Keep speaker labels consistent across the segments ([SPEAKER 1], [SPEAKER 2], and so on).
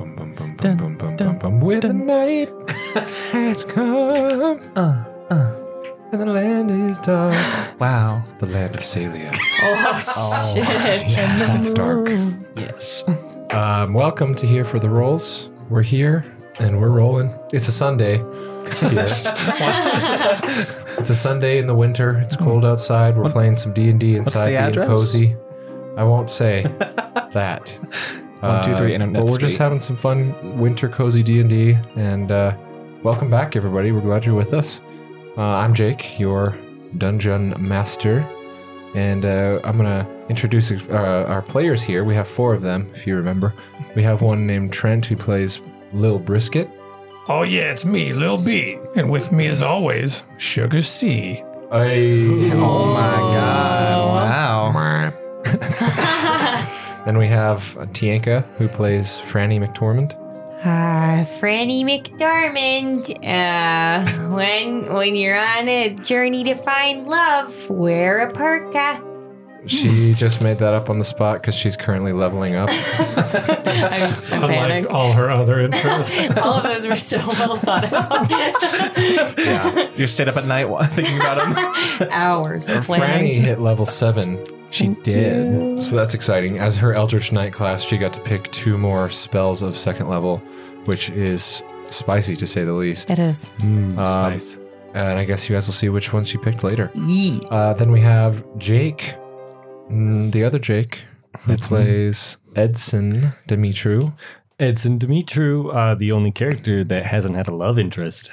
[SPEAKER 1] Dun,
[SPEAKER 2] bum, bum,
[SPEAKER 1] dun,
[SPEAKER 2] bum, bum. Where the
[SPEAKER 1] dun.
[SPEAKER 2] night has come
[SPEAKER 1] Uh, uh.
[SPEAKER 2] and the land is dark.
[SPEAKER 1] Wow.
[SPEAKER 2] The land of Salia.
[SPEAKER 3] Oh, shit.
[SPEAKER 2] That's dark.
[SPEAKER 1] Yes.
[SPEAKER 2] Um, welcome to Here for the Rolls. We're here and we're rolling. It's a Sunday. here. it's a Sunday in the winter. It's cold outside. We're playing some D and D inside
[SPEAKER 1] the
[SPEAKER 2] being
[SPEAKER 1] address?
[SPEAKER 2] cozy. I won't say that.
[SPEAKER 1] One, two, three, Internet
[SPEAKER 2] But we're just
[SPEAKER 1] Street.
[SPEAKER 2] having some fun winter cozy D and D. And uh, welcome back, everybody. We're glad you're with us. Uh, I'm Jake, your dungeon master, and uh, I'm gonna introduce uh, our players here. We have four of them, if you remember. We have one named Trent who plays Lil Brisket.
[SPEAKER 4] Oh yeah, it's me, Lil B, and with me as always, Sugar C.
[SPEAKER 1] Oh my god. Wow.
[SPEAKER 2] and we have Tienka, who plays Franny McTormand.
[SPEAKER 3] Uh, Franny McDormand, uh, when when you're on a journey to find love, wear a parka.
[SPEAKER 2] She just made that up on the spot because she's currently leveling up.
[SPEAKER 3] I'm, I'm
[SPEAKER 4] Unlike
[SPEAKER 3] panicked.
[SPEAKER 4] all her other intros.
[SPEAKER 3] All of those were so well thought out.
[SPEAKER 1] You stayed up at night while thinking about him.
[SPEAKER 3] Hours of
[SPEAKER 2] Franny
[SPEAKER 3] planning.
[SPEAKER 2] hit level seven,
[SPEAKER 1] she did.
[SPEAKER 2] so that's exciting. As her Eldritch Knight class, she got to pick two more spells of second level, which is spicy to say the least.
[SPEAKER 3] It is.
[SPEAKER 2] Um,
[SPEAKER 1] Spice.
[SPEAKER 2] And I guess you guys will see which one she picked later.
[SPEAKER 1] Yee.
[SPEAKER 2] Uh, then we have Jake, mm, the other Jake, who plays Edson Dimitru.
[SPEAKER 5] It's in Dimitru, uh, the only character that hasn't had a love interest.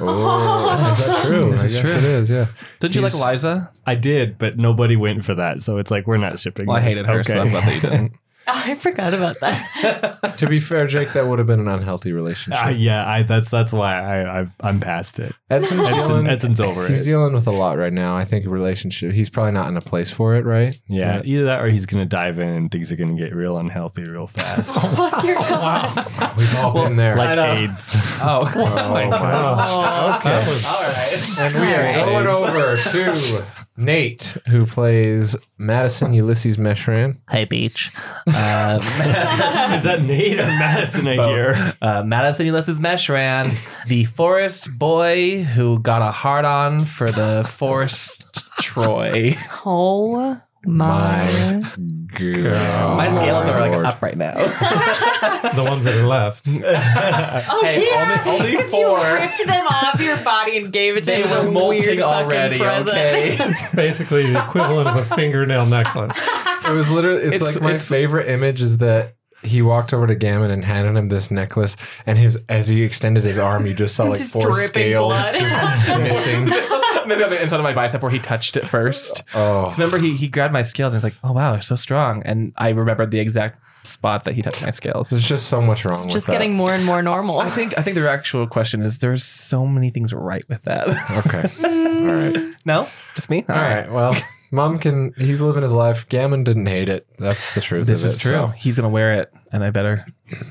[SPEAKER 2] Oh, is that true? I
[SPEAKER 1] is
[SPEAKER 2] guess
[SPEAKER 1] true.
[SPEAKER 2] it is, yeah.
[SPEAKER 1] Did you like
[SPEAKER 2] He's-
[SPEAKER 1] Liza?
[SPEAKER 5] I did, but nobody went for that, so it's like we're not shipping.
[SPEAKER 1] Well, I
[SPEAKER 5] this.
[SPEAKER 1] hated her, so I'm glad that you didn't.
[SPEAKER 3] Oh, I forgot about that.
[SPEAKER 2] to be fair, Jake, that would have been an unhealthy relationship.
[SPEAKER 5] Uh, yeah, I, that's that's why I, I I'm past it.
[SPEAKER 2] Edson's
[SPEAKER 5] Edson,
[SPEAKER 2] dealing,
[SPEAKER 5] Edson's over
[SPEAKER 2] he's
[SPEAKER 5] it.
[SPEAKER 2] dealing with a lot right now. I think relationship. He's probably not in a place for it, right?
[SPEAKER 5] Yeah,
[SPEAKER 2] Right.
[SPEAKER 5] either that or he's gonna dive in and things are gonna get real unhealthy real fast,
[SPEAKER 3] Oh, dear God.
[SPEAKER 2] We've all been there.
[SPEAKER 5] like
[SPEAKER 1] know.
[SPEAKER 5] AIDS.
[SPEAKER 1] Oh,
[SPEAKER 2] oh my gosh. Okay.
[SPEAKER 1] all right.
[SPEAKER 2] And we are going over to Nate, who plays Madison Ulysses Meshran.
[SPEAKER 6] Hey, Beach.
[SPEAKER 5] Is that Nate or Madison? I hear.
[SPEAKER 6] Uh,
[SPEAKER 1] Madison Ulysses Meshran, the forest boy who got a hard on for the forest Troy.
[SPEAKER 3] Oh my.
[SPEAKER 2] Girl.
[SPEAKER 1] My scales are like up right now.
[SPEAKER 4] the ones that are left.
[SPEAKER 3] Oh,
[SPEAKER 1] Hey,
[SPEAKER 3] yeah.
[SPEAKER 1] only- only
[SPEAKER 3] 'cause
[SPEAKER 1] four.
[SPEAKER 3] You ripped them off your body and gave it to
[SPEAKER 1] They
[SPEAKER 3] him as
[SPEAKER 1] were
[SPEAKER 3] a weird
[SPEAKER 1] molting
[SPEAKER 3] fucking
[SPEAKER 1] already,
[SPEAKER 3] present.
[SPEAKER 1] okay?
[SPEAKER 4] It's basically the equivalent of a fingernail necklace.
[SPEAKER 2] It was literally. It's,
[SPEAKER 1] It's-
[SPEAKER 2] like my
[SPEAKER 1] it's-
[SPEAKER 2] favorite image is that he walked over to Gammon and handed him this necklace, and his as he extended his arm, you just saw like
[SPEAKER 3] just
[SPEAKER 2] four
[SPEAKER 3] dripping
[SPEAKER 2] scales
[SPEAKER 3] blood.
[SPEAKER 2] just missing.
[SPEAKER 1] Maybe on the inside of my bicep where he touched it first.
[SPEAKER 2] Oh,
[SPEAKER 1] Remember, he, he grabbed my scales and was like, oh, wow, you're so strong. And I remembered the exact spot that he touched my scales.
[SPEAKER 2] there's just so much wrong with
[SPEAKER 3] Just
[SPEAKER 2] that.
[SPEAKER 3] getting more and more normal.
[SPEAKER 1] I think I think the actual question is there's so many things right with that.
[SPEAKER 2] Okay. All right.
[SPEAKER 1] no? Just me?
[SPEAKER 2] All right. Well, Mom can. He's living his life. Gammon didn't hate it. That's the truth.
[SPEAKER 1] This
[SPEAKER 2] of
[SPEAKER 1] is
[SPEAKER 2] it,
[SPEAKER 1] true.
[SPEAKER 2] so.
[SPEAKER 1] He's gonna wear it, and I better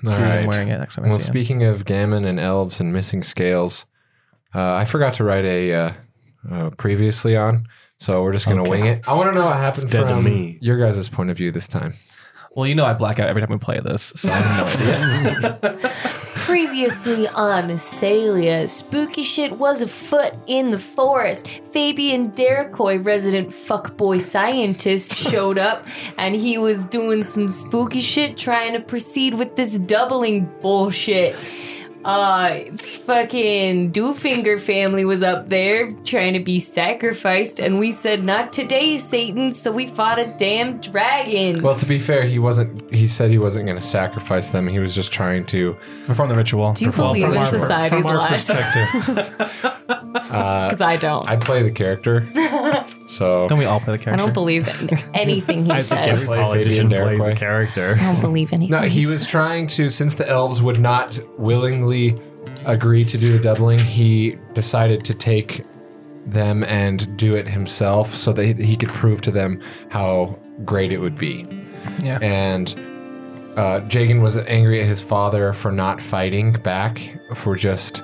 [SPEAKER 1] see
[SPEAKER 2] right.
[SPEAKER 1] him wearing it next time I
[SPEAKER 2] Well,
[SPEAKER 1] see him.
[SPEAKER 2] speaking of Gammon and elves and missing scales, uh, I forgot to write a uh, uh, previously on, so we're just gonna wing it. I want to know what happened
[SPEAKER 5] dead to
[SPEAKER 2] from
[SPEAKER 5] me.
[SPEAKER 2] your guys' point of view this time.
[SPEAKER 1] Well, you know I black out every time we play this, so I have no idea.
[SPEAKER 3] Previously on Salia, spooky shit was afoot in the forest. Fabian Derekoy, resident fuckboy scientist, showed up and he was doing some spooky shit trying to proceed with this doubling bullshit. Uh, fucking Doofinger family was up there trying to be sacrificed, and we said, Not today, Satan, so we fought a damn dragon.
[SPEAKER 2] Well, to be fair, he wasn't. He said he wasn't gonna sacrifice them. He was just trying to.
[SPEAKER 1] Perform the ritual.
[SPEAKER 3] Do you believe in society's
[SPEAKER 4] from our
[SPEAKER 3] lies?
[SPEAKER 4] perspective,
[SPEAKER 3] Because I don't.
[SPEAKER 2] I play the character, so
[SPEAKER 1] Don't we all play the
[SPEAKER 3] I
[SPEAKER 1] character?
[SPEAKER 3] don't believe anything he
[SPEAKER 5] I think every
[SPEAKER 3] says. I
[SPEAKER 2] Play
[SPEAKER 5] politician
[SPEAKER 2] Fabian
[SPEAKER 5] plays a
[SPEAKER 2] Derekway.
[SPEAKER 5] character.
[SPEAKER 3] don't believe anything.
[SPEAKER 2] No, he was trying to, since the elves would not willingly agree to do the doubling, he decided to take them and do it himself so that he could prove to them how great it would be.
[SPEAKER 1] Yeah.
[SPEAKER 2] And uh, Jagan was angry at his father for not fighting back, for just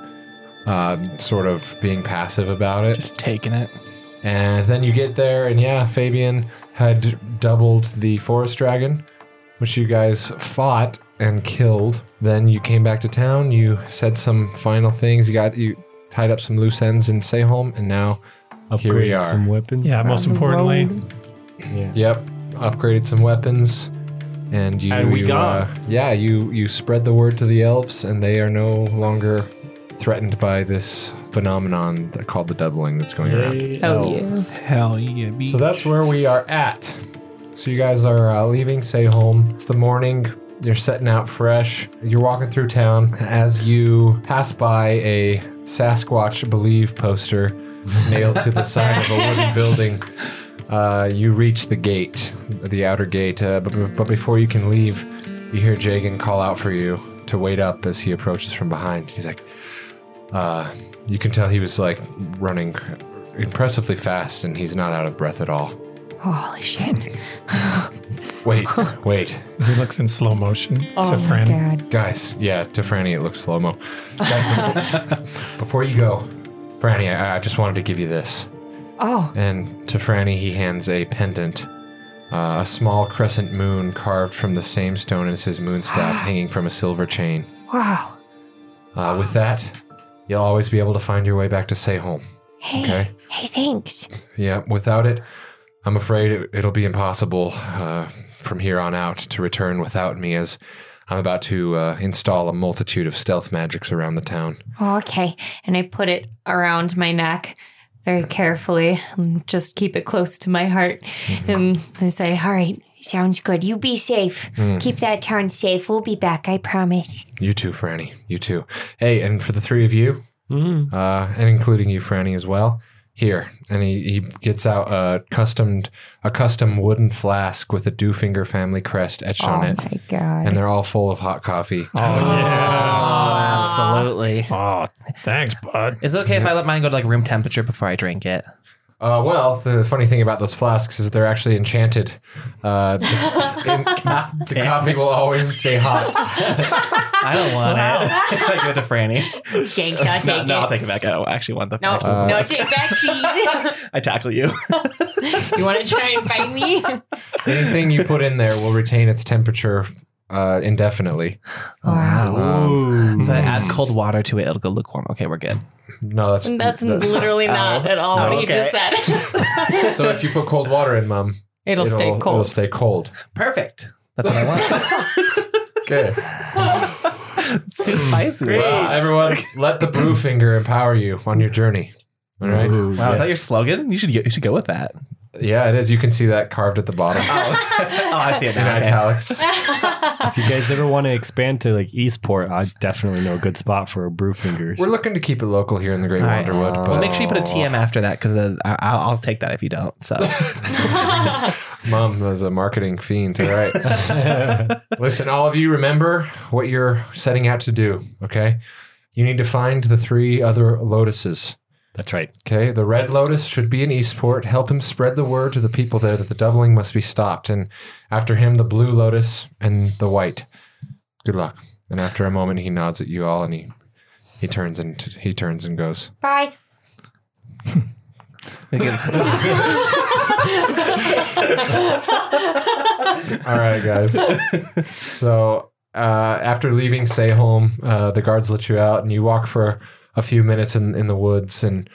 [SPEAKER 2] uh, sort of being passive about it.
[SPEAKER 1] Just taking it.
[SPEAKER 2] And then you get there, and yeah, Fabian had doubled the forest dragon, which you guys fought and killed. Then you came back to town. You said some final things. You got you tied up some loose ends in Sayholm, and now here we are.
[SPEAKER 5] some weapons.
[SPEAKER 4] Yeah, most
[SPEAKER 3] the
[SPEAKER 4] importantly,
[SPEAKER 3] road.
[SPEAKER 2] Yep, upgraded some weapons, and you.
[SPEAKER 5] And we
[SPEAKER 2] you,
[SPEAKER 5] gone.
[SPEAKER 2] yeah, you you spread the word to the elves, and they are no longer threatened by this phenomenon that- called the doubling that's going around.
[SPEAKER 3] Oh,
[SPEAKER 5] yeah.
[SPEAKER 3] yes.
[SPEAKER 4] hell yeah.
[SPEAKER 2] So that's where we are at. So you guys are uh, leaving, say home. It's the morning. You're setting out fresh. You're walking through town as you pass by a Sasquatch Believe poster nailed to the side of a wooden building. Uh, you reach the gate, the outer gate. Uh, but, but before you can leave, you hear Jagan call out for you to wait up as he approaches from behind. He's like, uh, you can tell he was like running impressively fast and he's not out of breath at all.
[SPEAKER 3] Holy shit.
[SPEAKER 2] Wait, wait.
[SPEAKER 4] He looks in slow motion.
[SPEAKER 3] Oh,
[SPEAKER 4] so
[SPEAKER 3] my
[SPEAKER 4] Fran,
[SPEAKER 3] God.
[SPEAKER 2] Guys, yeah, to Franny, it looks slow mo. Guys, before, before you go, Franny, I, I just wanted to give you this.
[SPEAKER 3] Oh,
[SPEAKER 2] And to Franny, he hands a pendant, uh, a small crescent moon carved from the same stone as his moon staff, hanging from a silver chain.
[SPEAKER 3] wow.
[SPEAKER 2] Uh, with that, you'll always be able to find your way back to Say Home.
[SPEAKER 3] Hey,
[SPEAKER 2] Okay.
[SPEAKER 3] hey, thanks.
[SPEAKER 2] Yeah, without it, I'm afraid it, it'll be impossible uh, from here on out to return without me, as I'm about to uh, install a multitude of stealth magics around the town.
[SPEAKER 3] Oh, okay. And I put it around my neck very carefully and just keep it close to my heart. And I say, All right, sounds good. You be safe. Keep that town safe. We'll be back, I promise.
[SPEAKER 2] You too, Franny. You too. Hey, and for the three of you, uh, and including you, Franny, as well. Here, and he, he gets out a custom a custom wooden flask with a Dewfinger family crest etched on it,
[SPEAKER 3] Oh My God.
[SPEAKER 2] and they're all full of hot coffee.
[SPEAKER 1] absolutely.
[SPEAKER 4] Oh, thanks, bud.
[SPEAKER 1] Is it okay if I let mine go to like room temperature before I drink it?
[SPEAKER 2] Uh, well, the funny thing about those flasks is they're actually enchanted. Uh, the, in-
[SPEAKER 1] Ah,
[SPEAKER 2] the coffee will always stay hot.
[SPEAKER 1] I don't want it. I give it to Franny.
[SPEAKER 3] Thanks,
[SPEAKER 1] No,
[SPEAKER 3] I'll take
[SPEAKER 1] no,
[SPEAKER 3] it.
[SPEAKER 1] I'll take it back. I don't actually want the
[SPEAKER 3] no,
[SPEAKER 1] flask.
[SPEAKER 3] no, take back, please.
[SPEAKER 1] I tackle you.
[SPEAKER 3] you want to try and fight me?
[SPEAKER 2] Anything you put in there will retain its temperature uh, indefinitely.
[SPEAKER 3] Wow.
[SPEAKER 5] Ooh.
[SPEAKER 1] So I add cold water to it. It'll go lukewarm. Okay, we're good.
[SPEAKER 2] No, that's
[SPEAKER 3] That's
[SPEAKER 2] that-
[SPEAKER 3] literally not at all what he
[SPEAKER 1] okay.
[SPEAKER 3] just said.
[SPEAKER 2] so. If you put cold water in, Mum,
[SPEAKER 3] it'll, stay cold.
[SPEAKER 2] It'll stay cold.
[SPEAKER 1] Perfect. That's what I want.
[SPEAKER 2] Okay.
[SPEAKER 1] it's too spicy.
[SPEAKER 2] Well, everyone, let the brew finger empower you on your journey. All right.
[SPEAKER 5] Ooh,
[SPEAKER 1] Wow, is that your
[SPEAKER 5] yes.
[SPEAKER 1] slogan? You should get, you should go with that.
[SPEAKER 2] Yeah, it is. You can see that carved at the bottom
[SPEAKER 1] Oh, I see it
[SPEAKER 2] in
[SPEAKER 1] now. Okay.
[SPEAKER 2] italics.
[SPEAKER 5] if you guys ever want to expand to like Eastport, I definitely know a good spot for a brewfinger.
[SPEAKER 2] We're looking to keep it local here in the Great
[SPEAKER 1] All right.
[SPEAKER 2] Wanderwood. but
[SPEAKER 1] Well, make sure you put a TM after that because I'll, I'll take that if you don't. So
[SPEAKER 2] Mom was a marketing fiend. All right. Listen, all of you remember what you're setting out to do, okay? You need to find the three other lotuses.
[SPEAKER 5] That's right.
[SPEAKER 2] Okay, the Red Lotus should be in Eastport. Help him spread the word to the people there that the doubling must be stopped. And after him, the Blue Lotus and the White. Good luck. And after a moment, he nods at you all, and he he turns and he turns and goes.
[SPEAKER 3] Bye.
[SPEAKER 2] All right, guys. so uh, after leaving Say Home, uh, the guards let you out, and you walk for a few minutes in, in the woods, and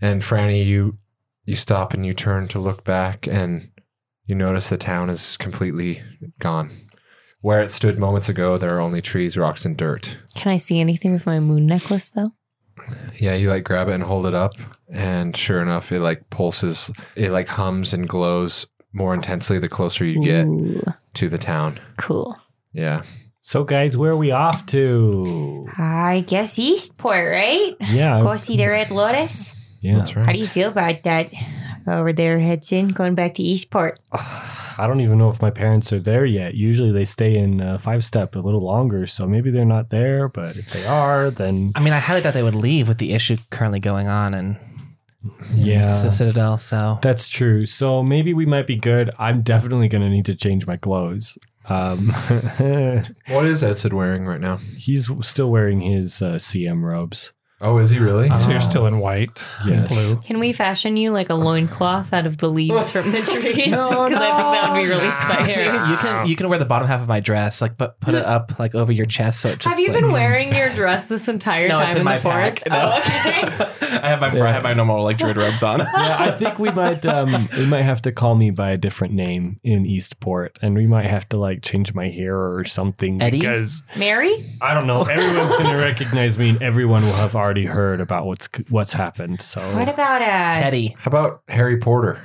[SPEAKER 2] and Franny, you you stop and you turn to look back, and you notice the town is completely gone. Where it stood moments ago, there are only trees, rocks, and dirt.
[SPEAKER 3] Can I see anything with my moon necklace, though?
[SPEAKER 2] Yeah, you like grab it and hold it up, and sure enough, it like pulses, it like hums and glows more intensely the closer you get
[SPEAKER 3] Ooh,
[SPEAKER 2] to the town.
[SPEAKER 3] cool.
[SPEAKER 2] Yeah.
[SPEAKER 5] So, guys, where are we off to?
[SPEAKER 3] I guess Eastport, right?
[SPEAKER 5] Yeah.
[SPEAKER 3] Go see the Red Lotus.
[SPEAKER 5] yeah.
[SPEAKER 2] right.
[SPEAKER 3] How do you feel about that over there, Hudson? Going back to Eastport.
[SPEAKER 5] I don't even know if my parents are there yet. Usually they stay in uh, five step a little longer, so maybe they're not there, but if they are, then
[SPEAKER 1] I mean, I highly doubt they would leave with the issue currently going on in
[SPEAKER 5] yeah.
[SPEAKER 1] the Citadel. So
[SPEAKER 5] That's true. So maybe we might be good. I'm definitely going to need to change my clothes. Um,
[SPEAKER 2] What is Edson wearing right now?
[SPEAKER 5] he's still wearing his uh, CM robes.
[SPEAKER 2] Oh, is he really?
[SPEAKER 4] So you're still in white and
[SPEAKER 5] Yes.
[SPEAKER 4] blue.
[SPEAKER 3] Can we fashion you like a loincloth out of the leaves from the trees? Because I think that would be really spicy.
[SPEAKER 1] You can you can wear the bottom half of my dress, like but put it up like over your chest so it just
[SPEAKER 3] Have you
[SPEAKER 1] like,
[SPEAKER 3] been wearing your dress this entire
[SPEAKER 1] No,
[SPEAKER 3] time
[SPEAKER 1] it's in
[SPEAKER 3] in,
[SPEAKER 1] my
[SPEAKER 3] the forest?
[SPEAKER 1] pack. No.
[SPEAKER 3] Oh, okay.
[SPEAKER 1] I have my I have my normal like druid robes on.
[SPEAKER 5] Yeah, I think we might um, we might have to call me by a different name in Eastport, and we might have to like change my hair or something
[SPEAKER 1] Eddie?
[SPEAKER 5] because
[SPEAKER 3] Mary?
[SPEAKER 5] I don't know. Everyone's going to recognize me, and everyone will have already heard about what's what's happened. So
[SPEAKER 3] What about uh
[SPEAKER 1] Eddie.
[SPEAKER 2] How about Harry Porter?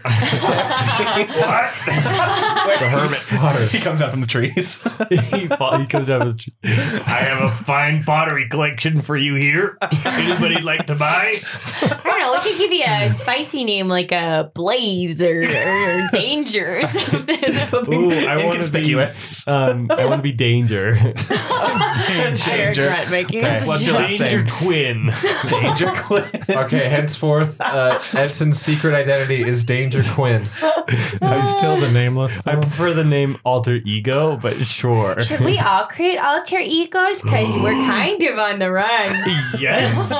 [SPEAKER 1] the hermit
[SPEAKER 2] Potter.
[SPEAKER 1] He comes out from the trees.
[SPEAKER 5] he, fa- he comes out with, I have a fine pottery collection for you here. Anybody like to buy?
[SPEAKER 3] I don't know, we could give you a spicy name like a blaze or, or danger or something.
[SPEAKER 1] Something
[SPEAKER 5] Ooh, I wanna be-
[SPEAKER 1] inconspicuous.
[SPEAKER 5] Um, I want to be Danger.
[SPEAKER 3] I regret making
[SPEAKER 1] Okay,
[SPEAKER 3] this
[SPEAKER 1] what's your
[SPEAKER 3] suggestion.
[SPEAKER 1] last
[SPEAKER 5] Danger
[SPEAKER 1] name?
[SPEAKER 5] Quinn.
[SPEAKER 1] Danger Quinn.
[SPEAKER 2] Okay, henceforth, uh, Edson's secret identity is Danger Quinn.
[SPEAKER 4] Is he still the nameless?
[SPEAKER 5] I prefer the name Alter Ego, but sure.
[SPEAKER 3] Should we all create alter egos? Because we're
[SPEAKER 1] Mm.
[SPEAKER 3] kind of on the run.
[SPEAKER 5] Yes.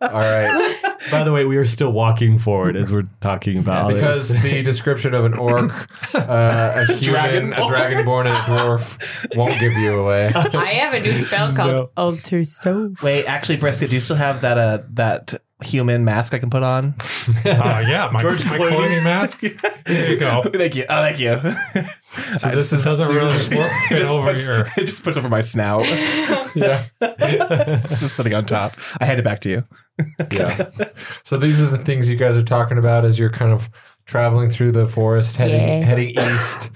[SPEAKER 2] All right,
[SPEAKER 5] By the way, we are still walking forward as we're talking about
[SPEAKER 2] because
[SPEAKER 5] Oh, this.
[SPEAKER 2] the description of an orc, uh, a human, a dragonborn, and a dwarf won't give you away.
[SPEAKER 3] I have a new spell called
[SPEAKER 5] No.
[SPEAKER 3] Alter Soap.
[SPEAKER 1] Wait, actually, Brisket, do you still have that uh that human mask I can put on?
[SPEAKER 4] Uh, yeah, my,
[SPEAKER 5] George
[SPEAKER 4] my
[SPEAKER 5] Clooney.
[SPEAKER 4] Clooney mask. There you go.
[SPEAKER 1] thank you. Oh, thank you.
[SPEAKER 4] So this is, doesn't
[SPEAKER 2] there's
[SPEAKER 4] really work
[SPEAKER 1] It
[SPEAKER 4] good
[SPEAKER 1] just
[SPEAKER 4] over
[SPEAKER 1] puts-
[SPEAKER 4] here.
[SPEAKER 1] It just puts over my snout.
[SPEAKER 2] Yeah,
[SPEAKER 1] it's just sitting on top. I hand it back to you.
[SPEAKER 2] yeah. So these are the things you guys are talking about as you're kind of traveling through the forest, heading
[SPEAKER 3] Yeah.
[SPEAKER 2] heading east.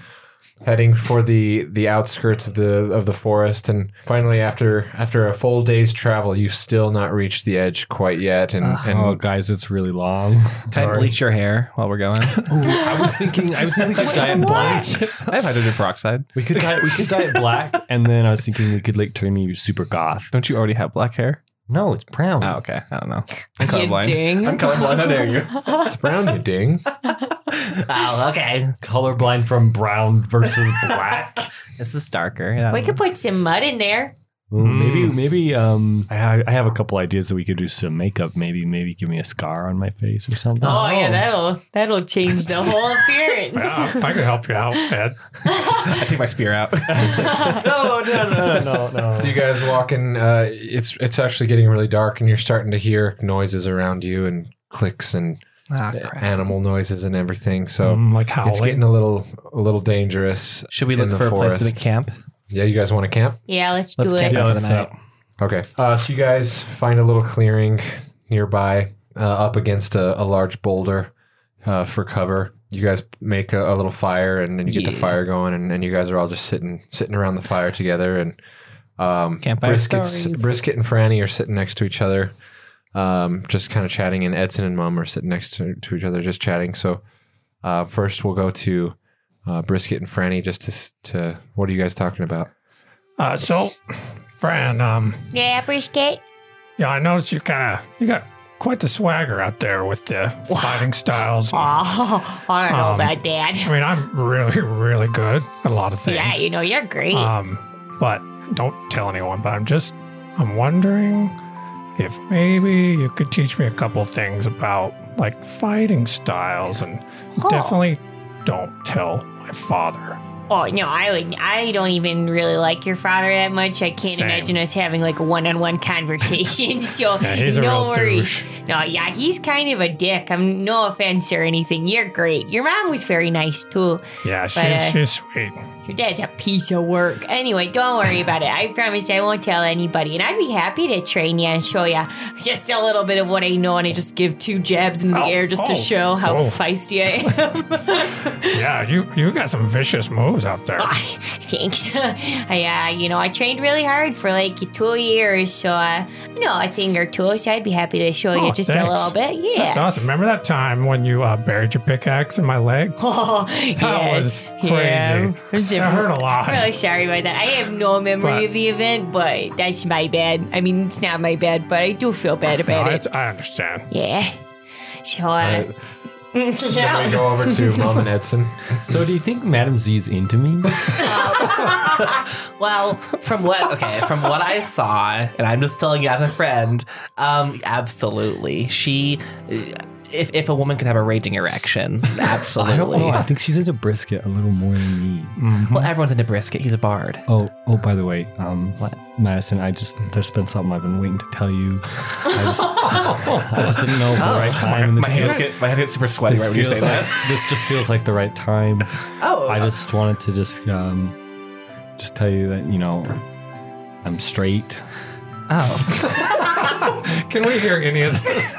[SPEAKER 2] Heading for the the outskirts of the of the forest, and finally, after after a full day's travel, you've still not reached the edge quite yet. And, and
[SPEAKER 5] Oh, guys, it's really long.
[SPEAKER 1] Can I bleach your hair while we're going?
[SPEAKER 5] I was thinking, I was thinking we could dye it black.
[SPEAKER 1] I have hydrogen peroxide.
[SPEAKER 5] We could dye, we could dye it black, and then I was thinking we could like turn you super goth.
[SPEAKER 1] Don't you already have black hair?
[SPEAKER 5] No, it's brown.
[SPEAKER 1] Oh, okay. I don't know. I'm
[SPEAKER 3] You ding.
[SPEAKER 1] I'm colorblind. How dare you?
[SPEAKER 2] it's brown, you ding.
[SPEAKER 1] Oh, okay.
[SPEAKER 5] Colorblind from brown versus black.
[SPEAKER 1] This is darker. Yeah.
[SPEAKER 3] We could put some mud in there.
[SPEAKER 5] Ooh, Maybe, maybe um, I, ha- I have a couple ideas that we could do some makeup. Maybe, maybe give me a scar on my face or something.
[SPEAKER 3] Oh, yeah, that'll that'll change the whole appearance.
[SPEAKER 4] Yeah, Ah, I can help you out, Ed.
[SPEAKER 1] I take my spear out. Ah,
[SPEAKER 5] no, no, no, no, no.
[SPEAKER 2] So you guys walking. Uh, it's it's actually getting really dark, and you're starting to hear noises around you and clicks and
[SPEAKER 1] Ah, crap.
[SPEAKER 2] animal noises and everything. So
[SPEAKER 4] Mm, like howling.
[SPEAKER 2] it's getting a little a little dangerous.
[SPEAKER 1] Should we
[SPEAKER 2] in
[SPEAKER 1] look
[SPEAKER 2] the
[SPEAKER 1] for a place
[SPEAKER 2] forest.
[SPEAKER 1] to camp?
[SPEAKER 2] Yeah, you guys want to camp?
[SPEAKER 3] Yeah, let's,
[SPEAKER 1] Let's
[SPEAKER 3] do it.
[SPEAKER 1] camp out for
[SPEAKER 5] let's
[SPEAKER 1] the night.
[SPEAKER 2] Okay. Uh, so you guys find a little clearing nearby, uh, up against a, a large boulder uh, for cover. You guys make a, a little fire, and then you get the
[SPEAKER 1] Yeah.
[SPEAKER 2] fire going, and, and you guys are all just sitting sitting around the fire together, and um,
[SPEAKER 1] Campfire
[SPEAKER 2] briskets,
[SPEAKER 1] stories.
[SPEAKER 2] brisket and Franny are sitting next to each other, um, just kind of chatting, and Edson and Mom are sitting next to, to each other, just chatting. So uh, first, we'll go to uh, brisket and Franny, just to s- to what are you guys talking about?
[SPEAKER 4] Uh, so, Fran, um,
[SPEAKER 3] Yeah, brisket.
[SPEAKER 4] yeah, I noticed you kind of you got quite the swagger out there with the fighting styles. I
[SPEAKER 3] Oh, I don't know
[SPEAKER 4] Um,
[SPEAKER 3] about that.
[SPEAKER 4] mean, I'm really, really good at a lot of things.
[SPEAKER 3] Yeah, you know, you're great.
[SPEAKER 4] Um, but don't tell anyone. But I'm just, I'm wondering if maybe you could teach me a couple things about like fighting styles, and
[SPEAKER 3] Huh.
[SPEAKER 4] definitely don't tell my father.
[SPEAKER 3] oh, no, I would. I don't even really like your father that much. I can't
[SPEAKER 4] Same.
[SPEAKER 3] imagine us having like a one on one conversation. so,
[SPEAKER 4] Yeah, he's a
[SPEAKER 3] no
[SPEAKER 4] real
[SPEAKER 3] worries.
[SPEAKER 4] douche.
[SPEAKER 3] No, yeah, he's kind of a dick. I'm no offense or anything. You're great. Your mom was very nice too.
[SPEAKER 4] Yeah, she's
[SPEAKER 3] uh,
[SPEAKER 4] she's sweet.
[SPEAKER 3] Your dad's a piece of work. Anyway, don't worry about it. I promise I won't tell anybody, and I'd be happy to train you and show you just a little bit of what I know, and I just give two jabs into the
[SPEAKER 4] Ow.
[SPEAKER 3] air just to
[SPEAKER 4] Oh.
[SPEAKER 3] show how
[SPEAKER 4] Oh.
[SPEAKER 3] feisty I am.
[SPEAKER 4] Yeah, you you got some vicious moves out there.
[SPEAKER 3] Thanks. I, uh, you know, I trained really hard for like two years, so uh, I know a thing or two, so I'd be happy to show
[SPEAKER 4] Oh,
[SPEAKER 3] you just
[SPEAKER 4] thanks.
[SPEAKER 3] a little bit.
[SPEAKER 4] That's
[SPEAKER 3] Yeah.
[SPEAKER 4] awesome. Remember that time when you uh, buried your pickaxe in my leg?
[SPEAKER 3] Oh,
[SPEAKER 4] That
[SPEAKER 3] yeah.
[SPEAKER 4] was
[SPEAKER 3] Yeah.
[SPEAKER 4] crazy. That hurt a lot.
[SPEAKER 3] I'm really sorry about that. I have no memory
[SPEAKER 4] But-
[SPEAKER 3] of the event, but that's my bad. I mean, it's not my bad, but I do feel bad
[SPEAKER 4] No,
[SPEAKER 3] about it.
[SPEAKER 4] it's- I understand.
[SPEAKER 3] Yeah. So, uh,
[SPEAKER 2] Uh, Then we go over to Mom and Edson.
[SPEAKER 5] So do you think Madam Z's into me?
[SPEAKER 1] Well, from what okay, from what I saw, and I'm just telling you as a friend, um, absolutely. She, if if a woman can have a raging erection,
[SPEAKER 5] I don't
[SPEAKER 1] absolutely.
[SPEAKER 5] know. Oh, I think she's into brisket a little more than me.
[SPEAKER 1] Well, everyone's into brisket. He's a bard.
[SPEAKER 5] Oh, oh! By the way, um,
[SPEAKER 1] What?
[SPEAKER 5] Madison, I just there's been something I've been waiting to tell you. I just, I just didn't know if the right time. and this feels-
[SPEAKER 1] my hands get super sweaty
[SPEAKER 5] this feels like- this just feels like the right time.
[SPEAKER 1] Oh,
[SPEAKER 5] I just wanted to just um, just tell you that you know I'm straight.
[SPEAKER 1] oh.
[SPEAKER 2] Can we hear any of this?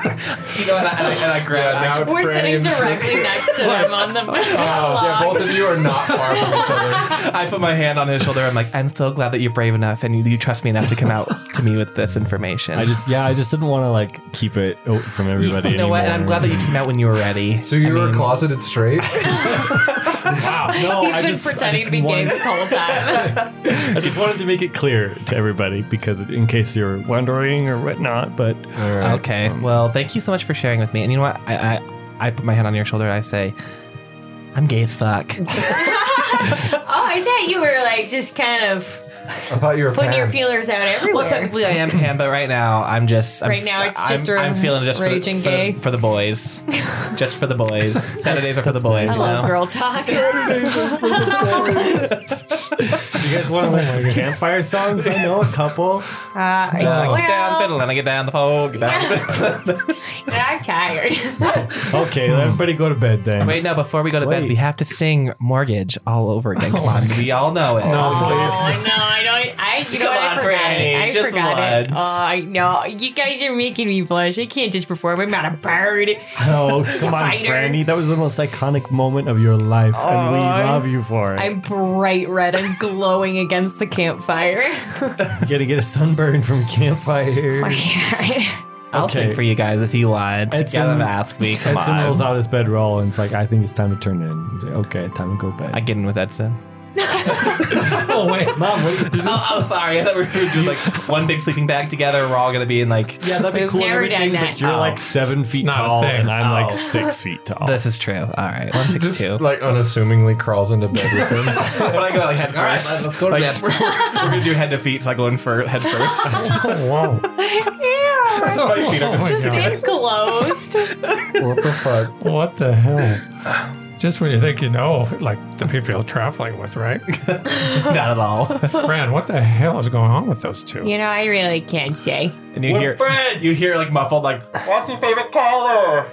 [SPEAKER 1] You know, and I, and I, and I grab. I-
[SPEAKER 2] now
[SPEAKER 3] We're sitting
[SPEAKER 2] Brandon-
[SPEAKER 3] directly next to them on the
[SPEAKER 5] Uh,
[SPEAKER 2] oh, Yeah,
[SPEAKER 3] log.
[SPEAKER 2] both of you are not far from each other.
[SPEAKER 1] I put my hand on his shoulder. I'm like, I'm so glad that you're brave enough and you, you trust me enough to come out to me with this information.
[SPEAKER 5] I just yeah, I just didn't want to like keep it out from everybody.
[SPEAKER 1] You know what? And I'm glad that you came out when you were ready.
[SPEAKER 2] So you were closeted straight?
[SPEAKER 5] No,
[SPEAKER 3] He's
[SPEAKER 5] I
[SPEAKER 3] been
[SPEAKER 5] just- I
[SPEAKER 3] pretending
[SPEAKER 5] just
[SPEAKER 3] to be gay
[SPEAKER 5] wanted-
[SPEAKER 3] this whole time.
[SPEAKER 5] I just wanted to make it clear to everybody because in case you're wondering or whatnot, but
[SPEAKER 2] All right.
[SPEAKER 1] Okay. Well, thank you so much for sharing with me. And you know what? I I, I put my hand on your shoulder and I say, I'm gay as fuck.
[SPEAKER 3] oh, I thought you were like just kind of
[SPEAKER 2] I thought you were
[SPEAKER 3] putting your
[SPEAKER 2] Pam.
[SPEAKER 3] feelers out everywhere.
[SPEAKER 1] well, technically I am Pam, but right now I'm just I'm,
[SPEAKER 3] Right now it's just
[SPEAKER 1] I'm,
[SPEAKER 3] a
[SPEAKER 1] I'm feeling just for the,
[SPEAKER 3] raging
[SPEAKER 1] for, the,
[SPEAKER 3] gay.
[SPEAKER 1] for the boys, just for the boys. Saturdays are for the boys.
[SPEAKER 3] I
[SPEAKER 1] you
[SPEAKER 3] love
[SPEAKER 1] know?
[SPEAKER 3] girl talk.
[SPEAKER 5] you guys want to listen to campfire songs? I know a couple.
[SPEAKER 3] Uh, I don't
[SPEAKER 1] Get down,
[SPEAKER 3] know.
[SPEAKER 1] fiddle, and I get down the pole. Get down.
[SPEAKER 3] I'm tired.
[SPEAKER 5] Okay, let everybody go to bed then.
[SPEAKER 1] Wait, no. Before we go to bed,
[SPEAKER 5] Wait.
[SPEAKER 1] we have to sing "Mortgage" all over again. Come on, we all know it.
[SPEAKER 3] Oh no, I don't. I you know
[SPEAKER 1] Come
[SPEAKER 3] what?
[SPEAKER 1] on,
[SPEAKER 3] I forgot
[SPEAKER 1] Granny,
[SPEAKER 3] it. I
[SPEAKER 1] just
[SPEAKER 3] forgot it.
[SPEAKER 1] once.
[SPEAKER 3] Oh, I know. You guys are making me blush. I can't just perform. I'm not a bird.
[SPEAKER 5] No, come on,
[SPEAKER 3] fighter.
[SPEAKER 5] Franny. That was the most iconic moment of your life, and we love you for it.
[SPEAKER 3] I'm bright red. I'm glowing against the campfire.
[SPEAKER 5] You're gonna get a sunburn from campfire.
[SPEAKER 1] I'll
[SPEAKER 5] Okay.
[SPEAKER 1] sing for you guys if you want. You
[SPEAKER 5] Edson-
[SPEAKER 1] gotta ask me. Come
[SPEAKER 5] Edson rolls
[SPEAKER 1] on.
[SPEAKER 5] out of his bedroll and it's like, I think it's time to turn in. He's like, okay, time to go bed.
[SPEAKER 1] I get in with Edson.
[SPEAKER 5] oh wait, mom, what did you
[SPEAKER 1] Oh, oh, sorry. I thought we were doing like one big sleeping bag together. We're all gonna be in like.
[SPEAKER 5] Yeah, that'd be
[SPEAKER 3] We've
[SPEAKER 5] cool. and
[SPEAKER 3] never
[SPEAKER 5] everything,
[SPEAKER 3] done that.
[SPEAKER 5] But you're
[SPEAKER 1] Oh.
[SPEAKER 5] like seven feet
[SPEAKER 4] not a
[SPEAKER 5] tall,
[SPEAKER 4] thing.
[SPEAKER 5] and I'm
[SPEAKER 1] Oh.
[SPEAKER 5] like six feet tall.
[SPEAKER 1] This is true. All right, one six
[SPEAKER 2] Just
[SPEAKER 1] two.
[SPEAKER 2] like unassumingly crawls into bed with him.
[SPEAKER 1] But I go like head
[SPEAKER 2] All right,
[SPEAKER 1] first.
[SPEAKER 2] let's- let's go to
[SPEAKER 1] Like,
[SPEAKER 2] bed.
[SPEAKER 1] We're, we're gonna do head to feet, so I go in for head first.
[SPEAKER 5] wow.
[SPEAKER 3] Ew.
[SPEAKER 1] so my feet are just.
[SPEAKER 3] Just enclosed.
[SPEAKER 2] what the fuck?
[SPEAKER 4] What the hell? Just when you think you know, like the people you're traveling with, right?
[SPEAKER 1] Not at all.
[SPEAKER 4] Fran, what the hell is going on with those two?
[SPEAKER 3] You know, I really can't say.
[SPEAKER 1] And you hear you hear like muffled like
[SPEAKER 3] Are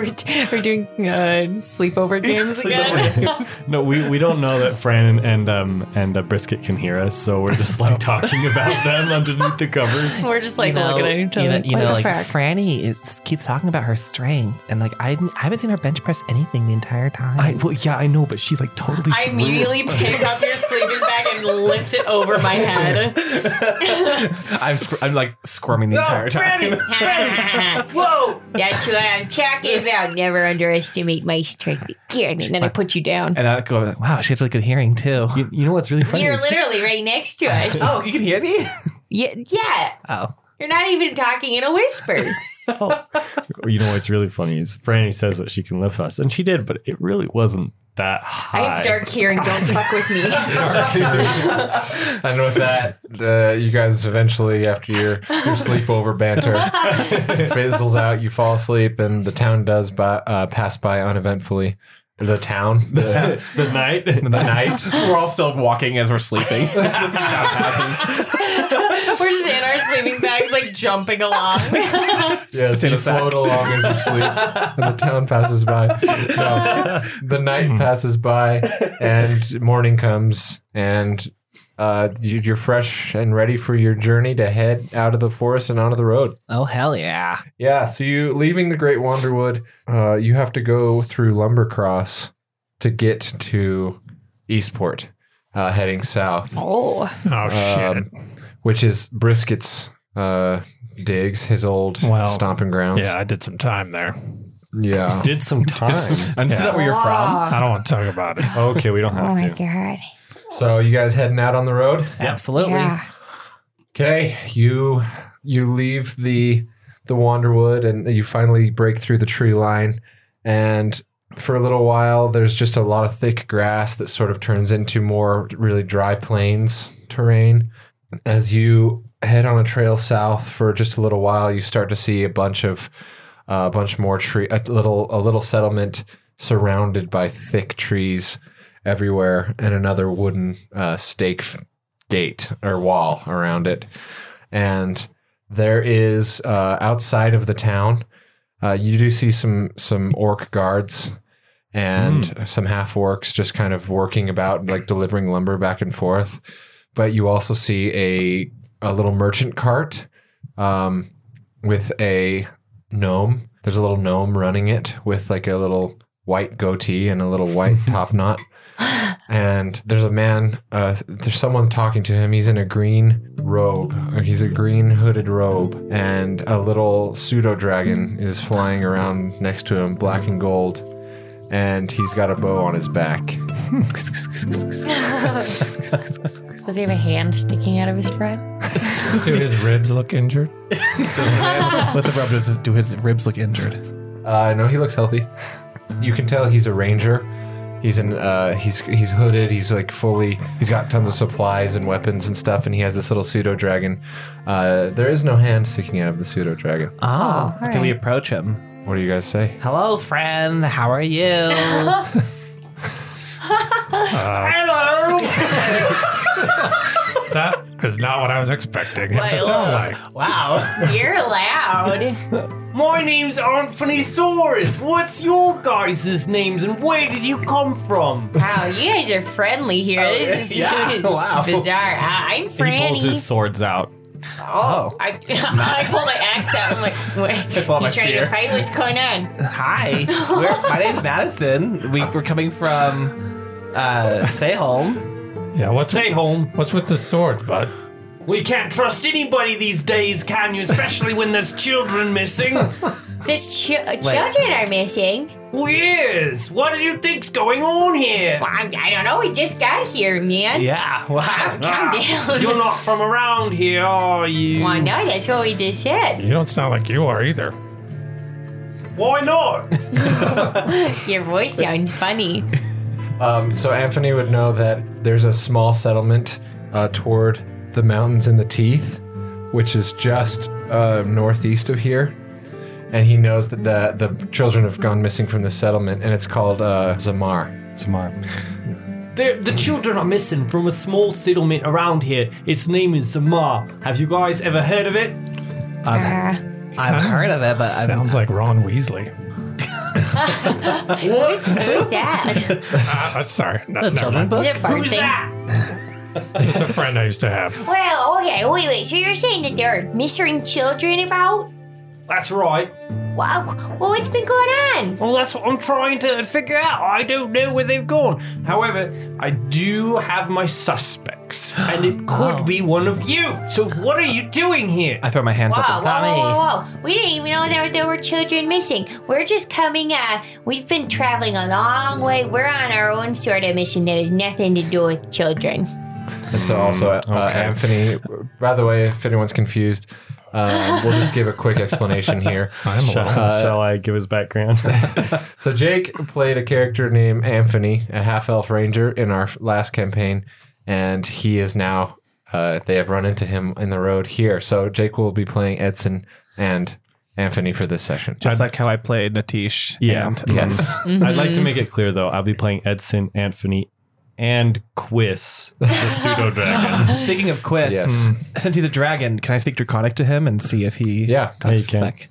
[SPEAKER 3] we, are we doing uh, sleepover games again?
[SPEAKER 5] No, we, we don't know that Fran and and, um, and uh, Brisket can hear us, so we're just like talking about them underneath the covers.
[SPEAKER 3] We're just like looking at each other.
[SPEAKER 1] you know, you know, like
[SPEAKER 3] what the frick?
[SPEAKER 1] Franny is keeps talking about her strength, and like I, I haven't seen her bench press anything the entire time.
[SPEAKER 5] I well, yeah, I know, but she like totally.
[SPEAKER 3] I
[SPEAKER 5] threw it.
[SPEAKER 3] immediately pick up your sleeping bag and lift it over my head.
[SPEAKER 1] I'm squ- I'm like squirming the entire time.
[SPEAKER 3] Whoa! That's what I'm talking about. Never underestimate my strength again. And then I put you down.
[SPEAKER 1] And I go like, wow, she has really good hearing too.
[SPEAKER 5] You, you know what's really funny?
[SPEAKER 3] You're
[SPEAKER 5] is-
[SPEAKER 3] literally right next to us.
[SPEAKER 1] oh, you can hear me?
[SPEAKER 3] Yeah, yeah.
[SPEAKER 1] Oh,
[SPEAKER 3] You're not even talking in a whisper.
[SPEAKER 5] you know what's really funny is Franny says that she can lift us, and she did, but it really wasn't that
[SPEAKER 3] I
[SPEAKER 5] high.
[SPEAKER 3] have dark hearing. Don't fuck with me.
[SPEAKER 2] And with that, uh, you guys eventually, after your, your sleepover banter fizzles out, you fall asleep, and the town does by, uh, pass by uneventfully. The town, the,
[SPEAKER 5] the night.
[SPEAKER 2] the night.
[SPEAKER 1] we're all still walking as we're sleeping.
[SPEAKER 3] We're just in our sleeping bags, like jumping along.
[SPEAKER 2] Yeah, so you
[SPEAKER 1] sack.
[SPEAKER 2] float along as you sleep, and the town passes by. No, the
[SPEAKER 4] Hmm.
[SPEAKER 2] night passes by, and morning comes, and uh, you- you're fresh and ready for your journey to head out of the forest and onto the road.
[SPEAKER 1] oh hell yeah!
[SPEAKER 2] Yeah, so you leaving the Great Wanderwood, uh, you have to go through Lumbercross to get to Eastport, uh, heading south,
[SPEAKER 3] Oh,
[SPEAKER 4] Oh, shit.
[SPEAKER 2] Um, which is Brisket's uh, digs, his old
[SPEAKER 4] Well,
[SPEAKER 2] stomping grounds.
[SPEAKER 4] yeah, I did some time there.
[SPEAKER 2] yeah.
[SPEAKER 5] Did some time.
[SPEAKER 1] And is that where you're from?
[SPEAKER 4] I don't want to talk about it.
[SPEAKER 5] okay, we don't have to.
[SPEAKER 3] Oh god.
[SPEAKER 2] So you guys heading out on the road?
[SPEAKER 1] Absolutely.
[SPEAKER 2] Okay, you you leave the the Wanderwood and you finally break through the tree line And for a little while, there's just a lot of thick grass that sort of turns into more really dry plains terrain. As you head on a trail south for just a little while, you start to see a bunch of uh, a bunch more tree, a little a little settlement surrounded by thick trees everywhere, and another wooden uh, stake f- gate or wall around it. And there is uh, outside of the town, uh, you do see some some orc guards and some half orcs just kind of working about, like delivering lumber back and forth. But you also see a a little merchant cart um, with a gnome. There's a little gnome running it with like a little white goatee and a little white top knot. And there's a man, uh, there's someone talking to him. He's in a green robe. Uh, He's a green hooded robe. And a little pseudo dragon is flying around next to him, black and gold. And he's got a bow on his back.
[SPEAKER 3] Does he have a hand sticking out of his front?
[SPEAKER 4] Do his ribs look injured?
[SPEAKER 1] Let the rub does do his ribs look injured.
[SPEAKER 2] Uh, no, he looks healthy. You can tell he's a ranger. He's in. Uh, he's he's hooded. He's like fully. He's got tons of supplies and weapons and stuff. And he has this little pseudo dragon. Uh, there is no hand sticking out of the pseudo dragon.
[SPEAKER 1] Oh, can we
[SPEAKER 3] right.
[SPEAKER 1] approach him?
[SPEAKER 2] What do you guys say?
[SPEAKER 1] Hello, friend. How are you? Hello.
[SPEAKER 4] That is not what I was expecting it to sound like.
[SPEAKER 1] Wow.
[SPEAKER 3] You're loud.
[SPEAKER 1] My name's Anthony Saurus. What's your guys' names and where did you come from? Oh,
[SPEAKER 3] Wow, you guys are friendly here. this is,
[SPEAKER 1] yeah,
[SPEAKER 3] this is
[SPEAKER 1] wow.
[SPEAKER 3] bizarre. Uh, I'm Franny.
[SPEAKER 6] He pulls his swords out.
[SPEAKER 3] oh, I, I pull my axe out. I'm like, what?
[SPEAKER 1] I pull out my
[SPEAKER 3] you trying
[SPEAKER 1] spear.
[SPEAKER 3] to fight? What's going on?
[SPEAKER 1] Hi. We're, my name's Madison. We, we're coming from uh, Sehome.
[SPEAKER 4] Yeah, what's
[SPEAKER 1] Sehome.
[SPEAKER 4] what's with the sword, bud?
[SPEAKER 6] We can't trust anybody these days, can you? Especially when there's children missing.
[SPEAKER 3] This ch- uh, children are missing.
[SPEAKER 6] Weirds. What do you think's going on here?
[SPEAKER 3] Well, I'm, I don't know. We just got here, man. Oh,
[SPEAKER 1] Yeah. Ah. Wow.
[SPEAKER 3] Calm down.
[SPEAKER 6] You're not from around here, are you?
[SPEAKER 3] Well, no, that's what we just said.
[SPEAKER 4] You don't sound like you are either.
[SPEAKER 6] Why not?
[SPEAKER 3] Your voice sounds funny.
[SPEAKER 2] Um, so Anthony would know that there's a small settlement uh, toward the mountains in the teeth, which is just uh, northeast of here. And he knows that the the children have gone missing from the settlement, and it's called uh, Zamar.
[SPEAKER 5] Samar.
[SPEAKER 6] The, the children are missing from a small settlement around here. Its name is Zamar. Have you guys ever heard of it?
[SPEAKER 1] Ah,
[SPEAKER 3] Uh,
[SPEAKER 1] I've heard of it, but I'm
[SPEAKER 4] Sounds like Ron Weasley.
[SPEAKER 3] who's, who's that?
[SPEAKER 4] Uh, sorry, no, never
[SPEAKER 1] children
[SPEAKER 4] mind.
[SPEAKER 1] book.
[SPEAKER 3] Is it Barney?
[SPEAKER 4] It's a friend I used to have.
[SPEAKER 3] Well, okay, wait, wait. So you're saying that there are missing children about?
[SPEAKER 6] That's right.
[SPEAKER 3] Wow. Well, what's been going on?
[SPEAKER 6] Well, that's what I'm trying to figure out. I don't know where they've gone. However, I do have my suspects, and it could be one of you. So, what are you doing here?
[SPEAKER 1] I throw my hands up.
[SPEAKER 3] Whoa, whoa,
[SPEAKER 1] It's not me.
[SPEAKER 3] whoa, whoa, whoa. We didn't even know there, there were children missing. We're just coming, uh, we've been traveling a long way. We're on our own sort of mission that has nothing to do with children.
[SPEAKER 2] And so also, uh, Anthony, by the way, if anyone's confused, uh, we'll just give a quick explanation here. Uh,
[SPEAKER 4] I'm a
[SPEAKER 5] Shall I give his background?
[SPEAKER 2] So Jake played a character named Anthony, a half-elf ranger in our last campaign, and he is now, uh, they have run into him in the road here. So Jake will be playing Edson and Anthony for this session.
[SPEAKER 7] Just like how I played Natish.
[SPEAKER 5] Yeah.
[SPEAKER 7] and-
[SPEAKER 2] Yes.
[SPEAKER 5] I'd
[SPEAKER 3] Mm-hmm.
[SPEAKER 5] like to make it clear though, I'll be playing Edson, Anthony, and Quiz, the pseudo dragon.
[SPEAKER 1] Speaking of Quiz,
[SPEAKER 2] Yes.
[SPEAKER 5] Hmm.
[SPEAKER 7] Since he's a dragon, can I speak draconic to him and see if he
[SPEAKER 2] Yeah.
[SPEAKER 5] Yeah, you
[SPEAKER 7] talks
[SPEAKER 5] can.
[SPEAKER 7] back?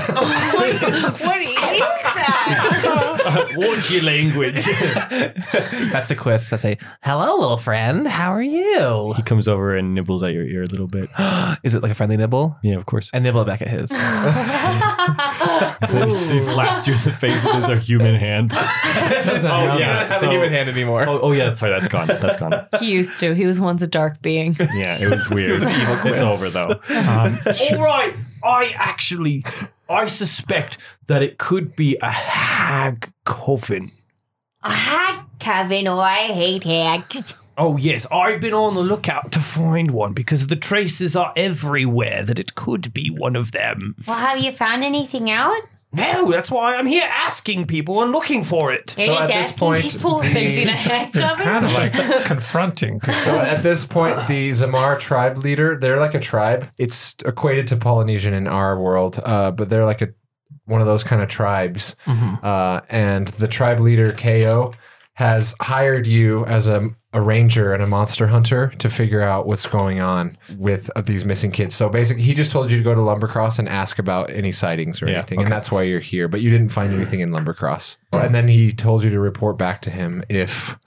[SPEAKER 3] what is that?
[SPEAKER 6] What's your language?
[SPEAKER 1] That's the Quiz. I say, hello, little friend. How are you?
[SPEAKER 5] He comes over and nibbles at your ear a little bit.
[SPEAKER 1] Is it like a friendly nibble?
[SPEAKER 5] Yeah, of course.
[SPEAKER 1] I nibble back at his.
[SPEAKER 5] He's, he's slapped you in the face with his uh, human hand.
[SPEAKER 6] oh,
[SPEAKER 5] yeah.
[SPEAKER 6] yeah.
[SPEAKER 5] have a So- human
[SPEAKER 1] hand anymore.
[SPEAKER 5] Oh, oh yeah, sorry, that's gone. That's gone.
[SPEAKER 8] He used to. He was once a dark being.
[SPEAKER 5] Yeah, it was weird. it's over though.
[SPEAKER 6] All right. I actually, I suspect that it could be a hag coven.
[SPEAKER 3] Hot Kevin, oh, I hate hacks.
[SPEAKER 6] Oh, yes. I've been on the lookout to find one because the traces are everywhere that it could be one of them.
[SPEAKER 3] Well, have you found anything out?
[SPEAKER 6] No, that's why I'm here asking people and looking for it.
[SPEAKER 3] They're
[SPEAKER 2] So
[SPEAKER 3] just
[SPEAKER 2] at this
[SPEAKER 3] asking
[SPEAKER 2] point,
[SPEAKER 3] people if they've
[SPEAKER 2] the-
[SPEAKER 3] seen a
[SPEAKER 4] Kind of
[SPEAKER 3] handcuff.
[SPEAKER 4] like confronting. 'cause
[SPEAKER 2] So at this point, the Zamar tribe leader, they're like a tribe. It's equated to Polynesian in our world, uh, but they're like a one of those kind of tribes. Uh, and the tribe leader, KO, has hired you as a, a ranger and a monster hunter to figure out what's going on with uh, these missing kids. So basically, he just told you to go to Lumbercross and ask about any sightings or
[SPEAKER 5] Yeah,
[SPEAKER 2] anything. And that's why you're here, but you didn't find anything in Lumbercross. And then he told you to report back to him if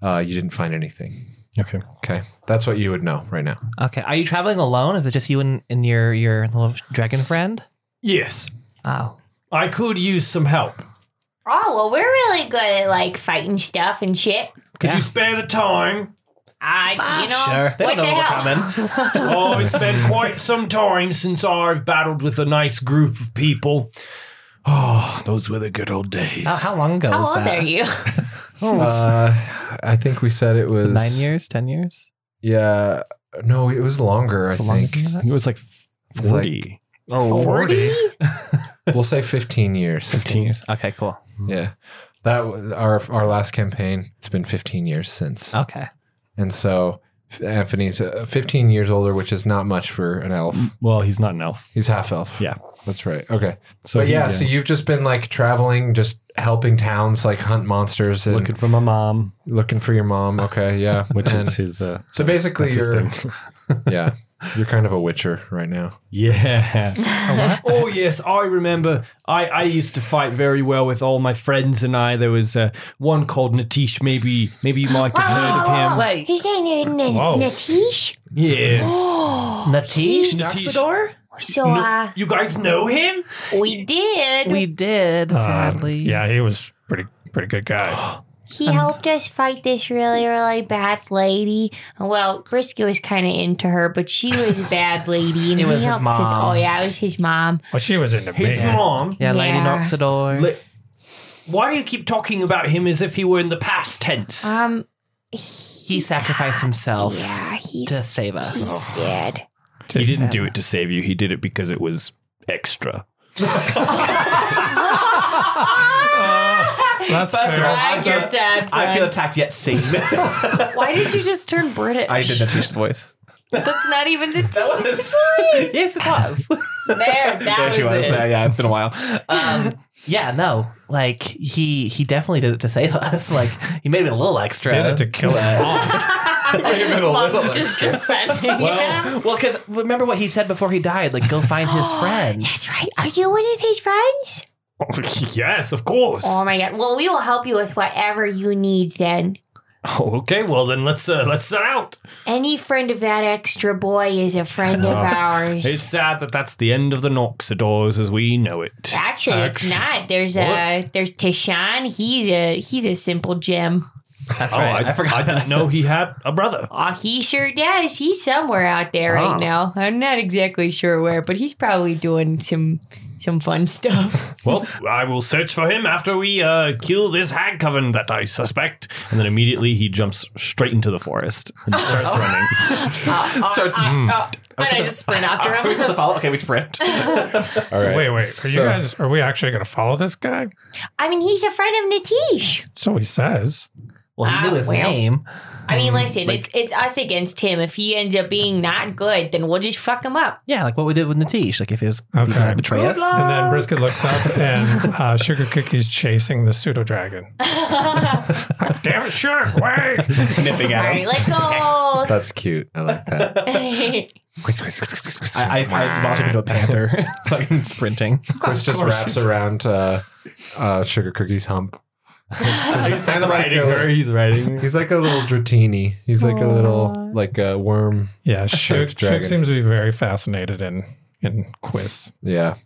[SPEAKER 2] uh, you didn't find anything.
[SPEAKER 5] Okay.
[SPEAKER 2] Okay, that's what you would know right now.
[SPEAKER 1] Okay. Are you traveling alone? Is it just you and, and your your little dragon friend?
[SPEAKER 6] Yes,
[SPEAKER 1] Oh.
[SPEAKER 6] I could use some help.
[SPEAKER 3] Oh, well, we're really good at like fighting stuff and shit.
[SPEAKER 6] Could
[SPEAKER 1] Yeah.
[SPEAKER 6] you spare the time?
[SPEAKER 3] I, you know,
[SPEAKER 1] sure. They
[SPEAKER 3] what
[SPEAKER 1] don't know
[SPEAKER 3] the
[SPEAKER 1] we're
[SPEAKER 3] hell?
[SPEAKER 1] coming.
[SPEAKER 6] oh, it's been quite some time since I've battled with a nice group of people. Oh, those were the good old days.
[SPEAKER 1] How, how long ago
[SPEAKER 3] How
[SPEAKER 1] was
[SPEAKER 3] old
[SPEAKER 1] that?
[SPEAKER 3] are you?
[SPEAKER 2] Uh, I think we said it was
[SPEAKER 1] Nine years? Ten years?
[SPEAKER 2] Yeah, no, it was longer. I
[SPEAKER 1] Is it longer
[SPEAKER 2] think
[SPEAKER 1] than that?
[SPEAKER 5] It was like
[SPEAKER 2] It's like
[SPEAKER 5] 40.
[SPEAKER 4] Forty.
[SPEAKER 2] we'll say fifteen years.
[SPEAKER 1] Fifteen years. Okay. Cool.
[SPEAKER 2] yeah, that was our our last campaign. It's been fifteen years since,
[SPEAKER 1] Okay.
[SPEAKER 2] and so Anthony's uh, fifteen years older, which is not much for an elf.
[SPEAKER 5] well, he's not an elf.
[SPEAKER 2] He's half elf.
[SPEAKER 5] Mm. Yeah.
[SPEAKER 2] that's right. Okay,
[SPEAKER 5] So
[SPEAKER 2] but
[SPEAKER 5] he,
[SPEAKER 2] yeah,
[SPEAKER 5] uh,
[SPEAKER 2] so you've just been like traveling, just helping towns like hunt monsters and
[SPEAKER 5] looking
[SPEAKER 2] looking,
[SPEAKER 5] for my mom,
[SPEAKER 2] for your mom. Okay, yeah,
[SPEAKER 5] which
[SPEAKER 2] And
[SPEAKER 5] is his. Uh,
[SPEAKER 2] so basically
[SPEAKER 5] that's his
[SPEAKER 2] you're
[SPEAKER 5] thing.
[SPEAKER 2] yeah you're kind of a witcher right now.
[SPEAKER 5] yeah.
[SPEAKER 6] Oh yes, I remember. I, I used to fight very well with all my friends and I. There was uh, one called Natish. Maybe maybe you might have heard of him.
[SPEAKER 1] Wait.
[SPEAKER 3] His name is N-
[SPEAKER 4] Whoa.
[SPEAKER 3] Natish.
[SPEAKER 6] Yes.
[SPEAKER 5] Oh,
[SPEAKER 1] Natish
[SPEAKER 6] Natish.
[SPEAKER 1] Naxidor?
[SPEAKER 3] So, uh,
[SPEAKER 6] You guys know him?
[SPEAKER 3] we did.
[SPEAKER 1] We did,
[SPEAKER 5] Uh,
[SPEAKER 1] sadly.
[SPEAKER 4] Yeah, he was pretty pretty good guy.
[SPEAKER 1] um,
[SPEAKER 3] he helped us fight this really, really bad lady. Well, Brisky was kind of into her, but she was a bad lady. And
[SPEAKER 1] It
[SPEAKER 3] he
[SPEAKER 1] was his
[SPEAKER 3] helped Us.
[SPEAKER 1] mom.
[SPEAKER 3] Oh, yeah, it was his mom.
[SPEAKER 4] Well, she was into
[SPEAKER 6] His
[SPEAKER 4] me.
[SPEAKER 6] mom.
[SPEAKER 1] Yeah, Lady
[SPEAKER 3] Yeah.
[SPEAKER 1] Noxidor.
[SPEAKER 6] Li- Why do you keep talking about him as if he were in the past tense?
[SPEAKER 3] Um,
[SPEAKER 1] he sacrificed himself
[SPEAKER 3] yeah, he's,
[SPEAKER 1] to save us.
[SPEAKER 3] he's dead.
[SPEAKER 5] He didn't do it to save you. He did it because it was extra.
[SPEAKER 4] That's fair.
[SPEAKER 1] I feel-
[SPEAKER 3] dad.
[SPEAKER 1] I feel attacked yet seen. that
[SPEAKER 8] Why did you just turn British?
[SPEAKER 7] I did not teach the voice.
[SPEAKER 8] That's not even to
[SPEAKER 1] was, yes, it was.
[SPEAKER 3] there. That
[SPEAKER 7] There
[SPEAKER 3] was,
[SPEAKER 7] she was.
[SPEAKER 3] it.
[SPEAKER 7] Yeah, yeah, it's been a while.
[SPEAKER 1] Um, yeah, no, like he he definitely did it to save us. Like he made it a little extra.
[SPEAKER 4] Did it to kill his mom.
[SPEAKER 3] Mom's just defending. him.
[SPEAKER 1] well, because remember what he said before he died? Like, go find his friends.
[SPEAKER 3] That's right. Are you one of his friends?
[SPEAKER 6] yes, of course.
[SPEAKER 3] Oh
[SPEAKER 1] Um,
[SPEAKER 3] my god. Well, we will help you with whatever you need then.
[SPEAKER 6] Oh, okay, well then let's uh, let's set out.
[SPEAKER 3] Any friend of that extra boy is a friend of
[SPEAKER 6] It's
[SPEAKER 3] ours.
[SPEAKER 6] sad that that's the end of the Noxidors as we know it.
[SPEAKER 3] Actually, it's not. There's uh there's Tishan. He's a he's a simple gem.
[SPEAKER 1] That's
[SPEAKER 6] Oh,
[SPEAKER 1] right. I,
[SPEAKER 6] I
[SPEAKER 1] forgot.
[SPEAKER 6] didn't know he had a brother.
[SPEAKER 3] Oh, he sure does. He's somewhere out there right now.
[SPEAKER 8] I'm not exactly sure where, but he's probably doing some some fun stuff.
[SPEAKER 6] Well, I will search for him after we uh, kill this hag coven that I suspect. And then immediately he jumps straight into the forest and starts running.
[SPEAKER 7] Starts.
[SPEAKER 8] and I just sprint after
[SPEAKER 7] Are we
[SPEAKER 8] him.
[SPEAKER 7] supposed to follow? Okay, we sprint.
[SPEAKER 2] All right.
[SPEAKER 4] Wait, wait. Are you
[SPEAKER 2] So-
[SPEAKER 4] guys? Are we actually going to follow this guy?
[SPEAKER 3] I mean, he's a friend of Natish.
[SPEAKER 4] So he says.
[SPEAKER 1] well, he
[SPEAKER 3] Ah,
[SPEAKER 1] knew his
[SPEAKER 3] well.
[SPEAKER 1] name.
[SPEAKER 3] I mean, listen, it's it's us against him. If he ends up being not good, then we'll just fuck him up.
[SPEAKER 1] Yeah, like what we did with Natish. Like if it was if he
[SPEAKER 4] Okay.
[SPEAKER 1] was betray us.
[SPEAKER 4] And then Brisket looks up and uh, Sugar Cookie's chasing the pseudo dragon. Damn it, Sugar! Wait.
[SPEAKER 1] Oh,
[SPEAKER 7] Nipping
[SPEAKER 3] All
[SPEAKER 7] at
[SPEAKER 3] right,
[SPEAKER 7] him.
[SPEAKER 3] let's go.
[SPEAKER 2] That's cute. I like that.
[SPEAKER 7] I, I, I launch him into a panther. so I'm sprinting.
[SPEAKER 2] Chris just wraps around uh, uh, Sugar Cookie's hump. he's kind of like uh, a,
[SPEAKER 5] He's riding.
[SPEAKER 2] he's like a little dratini. He's like a little like a worm.
[SPEAKER 4] Yeah, Sugar,
[SPEAKER 2] dragon.
[SPEAKER 4] Sugar seems to be very fascinated in in Quiz.
[SPEAKER 2] Yeah.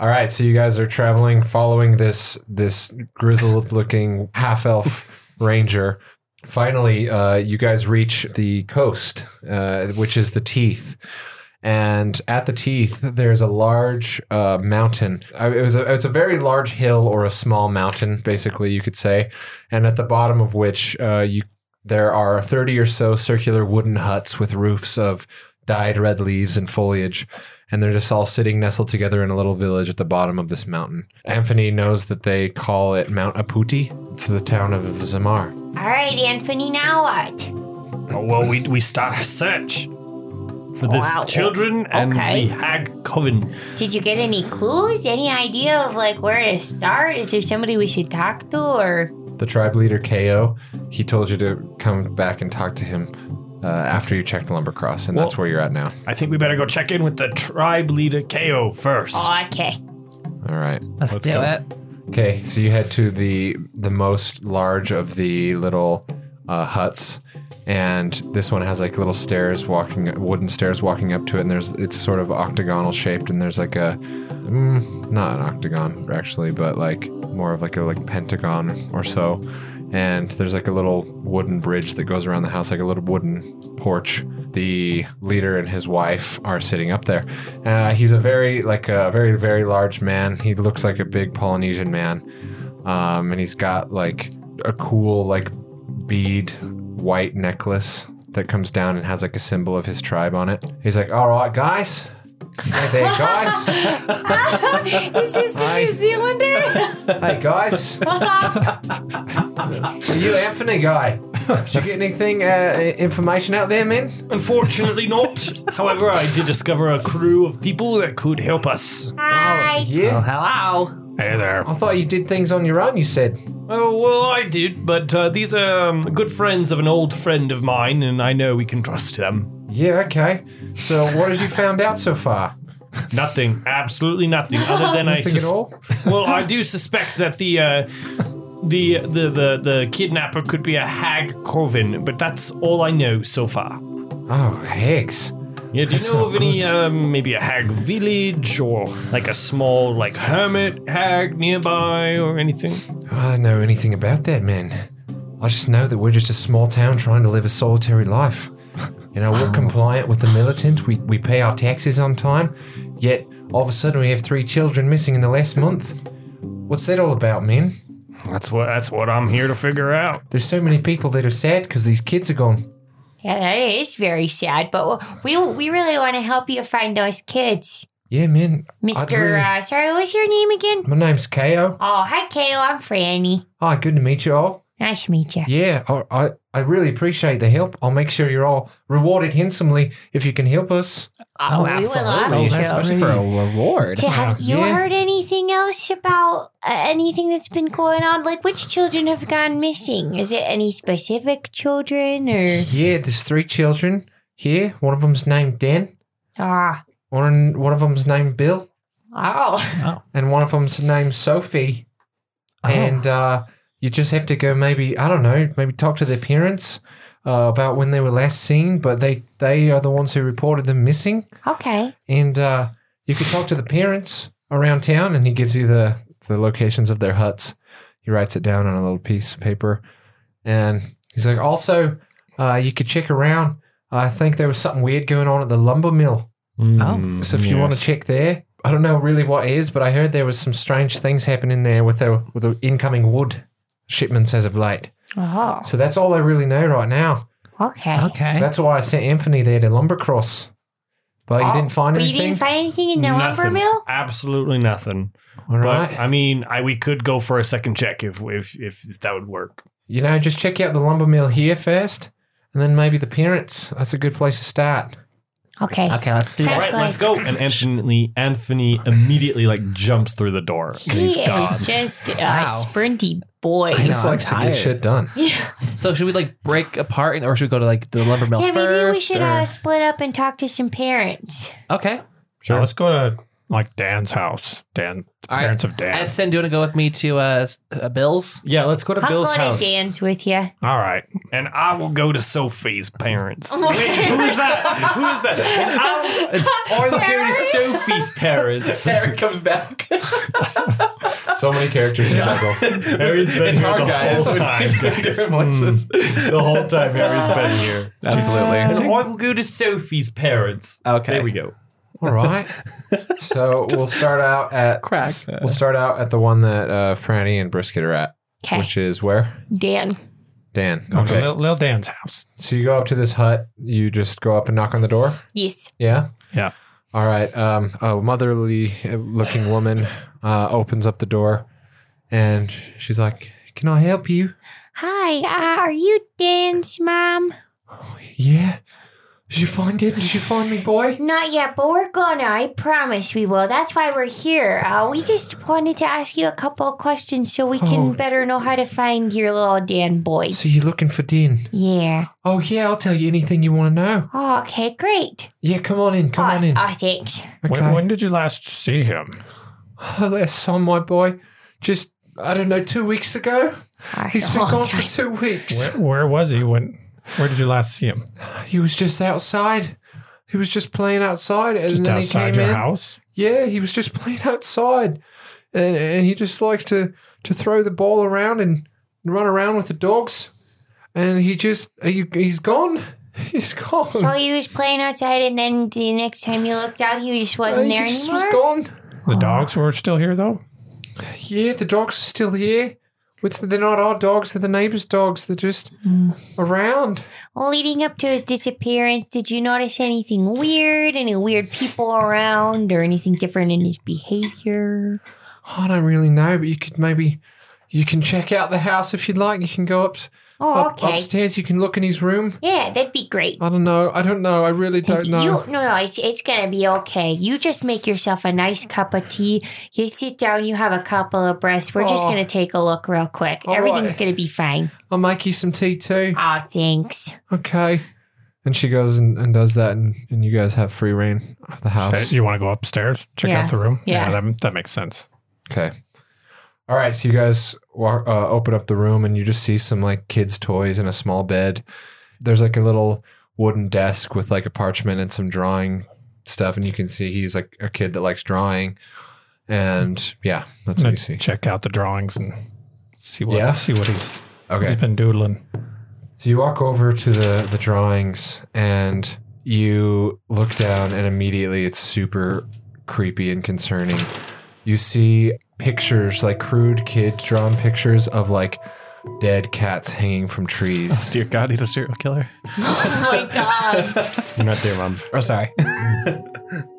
[SPEAKER 2] All right, so you guys are traveling, following this this grizzled-looking half-elf ranger. Finally, uh, you guys reach the coast, uh, which is the Teeth. And at the Teeth, there's a large uh, mountain. Uh, it was a, it's a very large hill or a small mountain, basically you could say. And at the bottom of which uh, you there are 30 or so circular wooden huts with roofs of dyed red leaves and foliage, and they're just all sitting nestled together in a little village at the bottom of this mountain. Anthony knows that they call it Mount Aputi. It's the town of Zamar.
[SPEAKER 3] All right, Anthony, now what?
[SPEAKER 6] Oh, well, we, we start a search for this
[SPEAKER 3] Wow.
[SPEAKER 6] children and
[SPEAKER 3] Okay.
[SPEAKER 6] the hag coven.
[SPEAKER 3] Did you get any clues? Any idea of like where to start? Is there somebody we should talk to or
[SPEAKER 2] The tribe leader KO, he told you to come back and talk to him uh, after you check the lumber cross, and that's where you're at now.
[SPEAKER 6] I think we better go check in with the tribe leader KO first.
[SPEAKER 3] Oh, okay.
[SPEAKER 2] All right.
[SPEAKER 1] Let's, do it.
[SPEAKER 2] Okay, so you head to the the most large of the little uh, huts, and this one has like little stairs walking, wooden stairs walking up to it, and there's it's sort of octagonal shaped, and there's like a mm, not an octagon actually, but like more of like a like pentagon or so, and there's like a little wooden bridge that goes around the house, like a little wooden porch. The leader and his wife are sitting up there. Uh, he's a very like a very very large man. He looks like a big Polynesian man, um, and he's got like a cool like bead white necklace that comes down and has like a symbol of his tribe on it. He's like, "All right, guys, hey there, guys,
[SPEAKER 3] It's just
[SPEAKER 2] Hi.
[SPEAKER 3] a New Zealander.
[SPEAKER 2] hey guys, are you Anthony guy? Did you get anything uh, information out there, man?"
[SPEAKER 6] Unfortunately, not. However, I did discover a crew of people that could help us.
[SPEAKER 2] Oh, yeah.
[SPEAKER 1] Hello.
[SPEAKER 4] Hey there.
[SPEAKER 2] I thought you did things on your own. You said.
[SPEAKER 6] Oh, well, I did, but uh, these are um, good friends of an old friend of mine, and I know we can trust them.
[SPEAKER 2] Yeah, okay. So what have you found out so far?
[SPEAKER 6] Nothing, absolutely nothing, other than I
[SPEAKER 2] Nothing at
[SPEAKER 6] sus-
[SPEAKER 2] all?
[SPEAKER 6] well, I do suspect that the uh, the, the the the kidnapper could be a hag coven, but that's all I know so far.
[SPEAKER 2] Oh, Higgs.
[SPEAKER 6] Yeah, do you
[SPEAKER 2] That's
[SPEAKER 6] know
[SPEAKER 2] not
[SPEAKER 6] of any
[SPEAKER 2] good.
[SPEAKER 6] um, maybe a hag village or like a small like hermit hag nearby or anything?
[SPEAKER 2] I don't know anything about that, man. I just know that we're just a small town trying to live a solitary life. You know, we're compliant with the militant, we, we pay our taxes on time, yet all of a sudden we have three children missing in the last month. What's that all about, man?
[SPEAKER 6] That's what that's what I'm here to figure out.
[SPEAKER 2] There's so many people that are sad because these kids are gone.
[SPEAKER 3] Yeah, that is very sad, but we we really want to help you find those kids.
[SPEAKER 2] Yeah, man. I'd
[SPEAKER 3] Mr.
[SPEAKER 2] really-
[SPEAKER 3] Uh, sorry, what's your name again?
[SPEAKER 2] My name's Ko.
[SPEAKER 3] Oh, hi, Kale. I'm Franny.
[SPEAKER 2] Hi, good to meet you all.
[SPEAKER 3] Nice to meet you.
[SPEAKER 2] Yeah, I, I, I really appreciate the help. I'll make sure you're all rewarded handsomely if you can help us.
[SPEAKER 1] Oh,
[SPEAKER 3] we would love
[SPEAKER 1] absolutely.
[SPEAKER 3] to.
[SPEAKER 1] Especially for a reward.
[SPEAKER 3] To have you
[SPEAKER 2] Yeah.
[SPEAKER 3] heard anything else about uh, anything that's been going on? Like, which children have gone missing? Is it any specific children or?
[SPEAKER 2] Yeah, there's three children here. One of them's named Dan.
[SPEAKER 3] Ah,
[SPEAKER 2] One one of them's named Bill,
[SPEAKER 3] oh,
[SPEAKER 2] and one of them's named Sophie. And uh, you just have to go maybe I don't know, maybe talk to their parents uh, about when they were last seen. But they they are the ones who reported them missing,
[SPEAKER 3] okay.
[SPEAKER 2] and uh, you can talk to the parents around town. And he gives you the the locations of their huts. He writes it down on a little piece of paper, and he's like, also uh, you could check around. I think there was something weird going on at the lumber mill.
[SPEAKER 5] Mm,
[SPEAKER 2] Oh, So if you want to
[SPEAKER 5] yes.
[SPEAKER 2] check there, I don't know really what is, but I heard there was some strange things happening there with the with the incoming wood shipments as of late.
[SPEAKER 3] Oh,
[SPEAKER 2] So that's all I really know right now.
[SPEAKER 3] okay.
[SPEAKER 1] Okay.
[SPEAKER 2] That's why I sent Anthony there to Lumbercross. But you didn't find
[SPEAKER 3] Oh, But you
[SPEAKER 2] anything.
[SPEAKER 3] didn't find anything in the lumber
[SPEAKER 6] Nothing.
[SPEAKER 3] mill?
[SPEAKER 6] Absolutely nothing.
[SPEAKER 2] all right.
[SPEAKER 6] But I mean, I we could go for a second check if if if, if that would work.
[SPEAKER 2] you know, just check out the lumber mill here first, and then maybe the parents. That's a good place to start.
[SPEAKER 3] Okay.
[SPEAKER 1] Okay, let's do
[SPEAKER 6] All
[SPEAKER 1] that.
[SPEAKER 6] right, let's go. And Anthony Anthony immediately like jumps through the door. And he's
[SPEAKER 3] He
[SPEAKER 6] gone.
[SPEAKER 3] is just a
[SPEAKER 1] Wow.
[SPEAKER 3] sprinty boy.
[SPEAKER 2] He just
[SPEAKER 1] know, I'm
[SPEAKER 2] likes to
[SPEAKER 1] tired.
[SPEAKER 2] get shit done.
[SPEAKER 1] So should we like break apart, and- or should we go to like the lumber mill
[SPEAKER 3] Yeah, maybe we
[SPEAKER 1] first?
[SPEAKER 3] should
[SPEAKER 1] or-
[SPEAKER 3] uh, split up and talk to some parents.
[SPEAKER 1] okay.
[SPEAKER 4] Sure. let's go to like Dan's house. Dan, the
[SPEAKER 1] All right.
[SPEAKER 4] parents of Dan.
[SPEAKER 1] Edson, do you want to go with me to uh, s- uh Bill's?
[SPEAKER 6] Yeah, let's go to
[SPEAKER 3] I'll
[SPEAKER 6] Bill's
[SPEAKER 3] go
[SPEAKER 6] house.
[SPEAKER 3] to Dan's with you.
[SPEAKER 4] All right.
[SPEAKER 6] and I will go to Sophie's parents. Wait, who is that? Who is that? And I will go to Sophie's parents.
[SPEAKER 1] Sarah comes back.
[SPEAKER 2] So many characters to juggle.
[SPEAKER 6] Harry's been here the whole time. Hmm. The whole time Harry's been here.
[SPEAKER 1] Absolutely.
[SPEAKER 6] And I will go to Sophie's parents.
[SPEAKER 1] Okay.
[SPEAKER 6] There we go.
[SPEAKER 2] All right. So we'll start out at
[SPEAKER 1] crack.
[SPEAKER 2] We'll start out at the one that uh, Franny and Brisket are at,
[SPEAKER 3] Okay.
[SPEAKER 2] which is where
[SPEAKER 3] Dan.
[SPEAKER 2] Dan.
[SPEAKER 4] Going
[SPEAKER 2] Okay.
[SPEAKER 4] to Lil, Lil Dan's house.
[SPEAKER 2] So you go up to this hut. You just go up and knock on the door.
[SPEAKER 3] Yes.
[SPEAKER 2] Yeah.
[SPEAKER 4] Yeah.
[SPEAKER 2] All right. Um, a motherly looking woman uh, opens up the door, and she's like, "Can I help you?"
[SPEAKER 3] Hi, uh, are you Dan's mom?
[SPEAKER 2] Yeah. Did you find it? Did you find me, boy?
[SPEAKER 3] Not yet, but we're gonna. I promise we will. That's why we're here. Uh, we just wanted to ask you a couple of questions so we can
[SPEAKER 2] Oh.
[SPEAKER 3] better know how to find your little Dan boy.
[SPEAKER 2] So you're looking for Din?
[SPEAKER 3] Yeah.
[SPEAKER 2] Oh yeah, I'll tell you anything you want to know.
[SPEAKER 3] Oh, okay, great.
[SPEAKER 2] Yeah, come on in. Come
[SPEAKER 3] oh,
[SPEAKER 2] on in.
[SPEAKER 3] Oh, thanks.
[SPEAKER 4] When,
[SPEAKER 2] Okay.
[SPEAKER 4] when did you last see him?
[SPEAKER 2] Oh, that's son, my boy. Just I don't know, two weeks ago.
[SPEAKER 3] Oh,
[SPEAKER 2] He's been
[SPEAKER 3] long
[SPEAKER 2] gone
[SPEAKER 3] time.
[SPEAKER 2] for two weeks.
[SPEAKER 4] Where, where was he when? Where did you last see him?
[SPEAKER 2] He was just outside. He was just playing outside, and
[SPEAKER 4] Just
[SPEAKER 2] then he
[SPEAKER 4] outside
[SPEAKER 2] came
[SPEAKER 4] your
[SPEAKER 2] in.
[SPEAKER 4] house?
[SPEAKER 2] Yeah, he was just playing outside, and and he just likes to to throw the ball around and run around with the dogs, and he just he, he's gone. He's gone.
[SPEAKER 3] So he was playing outside, and then the next time you looked out, he just
[SPEAKER 2] Uh,
[SPEAKER 3] wasn't
[SPEAKER 2] he
[SPEAKER 3] there
[SPEAKER 2] just
[SPEAKER 3] anymore.
[SPEAKER 2] was gone.
[SPEAKER 4] The dogs were still here though.
[SPEAKER 2] Yeah, the dogs are still here. It's, they're not our dogs. They're the neighbors' dogs. They're just
[SPEAKER 3] Mm.
[SPEAKER 2] around.
[SPEAKER 3] Well, leading up to his disappearance, did you notice anything weird? Any weird people around, or anything different in his behavior?
[SPEAKER 2] I don't really know, but you could maybe you can check out the house if you'd like. You can go up,
[SPEAKER 3] Oh,
[SPEAKER 2] up-
[SPEAKER 3] okay.
[SPEAKER 2] upstairs. You can look in his room.
[SPEAKER 3] Yeah, that'd be great.
[SPEAKER 2] I don't know. I don't know. I really don't
[SPEAKER 3] you,
[SPEAKER 2] know.
[SPEAKER 3] no, no, it's, it's gonna be okay. You just make yourself a nice cup of tea. You sit down, you have a couple of breaths. We're just
[SPEAKER 2] Oh.
[SPEAKER 3] gonna take a look real quick.
[SPEAKER 2] All
[SPEAKER 3] Everything's
[SPEAKER 2] right.
[SPEAKER 3] gonna be fine.
[SPEAKER 2] I'll make you some tea too.
[SPEAKER 3] Oh, thanks.
[SPEAKER 2] Okay. And she goes and, and does that, and, and you guys have free reign of the
[SPEAKER 4] Hey,
[SPEAKER 2] house.
[SPEAKER 4] Uh, You want to go upstairs, check
[SPEAKER 8] Yeah.
[SPEAKER 4] out the room?
[SPEAKER 8] Yeah.
[SPEAKER 4] that, that makes sense.
[SPEAKER 2] Okay. All right. So you guys walk, uh, open up the room, and you just see some like kids' toys and a small bed. There's like a little wooden desk with like a parchment and some drawing stuff, and you can see he's like a kid that likes drawing. And yeah, that's
[SPEAKER 4] I'm
[SPEAKER 2] what you
[SPEAKER 4] gonna
[SPEAKER 2] see.
[SPEAKER 4] check out the drawings and see what
[SPEAKER 2] Yeah?
[SPEAKER 4] see what he's
[SPEAKER 2] Okay.
[SPEAKER 4] he's been doodling.
[SPEAKER 2] So you walk over to the the drawings and you look down and immediately it's super creepy and concerning. You see pictures like crude kid drawn pictures of like dead cats hanging from
[SPEAKER 4] Oh,
[SPEAKER 2] trees.
[SPEAKER 1] Dear God, he's a serial killer.
[SPEAKER 9] You're not there, mom.
[SPEAKER 1] Oh, sorry.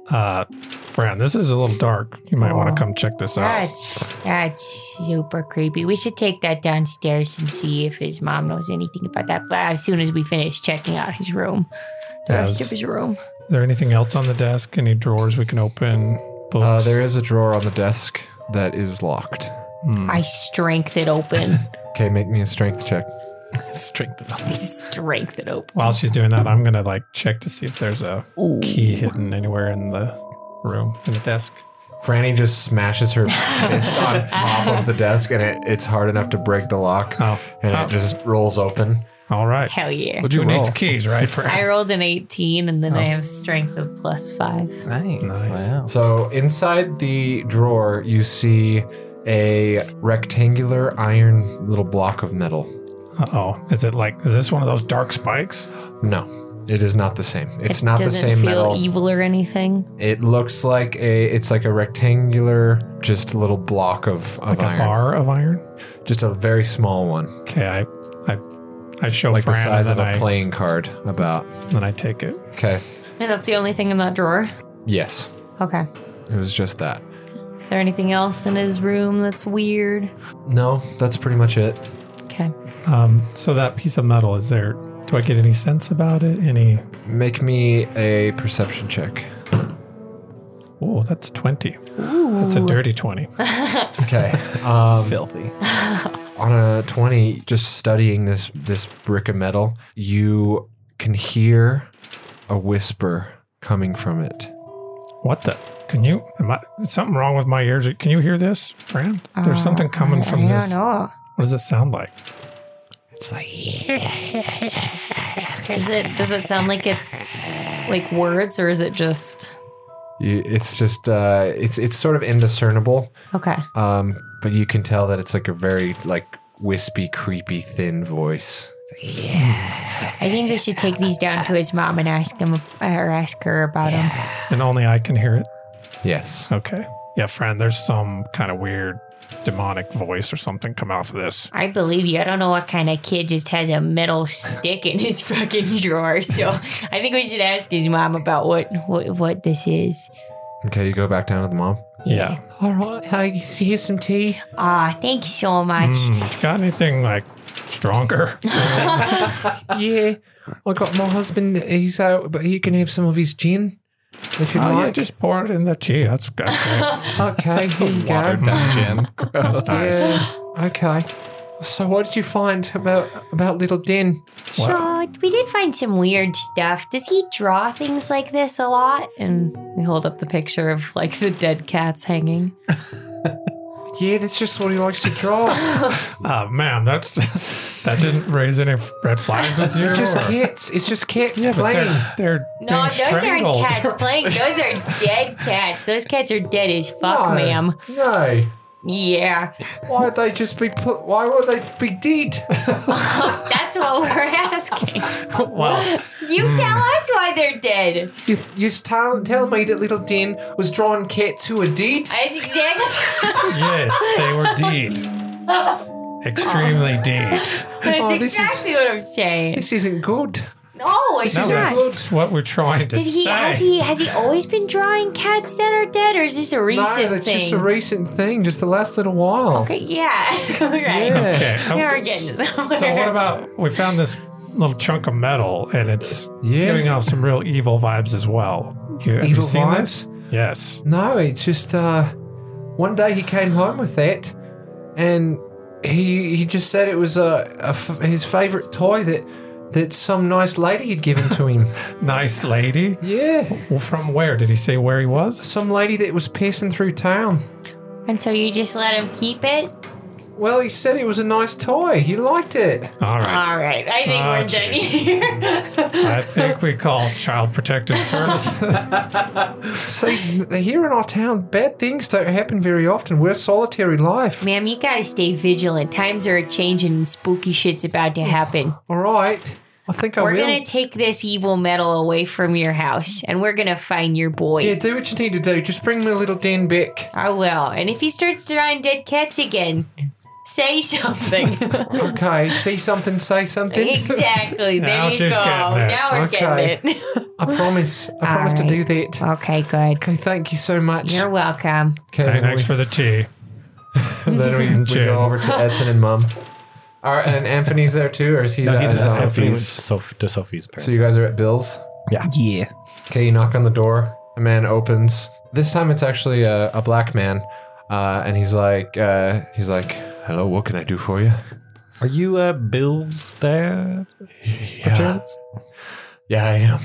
[SPEAKER 4] Uh, friend, this is a little dark. You might
[SPEAKER 2] Oh.
[SPEAKER 4] want to come check this out.
[SPEAKER 3] That's that's super creepy. We should take that downstairs and see if his mom knows anything about that. But as soon as we finish checking out his room, the
[SPEAKER 4] Yeah,
[SPEAKER 3] rest
[SPEAKER 4] is-
[SPEAKER 3] of his room.
[SPEAKER 4] Is there anything else on the desk? Any drawers we can open? Books?
[SPEAKER 2] Uh, there is a drawer on the desk that is locked.
[SPEAKER 3] I strength it open.
[SPEAKER 2] Okay, make me a strength check.
[SPEAKER 1] Strengthen up.
[SPEAKER 3] strength it open.
[SPEAKER 4] While she's doing that, I'm gonna like check to see if there's a key hidden anywhere in the room in the desk.
[SPEAKER 2] Franny just smashes her fist on top of the desk and it, it's hard enough to break the lock
[SPEAKER 4] Oh.
[SPEAKER 2] and
[SPEAKER 4] Oh.
[SPEAKER 2] it just rolls open.
[SPEAKER 4] All right.
[SPEAKER 8] Hell yeah.
[SPEAKER 2] What'd
[SPEAKER 4] Who needs keys, right, friend?
[SPEAKER 8] I rolled an 18 and then I have strength of plus five.
[SPEAKER 1] Nice.
[SPEAKER 4] Nice.
[SPEAKER 1] Wow.
[SPEAKER 2] So inside the drawer, you see a rectangular iron little block of metal.
[SPEAKER 4] Uh oh. Is it like, is this one of those dark spikes?
[SPEAKER 2] No, it is not the same. It's not the
[SPEAKER 8] Doesn't
[SPEAKER 2] same
[SPEAKER 8] feel
[SPEAKER 2] metal.
[SPEAKER 8] evil or anything.
[SPEAKER 2] it looks like a. It's like a rectangular, just little block of, of
[SPEAKER 4] Like a
[SPEAKER 2] iron,
[SPEAKER 4] bar of iron?
[SPEAKER 2] just a very small one,
[SPEAKER 4] Okay. I, I, I show
[SPEAKER 2] like the
[SPEAKER 4] Fran
[SPEAKER 2] size of
[SPEAKER 4] and
[SPEAKER 2] a
[SPEAKER 4] then, I,
[SPEAKER 2] playing card. About
[SPEAKER 4] then I take it.
[SPEAKER 2] okay.
[SPEAKER 8] And that's the only thing in that drawer.
[SPEAKER 2] Yes,
[SPEAKER 8] Okay.
[SPEAKER 2] it was just that.
[SPEAKER 8] Is there anything else in his room that's weird?
[SPEAKER 2] No, that's pretty much it.
[SPEAKER 8] Okay.
[SPEAKER 4] Um, so that piece of metal, is there, do I get any sense about it? Any,
[SPEAKER 2] Make me a perception check.
[SPEAKER 4] oh, that's 20. That's a dirty 20.
[SPEAKER 2] Okay.
[SPEAKER 1] Filthy.
[SPEAKER 2] on a 20 just studying this this brick of metal you can hear a whisper coming from it
[SPEAKER 4] What the? Can you, am I, is something wrong with my ears? Can you hear this, Fran? There's something coming from
[SPEAKER 3] I
[SPEAKER 4] this.
[SPEAKER 3] don't know.
[SPEAKER 4] What does it sound like?
[SPEAKER 2] it's like
[SPEAKER 8] Is it does it sound like it's like words or is it just
[SPEAKER 2] you, it's just uh it's it's sort of indiscernible
[SPEAKER 8] Okay.
[SPEAKER 2] um but you can tell that it's like a very like wispy creepy thin voice
[SPEAKER 3] I think we should take these down to his mom and ask him or ask her about him.
[SPEAKER 4] And only I can hear it.
[SPEAKER 2] yes
[SPEAKER 4] Okay. Yeah, friend, there's some kind of weird demonic voice or something come off of this.
[SPEAKER 3] I believe you. I don't know what kind of kid just has a metal stick in his fucking drawer. So I think we should ask his mom about what what, what this is.
[SPEAKER 2] Okay, you go back down to the mom.
[SPEAKER 4] Yeah.
[SPEAKER 2] All right, hey, here's some tea.
[SPEAKER 3] Aw, thanks so much.
[SPEAKER 4] Mm, you got anything like stronger?
[SPEAKER 2] Yeah, I got my husband. He's out, but you can have some of his gin if you
[SPEAKER 4] oh, yeah,
[SPEAKER 2] like.
[SPEAKER 4] just pour it in the tea. That's good.
[SPEAKER 2] okay, here you go.
[SPEAKER 10] Watered down gin. Gross.
[SPEAKER 2] Yeah. Okay. So, what did you find about about little Den?
[SPEAKER 3] So we did find some weird stuff. Does he draw things like this a lot?
[SPEAKER 11] And we hold up the picture of like the dead cats hanging.
[SPEAKER 2] Yeah, that's just what he likes to draw.
[SPEAKER 4] Uh, ma'am, that's that didn't raise any f- red flags with you.
[SPEAKER 2] It's just
[SPEAKER 4] or-
[SPEAKER 2] cats. It's just cats
[SPEAKER 4] Yeah, but
[SPEAKER 2] playing.
[SPEAKER 4] they're, they're
[SPEAKER 3] No,
[SPEAKER 4] being
[SPEAKER 3] those
[SPEAKER 4] strangled.
[SPEAKER 3] aren't cats playing. Those are dead cats. Those cats are dead as fuck,
[SPEAKER 2] No,
[SPEAKER 3] ma'am.
[SPEAKER 2] No.
[SPEAKER 3] Yeah,
[SPEAKER 2] Why would they just be put? Why would they be dead?
[SPEAKER 3] that's what we're asking.
[SPEAKER 4] well,
[SPEAKER 3] You
[SPEAKER 2] Hmm.
[SPEAKER 3] tell us why they're dead.
[SPEAKER 2] You you tell tell me that little Den was drawing cats who are dead.
[SPEAKER 3] That's exactly.
[SPEAKER 4] yes, they were deed. Extremely deed.
[SPEAKER 3] That's
[SPEAKER 2] Oh, this is-
[SPEAKER 3] exactly what I'm saying.
[SPEAKER 2] This isn't good.
[SPEAKER 3] No, it's
[SPEAKER 4] No,
[SPEAKER 3] not.
[SPEAKER 4] that's what we're trying to
[SPEAKER 3] Did he
[SPEAKER 4] say.
[SPEAKER 3] has he has he always been drawing cats that are dead, or is this a recent
[SPEAKER 2] no, that's
[SPEAKER 3] thing?
[SPEAKER 2] just a recent thing. Just the last little while.
[SPEAKER 3] okay, yeah, all right.
[SPEAKER 2] Yeah.
[SPEAKER 4] okay.
[SPEAKER 3] We are
[SPEAKER 4] I'm-
[SPEAKER 3] getting
[SPEAKER 4] So what
[SPEAKER 3] somewhere.
[SPEAKER 4] about we found this little chunk of metal and it's
[SPEAKER 2] Yeah.
[SPEAKER 4] giving off some real evil vibes as well. You, have you
[SPEAKER 2] Evil
[SPEAKER 4] seen
[SPEAKER 2] vibes?
[SPEAKER 4] This? Yes.
[SPEAKER 2] No, it's just uh, one day he came home with that, and he he just said it was a, a f- his favorite toy that that some nice lady had given to him.
[SPEAKER 4] Nice lady.
[SPEAKER 2] yeah,
[SPEAKER 4] Well, from where did he say where he was?
[SPEAKER 2] some lady that was passing through town.
[SPEAKER 3] And so you just let him keep it?
[SPEAKER 2] Well, he said it was a nice toy. He liked it.
[SPEAKER 4] All right.
[SPEAKER 3] All right, I think
[SPEAKER 4] Ah,
[SPEAKER 3] we're done
[SPEAKER 4] jeez.
[SPEAKER 3] here.
[SPEAKER 4] I think we call child protective services.
[SPEAKER 2] See, here in our town, bad things don't happen very often. We're a solitary life.
[SPEAKER 3] Ma'am, you gotta stay vigilant. Times are a changing and spooky shit's about to happen.
[SPEAKER 4] Oh,
[SPEAKER 2] All right, I think I
[SPEAKER 3] We're
[SPEAKER 2] will.
[SPEAKER 3] gonna take this evil metal away from your house and we're gonna find your boy.
[SPEAKER 2] yeah, do what you need to do. Just bring me a little den back.
[SPEAKER 3] I will. And if he starts drawing dead cats again, say something.
[SPEAKER 2] Okay, see something, say something.
[SPEAKER 3] exactly. There
[SPEAKER 4] Now
[SPEAKER 3] you
[SPEAKER 4] she's
[SPEAKER 3] go.
[SPEAKER 4] getting it.
[SPEAKER 3] Now we're
[SPEAKER 2] Okay.
[SPEAKER 3] getting it.
[SPEAKER 2] I promise. I promise to
[SPEAKER 3] right.
[SPEAKER 2] do that.
[SPEAKER 3] okay, good.
[SPEAKER 2] Okay, thank you so much.
[SPEAKER 3] You're welcome.
[SPEAKER 2] okay,
[SPEAKER 4] Hey, thanks for the tea.
[SPEAKER 2] then we, we
[SPEAKER 4] Jim.
[SPEAKER 2] go over to Edson and Mum. All right, and Anthony's there too, or is he?
[SPEAKER 10] No, he's
[SPEAKER 2] is
[SPEAKER 10] at
[SPEAKER 2] that-
[SPEAKER 10] Anthony.
[SPEAKER 5] Sophie's, Soph- to Sophie's
[SPEAKER 2] So
[SPEAKER 5] parents.
[SPEAKER 2] you guys are at Bill's.
[SPEAKER 1] Yeah.
[SPEAKER 2] Okay, you knock on the door. A man opens. This time it's actually a, a black man, uh, and he's like, uh, he's like, "Hello, what can I do for you?"
[SPEAKER 5] Are you uh, Bill's dad?
[SPEAKER 2] Yeah, yeah, I am.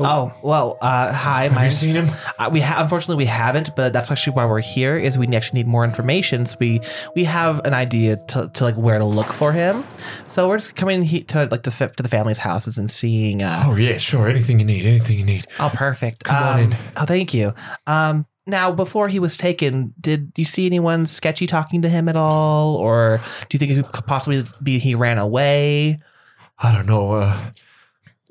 [SPEAKER 1] Oh well. Uh, hi. my,
[SPEAKER 2] you seen him?
[SPEAKER 1] Uh, we ha- unfortunately we haven't, but that's actually why we're here. Is we actually need more information. So we we have an idea to, to like where to look for him. So we're just coming he- to like to, fa- to the family's houses and seeing. Uh,
[SPEAKER 2] Oh yeah, sure. Anything you need, anything you need.
[SPEAKER 1] Oh, perfect.
[SPEAKER 2] Come on
[SPEAKER 1] um,
[SPEAKER 2] in.
[SPEAKER 1] Oh, thank you. Um, now, before he was taken, did you see anyone sketchy talking to him at all, or do you think it could possibly be he ran away?
[SPEAKER 2] I don't know. Uh,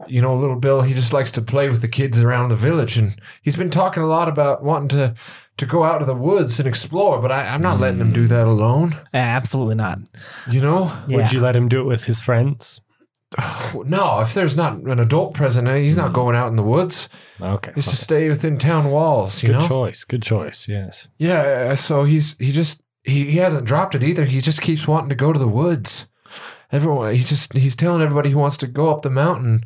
[SPEAKER 2] you know, little Bill, he just likes to play with the kids around the village, and he's been talking a lot about wanting to to go out to the woods and explore. But I, I'm not letting him do that alone.
[SPEAKER 1] Uh, absolutely not.
[SPEAKER 2] You know,
[SPEAKER 1] Yeah.
[SPEAKER 5] Would you let him do it with his friends?
[SPEAKER 2] no. If there's not an adult present, eh, he's not going out in the woods.
[SPEAKER 5] Okay.
[SPEAKER 2] He's to stay within town walls. You
[SPEAKER 5] Good
[SPEAKER 2] know.
[SPEAKER 5] choice. Good choice. Yes.
[SPEAKER 2] Yeah. So he's he just he, he hasn't dropped it either. He just keeps wanting to go to the woods. Everyone, he's just he's telling everybody he wants to go up the mountain,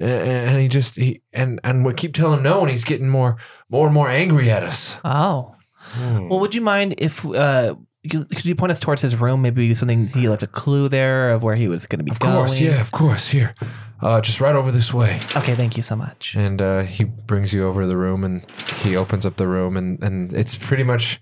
[SPEAKER 2] a- a- and he just he and and we keep telling him no, and he's getting more more and more angry at us.
[SPEAKER 1] Oh,
[SPEAKER 7] Hmm.
[SPEAKER 1] well, would you mind if uh, you- could you point us towards his room? Maybe something he left a clue there of where he was going to be
[SPEAKER 2] Of
[SPEAKER 1] going.
[SPEAKER 2] course, yeah, of course. Here, uh, just right over this way.
[SPEAKER 1] Okay, thank you so much.
[SPEAKER 2] And uh, he brings you over to the room, and he opens up the room, and, and it's pretty much,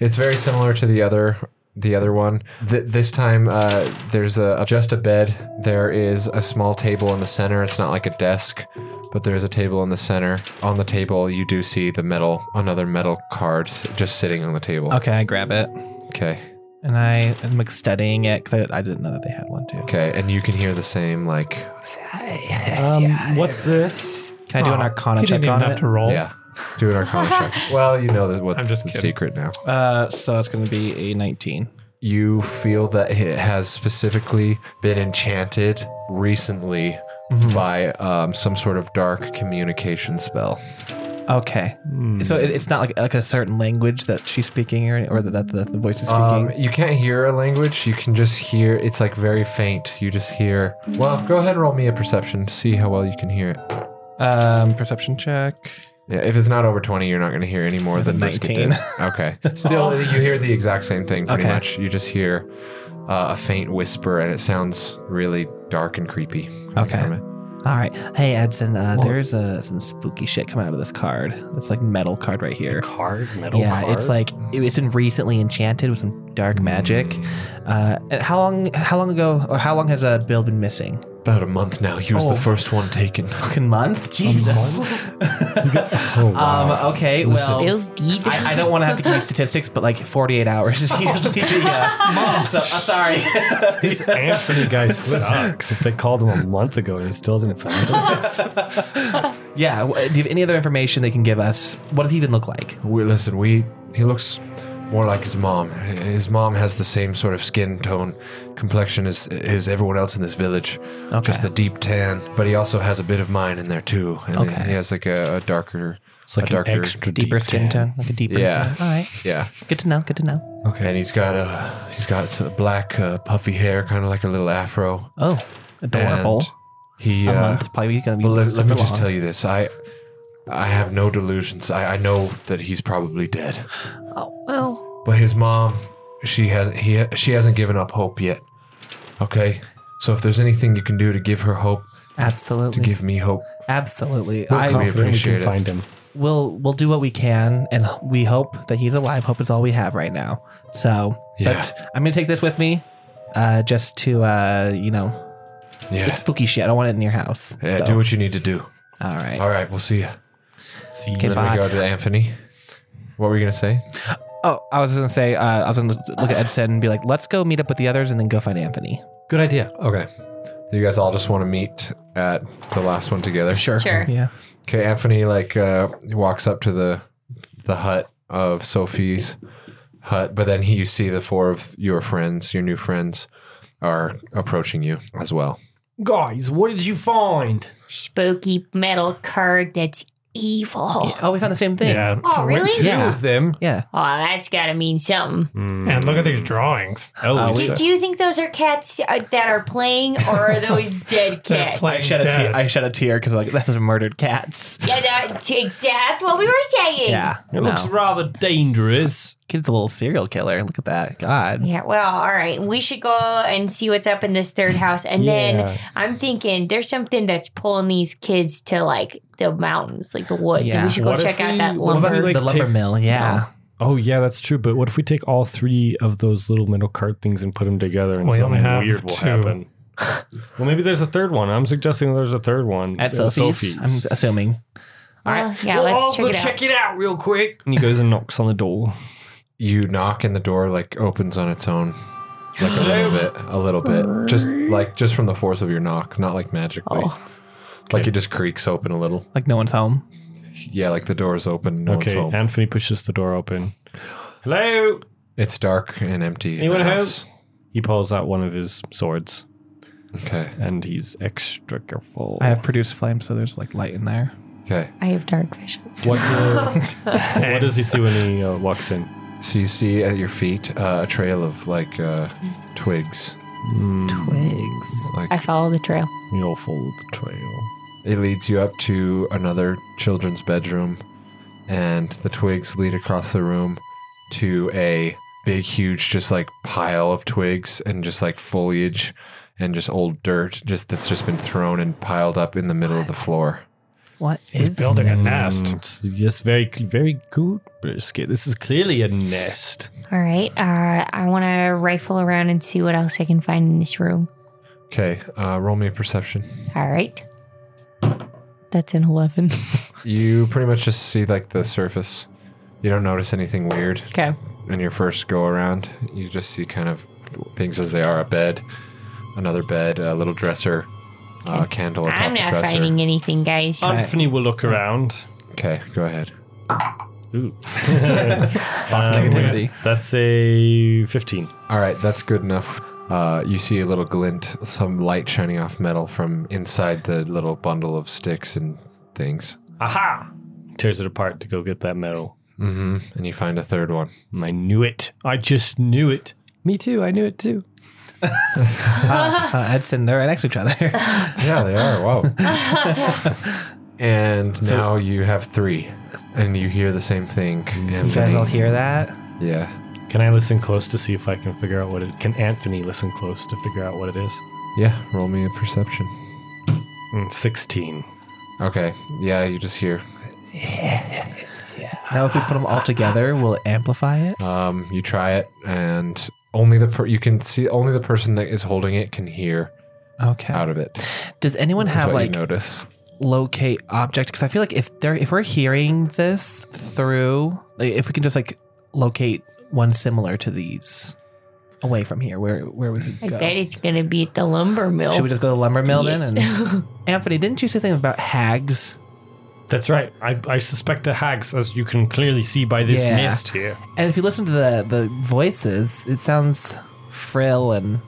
[SPEAKER 2] it's very similar to the other the other one. Th- this time, uh, there's a, a- just a bed. There is a small table in the center. It's not like a desk, but there is a table in the center. On the table, you do see the metal, another metal card s- just sitting on the table.
[SPEAKER 1] Okay, I grab it
[SPEAKER 2] Okay,
[SPEAKER 1] and I am like studying it because I, I didn't know that they had one too.
[SPEAKER 2] okay, and you can hear the same like
[SPEAKER 5] Um, what's this?
[SPEAKER 1] Can I do an
[SPEAKER 4] Aw,
[SPEAKER 1] Arcana
[SPEAKER 4] he
[SPEAKER 1] check
[SPEAKER 4] didn't even
[SPEAKER 1] on
[SPEAKER 4] have
[SPEAKER 1] it?
[SPEAKER 4] to roll.
[SPEAKER 2] yeah. Do an arcana check. Well, you know that what
[SPEAKER 7] I'm just
[SPEAKER 2] the
[SPEAKER 7] kidding.
[SPEAKER 2] secret now.
[SPEAKER 7] Uh, so it's going to be a 19.
[SPEAKER 2] you feel that it has specifically been enchanted recently
[SPEAKER 1] Mm-hmm.
[SPEAKER 2] by um, some sort of dark communication spell.
[SPEAKER 1] Okay.
[SPEAKER 7] Hmm.
[SPEAKER 1] So it, it's not like like a certain language that she's speaking or, or that the, the voice is
[SPEAKER 7] Uh,
[SPEAKER 1] speaking.
[SPEAKER 2] Um, you can't hear a language. You can just hear. It's like very faint. You just hear. Well, go ahead and roll me a perception to see how well you can hear it.
[SPEAKER 7] Um, perception check.
[SPEAKER 2] Yeah, if it's not over twenty, you're not going to hear any more than Brisket did.
[SPEAKER 7] 19.
[SPEAKER 2] Okay. Still, you hear the exact same thing pretty
[SPEAKER 1] Okay.
[SPEAKER 2] much. You just hear uh, a faint whisper, and it sounds really dark and creepy. coming
[SPEAKER 1] Okay.
[SPEAKER 2] from it.
[SPEAKER 1] All right. Hey, Edson, uh, there's uh, some spooky shit coming out of this card. It's like metal card right here.
[SPEAKER 5] Card, metal
[SPEAKER 1] Yeah, it's like it- it's been recently enchanted with some dark magic. Uh, and how long? How long ago? Or how long has uh, Bill been missing?
[SPEAKER 2] About a month now. He was
[SPEAKER 1] Oh.
[SPEAKER 2] the first one taken.
[SPEAKER 1] Fucking month. Jesus.
[SPEAKER 2] Oh, wow.
[SPEAKER 1] Um. Okay.
[SPEAKER 3] Oh,
[SPEAKER 1] Well.
[SPEAKER 8] Bill's deed.
[SPEAKER 1] I, I don't want to have to give you statistics, but like 48 hours is usually the. Uh, so, I'm sorry.
[SPEAKER 5] This Anthony guy sucks. if they called him a month ago and he still hasn't found him,
[SPEAKER 1] yeah. w- Do you have any other information they can give us? What does he even look like?
[SPEAKER 2] We, listen, we he looks more like his mom. His mom has the same sort of skin tone, complexion as as everyone else in this village.
[SPEAKER 1] Okay.
[SPEAKER 2] Just a deep tan, but he also has a bit of mine in there too. And
[SPEAKER 1] Okay.
[SPEAKER 2] He has like a, a darker,
[SPEAKER 5] it's like
[SPEAKER 2] a darker,
[SPEAKER 5] an extra
[SPEAKER 1] Deeper
[SPEAKER 5] deep
[SPEAKER 1] skin
[SPEAKER 5] tan.
[SPEAKER 1] tone. Like a deeper.
[SPEAKER 2] Yeah.
[SPEAKER 1] All right.
[SPEAKER 2] yeah.
[SPEAKER 1] Good to know. Good to know.
[SPEAKER 5] Okay.
[SPEAKER 2] And he's got a he's got some black uh, puffy hair, kind of like a little afro.
[SPEAKER 1] Oh, adorable.
[SPEAKER 2] And he
[SPEAKER 1] a
[SPEAKER 2] uh,
[SPEAKER 1] month probably gonna be.
[SPEAKER 2] Well, let, let
[SPEAKER 1] super
[SPEAKER 2] me just
[SPEAKER 1] long.
[SPEAKER 2] tell you this. I I have no delusions. I, I know that he's probably dead.
[SPEAKER 1] Oh, well,
[SPEAKER 2] But his mom, she has he she hasn't given up hope yet. Okay? So if there's anything you can do to give her hope, to
[SPEAKER 1] absolutely,
[SPEAKER 2] give me hope,
[SPEAKER 1] absolutely.
[SPEAKER 5] We're
[SPEAKER 1] I
[SPEAKER 5] confident we
[SPEAKER 2] appreciate
[SPEAKER 5] can
[SPEAKER 2] it.
[SPEAKER 5] find him.
[SPEAKER 1] will we'll do what we can, and we hope that he's alive. Hope is all we have right now. So,
[SPEAKER 2] Yeah.
[SPEAKER 1] but I'm gonna take this with me, uh, just to uh, you know,
[SPEAKER 2] yeah.
[SPEAKER 1] it's spooky shit. I don't want it in your house.
[SPEAKER 2] Yeah,
[SPEAKER 1] So,
[SPEAKER 2] do what you need to do.
[SPEAKER 1] all right.
[SPEAKER 2] All right, we'll see you.
[SPEAKER 5] See,
[SPEAKER 1] Okay,
[SPEAKER 2] Then
[SPEAKER 1] bye.
[SPEAKER 2] we go to Anthony. What were you gonna say?
[SPEAKER 1] Oh, I was gonna say, uh, I was gonna look at Edson and be like, let's go meet up with the others and then go find Anthony.
[SPEAKER 5] good idea.
[SPEAKER 2] Okay. So you guys all just want to meet at the last one together.
[SPEAKER 1] Sure.
[SPEAKER 8] Sure.
[SPEAKER 1] Yeah.
[SPEAKER 2] Okay, Anthony like uh, walks up to the the hut of Sophie's hut, but then he, you see the four of your friends, your new friends, are approaching you as well.
[SPEAKER 6] Guys, what did you find?
[SPEAKER 8] Spooky metal card that's evil.
[SPEAKER 1] Oh, we found the same thing.
[SPEAKER 4] Yeah.
[SPEAKER 8] Oh, really?
[SPEAKER 6] Two
[SPEAKER 1] Yeah.
[SPEAKER 6] of them.
[SPEAKER 1] Yeah.
[SPEAKER 8] Oh, that's gotta mean something.
[SPEAKER 4] And look at these drawings.
[SPEAKER 5] Oh,
[SPEAKER 1] Uh,
[SPEAKER 8] Do, do you think those are cats uh, that are playing, or are those dead
[SPEAKER 4] They're
[SPEAKER 8] cats?
[SPEAKER 4] playing
[SPEAKER 1] shed a tear.
[SPEAKER 4] dead.
[SPEAKER 1] I shed a tear because like that's murdered cats.
[SPEAKER 8] Yeah, that, that's what we were saying.
[SPEAKER 1] Yeah.
[SPEAKER 6] It looks rather dangerous.
[SPEAKER 1] Kid's a little serial killer. Look at that. God.
[SPEAKER 8] Yeah, well, all right. We should go and see what's up in this third house. And
[SPEAKER 5] Yeah.
[SPEAKER 8] then I'm thinking there's something that's pulling these kids to like the mountains, like the woods.
[SPEAKER 1] Yeah.
[SPEAKER 8] And we should go
[SPEAKER 5] What if
[SPEAKER 8] check out
[SPEAKER 5] we-
[SPEAKER 8] that
[SPEAKER 5] what if we,
[SPEAKER 8] lumber.
[SPEAKER 5] like,
[SPEAKER 1] the lumber
[SPEAKER 5] take-
[SPEAKER 1] mill. Yeah.
[SPEAKER 5] Oh yeah, that's true. But what if we take all three of those little metal card things and put them together, and
[SPEAKER 4] We
[SPEAKER 5] something
[SPEAKER 4] only have
[SPEAKER 5] weird will
[SPEAKER 4] two.
[SPEAKER 5] happen? well, maybe there's a third one. I'm suggesting there's a third one
[SPEAKER 1] At Sophie's, I'm assuming.
[SPEAKER 8] All right. yeah,
[SPEAKER 6] Well, I'll
[SPEAKER 8] let's check
[SPEAKER 6] go
[SPEAKER 8] it out.
[SPEAKER 6] check it out real quick.
[SPEAKER 5] And he goes and knocks on the door.
[SPEAKER 2] You knock and the door like opens on its own, like a little bit, a little bit, just like just from the force of your knock, not like magically. Like it just creaks open a little.
[SPEAKER 1] Like no one's home.
[SPEAKER 2] Yeah, like the door is open. No
[SPEAKER 5] okay,
[SPEAKER 2] one's home.
[SPEAKER 5] Anthony pushes the door open.
[SPEAKER 6] Hello.
[SPEAKER 2] It's dark and empty. in the
[SPEAKER 6] Anyone home?
[SPEAKER 2] house.
[SPEAKER 5] He pulls out one of his swords,
[SPEAKER 2] Okay.
[SPEAKER 5] and he's extra careful.
[SPEAKER 1] I have produced flame, so there's like light in there.
[SPEAKER 2] Okay.
[SPEAKER 8] I have dark vision.
[SPEAKER 5] What, do- what does he see when he uh, walks in?
[SPEAKER 2] So you see at your feet uh, a trail of like uh, twigs. Hmm.
[SPEAKER 1] Twigs.
[SPEAKER 2] Like
[SPEAKER 8] I follow the trail.
[SPEAKER 5] You'll follow the trail.
[SPEAKER 2] It leads you up to another children's bedroom, and the twigs lead across the room to a big, huge, just like pile of twigs and just like foliage and just old dirt, just that's just been thrown and piled up in the middle of the floor.
[SPEAKER 1] What
[SPEAKER 4] He's
[SPEAKER 1] is
[SPEAKER 5] Oh,
[SPEAKER 4] building a nest.
[SPEAKER 5] It's yes, very, very good brisket. This is clearly a nest.
[SPEAKER 8] All right. Uh, I want to rifle around and see what else I can find in this room.
[SPEAKER 2] Okay, uh, roll me a perception.
[SPEAKER 8] All right. That's an 11.
[SPEAKER 2] You pretty much just see like the surface. You don't notice anything weird.
[SPEAKER 8] okay.
[SPEAKER 2] in your first go around, you just see kind of th- things as they are: a bed, another bed, a little dresser, a candle atop
[SPEAKER 8] I'm
[SPEAKER 2] the
[SPEAKER 8] not
[SPEAKER 2] dresser.
[SPEAKER 5] Eh.
[SPEAKER 8] finding anything, guys.
[SPEAKER 6] Anthony will look around.
[SPEAKER 2] Okay, go ahead.
[SPEAKER 5] Um, that's a 15.
[SPEAKER 2] All right, that's good enough. Uh, you see a little glint, some light shining off metal from inside the little bundle of sticks and things.
[SPEAKER 6] Aha!
[SPEAKER 5] Tears it apart to go get that medal.
[SPEAKER 2] hmm And you find a third one.
[SPEAKER 5] And I knew it. I just knew it. Me too. I knew it too.
[SPEAKER 1] Uh, Edson, they're right next to each other.
[SPEAKER 2] Yeah, they are. Wow. and now you have three, and you hear the same thing.
[SPEAKER 1] you guys all hear that?
[SPEAKER 2] Yeah.
[SPEAKER 5] Can I listen close to see if I can figure out what it Can Anthony listen close to figure out what it is?
[SPEAKER 2] Yeah. Roll me a perception.
[SPEAKER 5] Mm, 16.
[SPEAKER 2] Okay. Yeah, you just hear.
[SPEAKER 1] Now, if we put them all together, will it amplify it?
[SPEAKER 2] Um, you try it, and only the per- you can see only the person that is holding it can hear
[SPEAKER 1] Okay.
[SPEAKER 2] out of it. uh, is
[SPEAKER 1] Does anyone have
[SPEAKER 2] what
[SPEAKER 1] Ah, like
[SPEAKER 2] you notice.
[SPEAKER 1] locate object? Because I feel like if they're if we're hearing this through, like, if we can just like locate one similar to these away from here, where where would we
[SPEAKER 8] I
[SPEAKER 1] go?
[SPEAKER 8] bet it's gonna be at the lumber mill.
[SPEAKER 7] Oh.
[SPEAKER 1] Should we just go to the lumber mill
[SPEAKER 8] Yes.
[SPEAKER 1] then? And Anthony, didn't you say something about hags?
[SPEAKER 5] That's right. I, I suspect a hags, as you can clearly see by this
[SPEAKER 1] Yeah.
[SPEAKER 5] mist here.
[SPEAKER 1] And if you listen to the the voices, it sounds frill and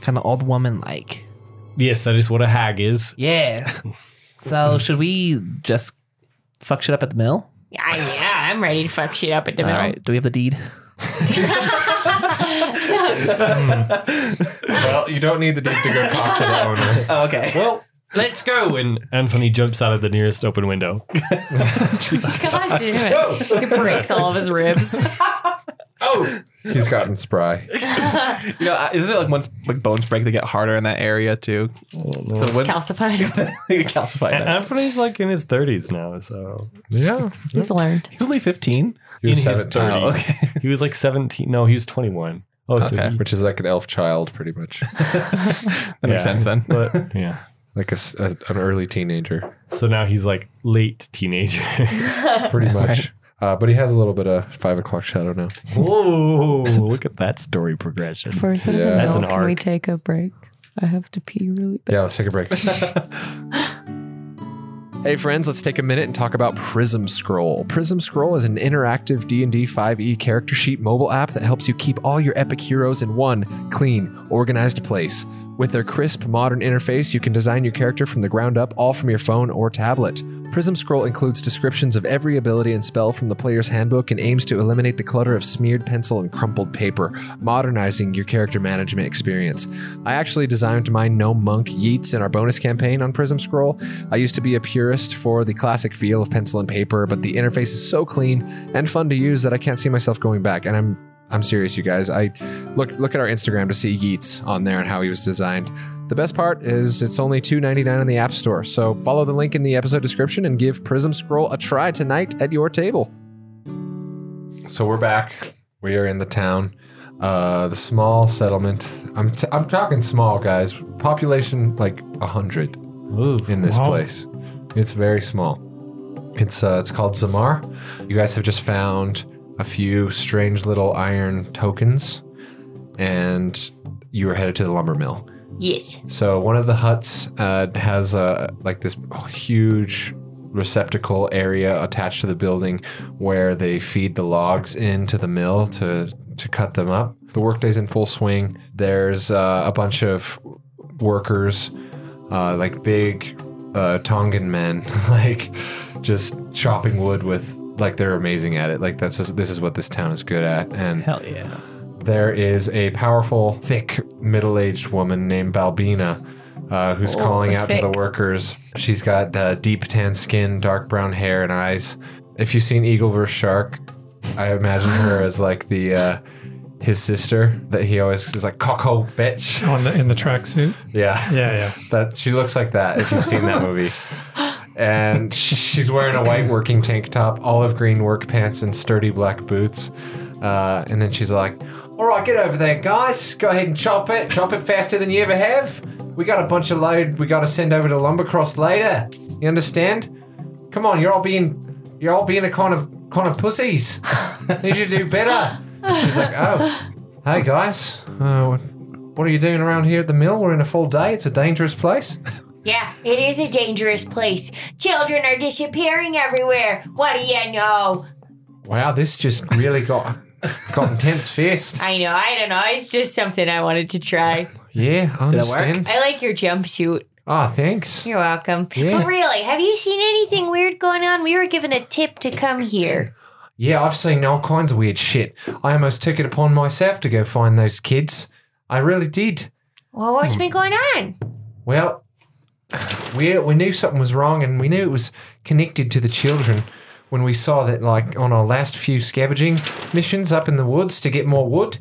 [SPEAKER 1] kind of old woman like.
[SPEAKER 5] Yes, that is what a hag is.
[SPEAKER 1] Yeah. so should we just fuck shit up at the mill?
[SPEAKER 8] I, yeah, I'm ready to fuck shit up at the mill.
[SPEAKER 1] All right. Do we have the deed?
[SPEAKER 2] Well, you don't need the deed to go talk to the owner.
[SPEAKER 1] Oh, okay.
[SPEAKER 5] Well, let's go. And Anthony jumps out of the nearest open window.
[SPEAKER 7] Oh,
[SPEAKER 8] God damn it. It breaks all of his ribs.
[SPEAKER 2] Oh, he's gotten spry.
[SPEAKER 7] You know, uh, isn't it like once like bones break, they get harder in that area too? So when
[SPEAKER 8] Calcified.
[SPEAKER 7] they calcify
[SPEAKER 5] And
[SPEAKER 7] that.
[SPEAKER 5] Anthony's like in his 30s now, so.
[SPEAKER 2] Yeah,
[SPEAKER 8] He's learned.
[SPEAKER 7] He's only 15.
[SPEAKER 2] you're
[SPEAKER 5] in his
[SPEAKER 2] seventeen,
[SPEAKER 5] 30s.
[SPEAKER 7] Oh,
[SPEAKER 5] He was like 17. No, he was 21. Oh, so he,
[SPEAKER 2] which is like an elf child, pretty much,
[SPEAKER 7] That makes
[SPEAKER 5] Yeah.
[SPEAKER 7] sense then.
[SPEAKER 5] but yeah.
[SPEAKER 2] like a s a an early teenager,
[SPEAKER 5] So now he's like late teenager.
[SPEAKER 2] pretty much. Uh, but he has a little bit of five o'clock shadow now.
[SPEAKER 5] Whoa, look at that story progression.
[SPEAKER 12] For yeah,
[SPEAKER 2] Yeah.
[SPEAKER 5] That's an
[SPEAKER 12] can we
[SPEAKER 5] arc.
[SPEAKER 12] take a break? I have to pee really bad.
[SPEAKER 2] Yeah, let's take a break. Hey friends, let's take a minute and talk about Prism Scroll. Prism Scroll is an interactive D&D 5e E character sheet mobile app that helps you keep all your epic heroes in one clean, organized place. With their crisp, modern interface, you can design your character from the ground up all from your phone or tablet. Prism Scroll includes descriptions of every ability and spell from the player's handbook and aims to eliminate the clutter of smeared pencil and crumpled paper, modernizing your character management experience. I actually designed my gnome monk Yeats in our bonus campaign on Prism Scroll. I used to be a purist for the classic feel of pencil and paper, but the interface is so clean and fun to use that I can't see myself going back. And I'm I'm serious, you guys. I look look at our Instagram to see Yeats on there and how he was designed. The best part is it's only $2.99 in the App Store. So follow the link in the episode description and give Prism Scroll a try tonight at your table. So we're back. We are in the town. Uh, the small settlement. I'm t- I'm talking small, guys. Population like a hundred in this
[SPEAKER 4] Wow.
[SPEAKER 2] place. It's very small. It's uh, it's called Zamar. You guys have just found a few strange little iron tokens, and you are headed to the lumber mill.
[SPEAKER 8] Yes.
[SPEAKER 2] So one of the huts uh, has uh, like this huge receptacle area attached to the building where they feed the logs into the mill to to cut them up. The workday's in full swing. There's uh, a bunch of workers, uh, like big uh, Tongan men, like just chopping wood with like they're amazing at it. Like that's just, this is what this town is good at. And
[SPEAKER 1] Hell yeah.
[SPEAKER 2] there is a powerful, thick, middle aged woman named Balbina uh, who's
[SPEAKER 1] Oh,
[SPEAKER 2] calling out to the
[SPEAKER 12] thick.
[SPEAKER 2] workers. She's got uh, deep tan skin, dark brown hair, and eyes. If you've seen Eagle vs. Shark, I imagine her as like the. Uh, his sister that he always is like coco bitch.
[SPEAKER 4] On the in the tracksuit.
[SPEAKER 2] Yeah.
[SPEAKER 4] Yeah, yeah.
[SPEAKER 2] That she looks like that if you've seen that movie. And she's wearing a white working tank top, olive green work pants, and sturdy black boots. Uh, and then she's like, "All right, get over there, guys. Go ahead and chop it. Chop it faster than you ever have. We got a bunch of load. We got to send over to Lumbercross later. You understand? Come on, you're all being, you're all being a kind of kind of pussies. Need you to do better." She's like, "Oh, hey guys, uh, what- what are you doing around here at the mill? We're in a full day. It's a dangerous place.
[SPEAKER 3] Yeah, it is a dangerous place. Children are disappearing everywhere. What do you know?
[SPEAKER 2] Wow, this just really got got intense fast.
[SPEAKER 3] I know, I don't know. It's just something I wanted to try.
[SPEAKER 2] Yeah, I
[SPEAKER 1] it work?
[SPEAKER 2] understand.
[SPEAKER 3] I like your jumpsuit.
[SPEAKER 2] Ah, thanks.
[SPEAKER 3] You're welcome.
[SPEAKER 2] Yeah.
[SPEAKER 3] But really, have you seen anything weird going on? We were given a tip to come here.
[SPEAKER 2] Yeah, I've seen all kinds of weird shit. I almost took it upon myself to go find those kids. I really did.
[SPEAKER 3] Well, what's been going on?
[SPEAKER 2] Well, we we knew something was wrong, and we knew it was connected to the children when we saw that, like on our last few scavenging missions up in the woods to get more wood.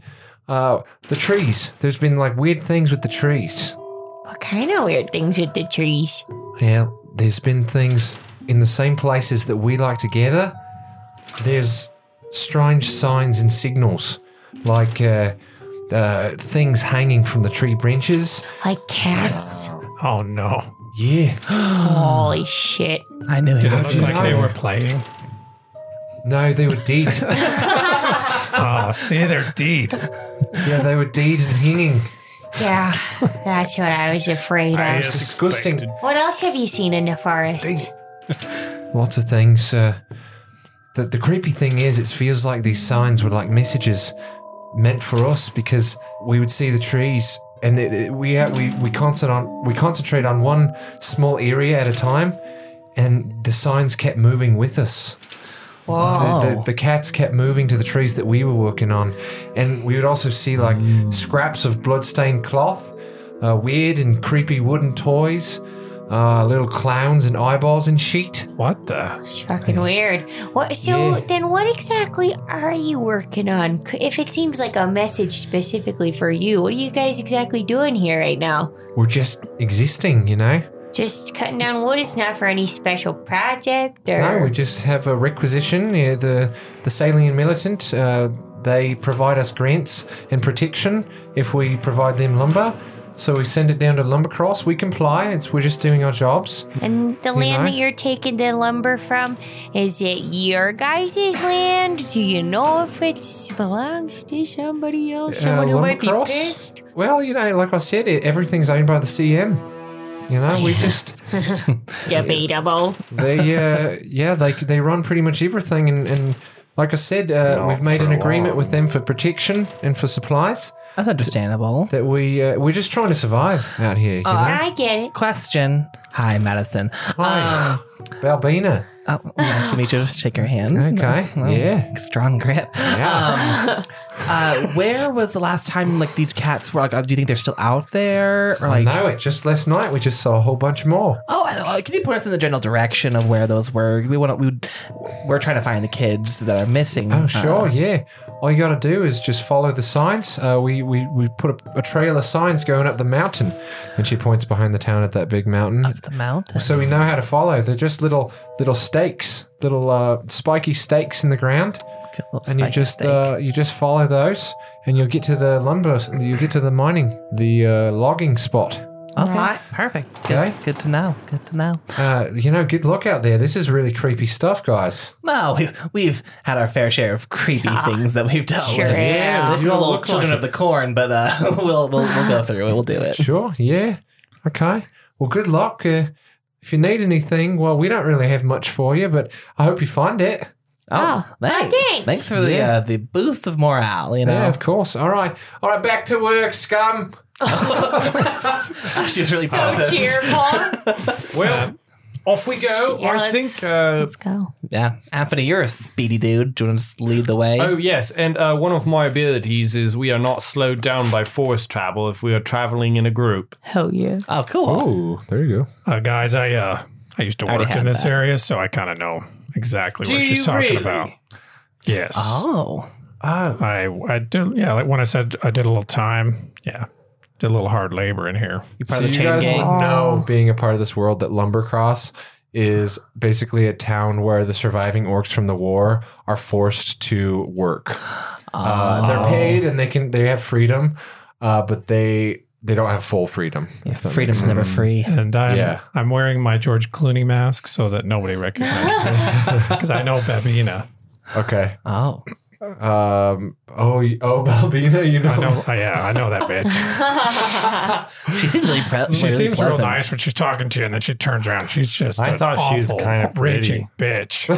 [SPEAKER 2] Uh, the trees. There's been like weird things with the trees.
[SPEAKER 3] What kind of weird things with the trees?
[SPEAKER 2] Yeah, there's been things in the same places that we like to gather. There's strange signs and signals, like uh, uh, things hanging from the tree branches.
[SPEAKER 3] Like cats?
[SPEAKER 4] Oh no.
[SPEAKER 2] Yeah.
[SPEAKER 3] Holy shit.
[SPEAKER 1] I knew
[SPEAKER 4] Did
[SPEAKER 1] it.
[SPEAKER 4] it look like they
[SPEAKER 2] know.
[SPEAKER 4] were playing?
[SPEAKER 2] No, they were dead.
[SPEAKER 4] Oh, see, they're deed.
[SPEAKER 2] yeah, they were dead and hanging.
[SPEAKER 3] Yeah, that's what I was afraid of.
[SPEAKER 2] uh,
[SPEAKER 4] I
[SPEAKER 2] disgusting.
[SPEAKER 4] expected-
[SPEAKER 3] What else have you seen in the forest?
[SPEAKER 2] Lots of things. Uh, the, the creepy thing is, it feels like these signs were like messages meant for us because we would see the trees and it, it- we, ha- we we concentrate on we concentrate on one small area at a time, and the signs kept moving with us. The, the, the cats kept moving to the trees that we were working on, and we would also see like scraps of bloodstained cloth, uh, weird and creepy wooden toys, uh, little clowns and eyeballs and sheet.
[SPEAKER 4] What the?
[SPEAKER 3] It's fucking weird. What? So
[SPEAKER 2] Yeah.
[SPEAKER 3] then, what exactly are you working on? C- If it seems like a message specifically for you, what are you guys exactly doing here right now?
[SPEAKER 2] We're just existing, you know.
[SPEAKER 3] Just cutting down wood. It's not for any special project or.
[SPEAKER 2] No, we just have a requisition. Yeah, the the Salient Militant, uh, they provide us grants and protection if we provide them lumber. So we send it down to Lumbercross. We comply. It's, we're just doing our jobs.
[SPEAKER 3] and the land
[SPEAKER 2] know?
[SPEAKER 3] that you're taking the lumber from, is it your guys' land? Do you know if it belongs to somebody else?
[SPEAKER 2] Uh,
[SPEAKER 3] Someone who might be
[SPEAKER 2] Lumbercross?
[SPEAKER 3] pissed.
[SPEAKER 2] Well, you know, like I said, it, everything's owned by the CM. You know, we just
[SPEAKER 3] Debatable.
[SPEAKER 2] they uh, yeah they they run pretty much everything, and, and like I said, uh,
[SPEAKER 13] Not
[SPEAKER 2] we've made
[SPEAKER 13] for
[SPEAKER 2] an agreement
[SPEAKER 13] long.
[SPEAKER 2] with them for protection and for supplies
[SPEAKER 1] That's understandable.
[SPEAKER 2] that we uh, we're just trying to survive out here. You
[SPEAKER 1] Uh,
[SPEAKER 5] Uh-huh.
[SPEAKER 2] know,
[SPEAKER 3] I get it.
[SPEAKER 1] Question. Hi, Madison.
[SPEAKER 2] Hi.
[SPEAKER 1] Um,
[SPEAKER 2] Balbina.
[SPEAKER 1] oh, nice to meet you. Shake your hand.
[SPEAKER 2] Okay, yeah,
[SPEAKER 1] Strong grip.
[SPEAKER 2] yeah.
[SPEAKER 1] um, Uh, where was the last time like these cats were like? uh, Do you think they're still out there? Or like,
[SPEAKER 2] no, it just last night we just saw a whole bunch more.
[SPEAKER 1] oh, I- uh, can you point us in the general direction of where those were? We want to. We would, we're trying to find the kids that are missing.
[SPEAKER 2] Oh, sure,
[SPEAKER 1] Uh,
[SPEAKER 2] yeah. All you got to do is just follow the signs. Uh, we, we, we put a, a trail of signs going up the mountain. And she points behind the town at that big mountain.
[SPEAKER 1] the mountain.
[SPEAKER 2] so we know how to follow. They're just little little stakes, little uh, spiky stakes in the ground, and you just uh, you just follow those, and you'll get to the lumber. You'll get to the mining, the uh, logging spot.
[SPEAKER 1] okay, perfect. Good,
[SPEAKER 2] Okay.
[SPEAKER 1] good to know. Good to know.
[SPEAKER 2] Uh, you know, good look out there. This is really creepy stuff, guys.
[SPEAKER 1] Well, we, we've had our fair share of creepy things that we've dealt
[SPEAKER 3] Sure.
[SPEAKER 1] with.
[SPEAKER 3] Yeah,
[SPEAKER 1] This is a little children of the corn, but uh, we'll, we'll we'll go through it. We'll do it.
[SPEAKER 2] Sure. Yeah. Okay. Well, good luck. Uh, if you need anything, well, we don't really have much for you, but I hope you find it.
[SPEAKER 1] Oh, thanks.
[SPEAKER 3] thanks.
[SPEAKER 1] Thanks for the
[SPEAKER 2] Yeah.
[SPEAKER 1] uh, the boost of morale. You
[SPEAKER 2] Yeah,
[SPEAKER 1] know,
[SPEAKER 2] of course. All right. All right. Back to work, scum.
[SPEAKER 1] she was really positive.
[SPEAKER 3] cheerful.
[SPEAKER 5] Well, off we go.
[SPEAKER 3] Yeah,
[SPEAKER 5] I
[SPEAKER 3] let's-
[SPEAKER 5] think. Uh,
[SPEAKER 3] Let's go.
[SPEAKER 1] Yeah, Anthony, you're a speedy dude. Do you want to just lead the way?
[SPEAKER 5] oh yes, and uh, one of my abilities is we are not slowed down by forest travel if we are traveling in a group.
[SPEAKER 8] Hell yeah.
[SPEAKER 1] Oh, cool.
[SPEAKER 2] Ooh, there you go.
[SPEAKER 4] Uh, guys, I uh, I used to
[SPEAKER 1] already
[SPEAKER 4] work in
[SPEAKER 1] had
[SPEAKER 4] this
[SPEAKER 1] that.
[SPEAKER 4] area, so I kind of know exactly
[SPEAKER 5] Do
[SPEAKER 4] what she's
[SPEAKER 5] you
[SPEAKER 4] talking
[SPEAKER 5] really?
[SPEAKER 4] about. Yes.
[SPEAKER 1] Oh,
[SPEAKER 2] Oh,
[SPEAKER 4] I I did yeah, like when I said I did a little time, yeah. Did a little hard labor in here.
[SPEAKER 1] you're
[SPEAKER 2] so
[SPEAKER 1] part of
[SPEAKER 2] you
[SPEAKER 1] the chain
[SPEAKER 2] guys
[SPEAKER 1] gang.
[SPEAKER 2] all know, being a part of this world, that Lumbercross is basically a town where the surviving orcs from the war are forced to work. Uh,
[SPEAKER 4] Oh.
[SPEAKER 2] they're paid and they can they have freedom, uh, but they they don't have full freedom. if that
[SPEAKER 1] Freedom's
[SPEAKER 2] makes
[SPEAKER 1] never
[SPEAKER 2] sense.
[SPEAKER 1] free.
[SPEAKER 4] And I'm
[SPEAKER 2] Yeah.
[SPEAKER 4] I'm wearing my George Clooney mask so that nobody recognizes me. Because I know Babina.
[SPEAKER 2] Okay.
[SPEAKER 1] Oh,
[SPEAKER 2] Um, oh, y- oh, Balbina, you know.
[SPEAKER 4] I know. I, yeah, I know that bitch.
[SPEAKER 1] She seems really, pre-
[SPEAKER 4] She
[SPEAKER 1] really
[SPEAKER 4] seems real
[SPEAKER 1] pleasant.
[SPEAKER 4] nice when she's talking to you, and then she turns around. She's just.
[SPEAKER 5] I
[SPEAKER 4] an
[SPEAKER 5] thought she was
[SPEAKER 4] awful,
[SPEAKER 5] kinda pretty.
[SPEAKER 4] raging bitch.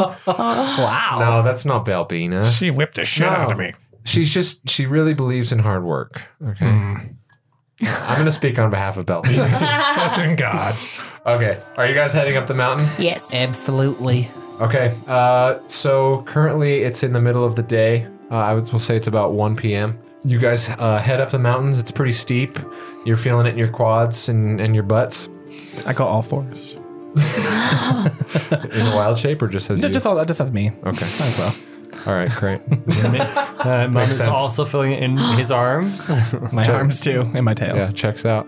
[SPEAKER 1] Wow.
[SPEAKER 2] No, that's not Balbina.
[SPEAKER 4] she whipped the shit
[SPEAKER 2] No.
[SPEAKER 4] out of me.
[SPEAKER 2] She's just she really believes in hard work. Okay.
[SPEAKER 4] Hmm.
[SPEAKER 2] I'm gonna speak on behalf of Balbina.
[SPEAKER 4] Bless in God.
[SPEAKER 2] okay. Are you guys heading up the mountain?
[SPEAKER 8] Yes.
[SPEAKER 1] Absolutely.
[SPEAKER 2] Okay. Uh, so currently it's in the middle of the day. Uh, I would, will say it's about 1 p.m. You guys uh, head up the mountains. It's pretty steep. You're feeling it in your quads and, and your butts
[SPEAKER 1] I got all fours.
[SPEAKER 2] in a wild shape, or just as
[SPEAKER 1] No,
[SPEAKER 2] you.
[SPEAKER 1] just all. Just that's me.
[SPEAKER 2] okay.
[SPEAKER 1] Might as well.
[SPEAKER 2] All right. Great.
[SPEAKER 5] Uh, Mom is
[SPEAKER 2] sense.
[SPEAKER 5] also filling it in his arms.
[SPEAKER 1] My arms too, and my tail.
[SPEAKER 2] Yeah, checks out.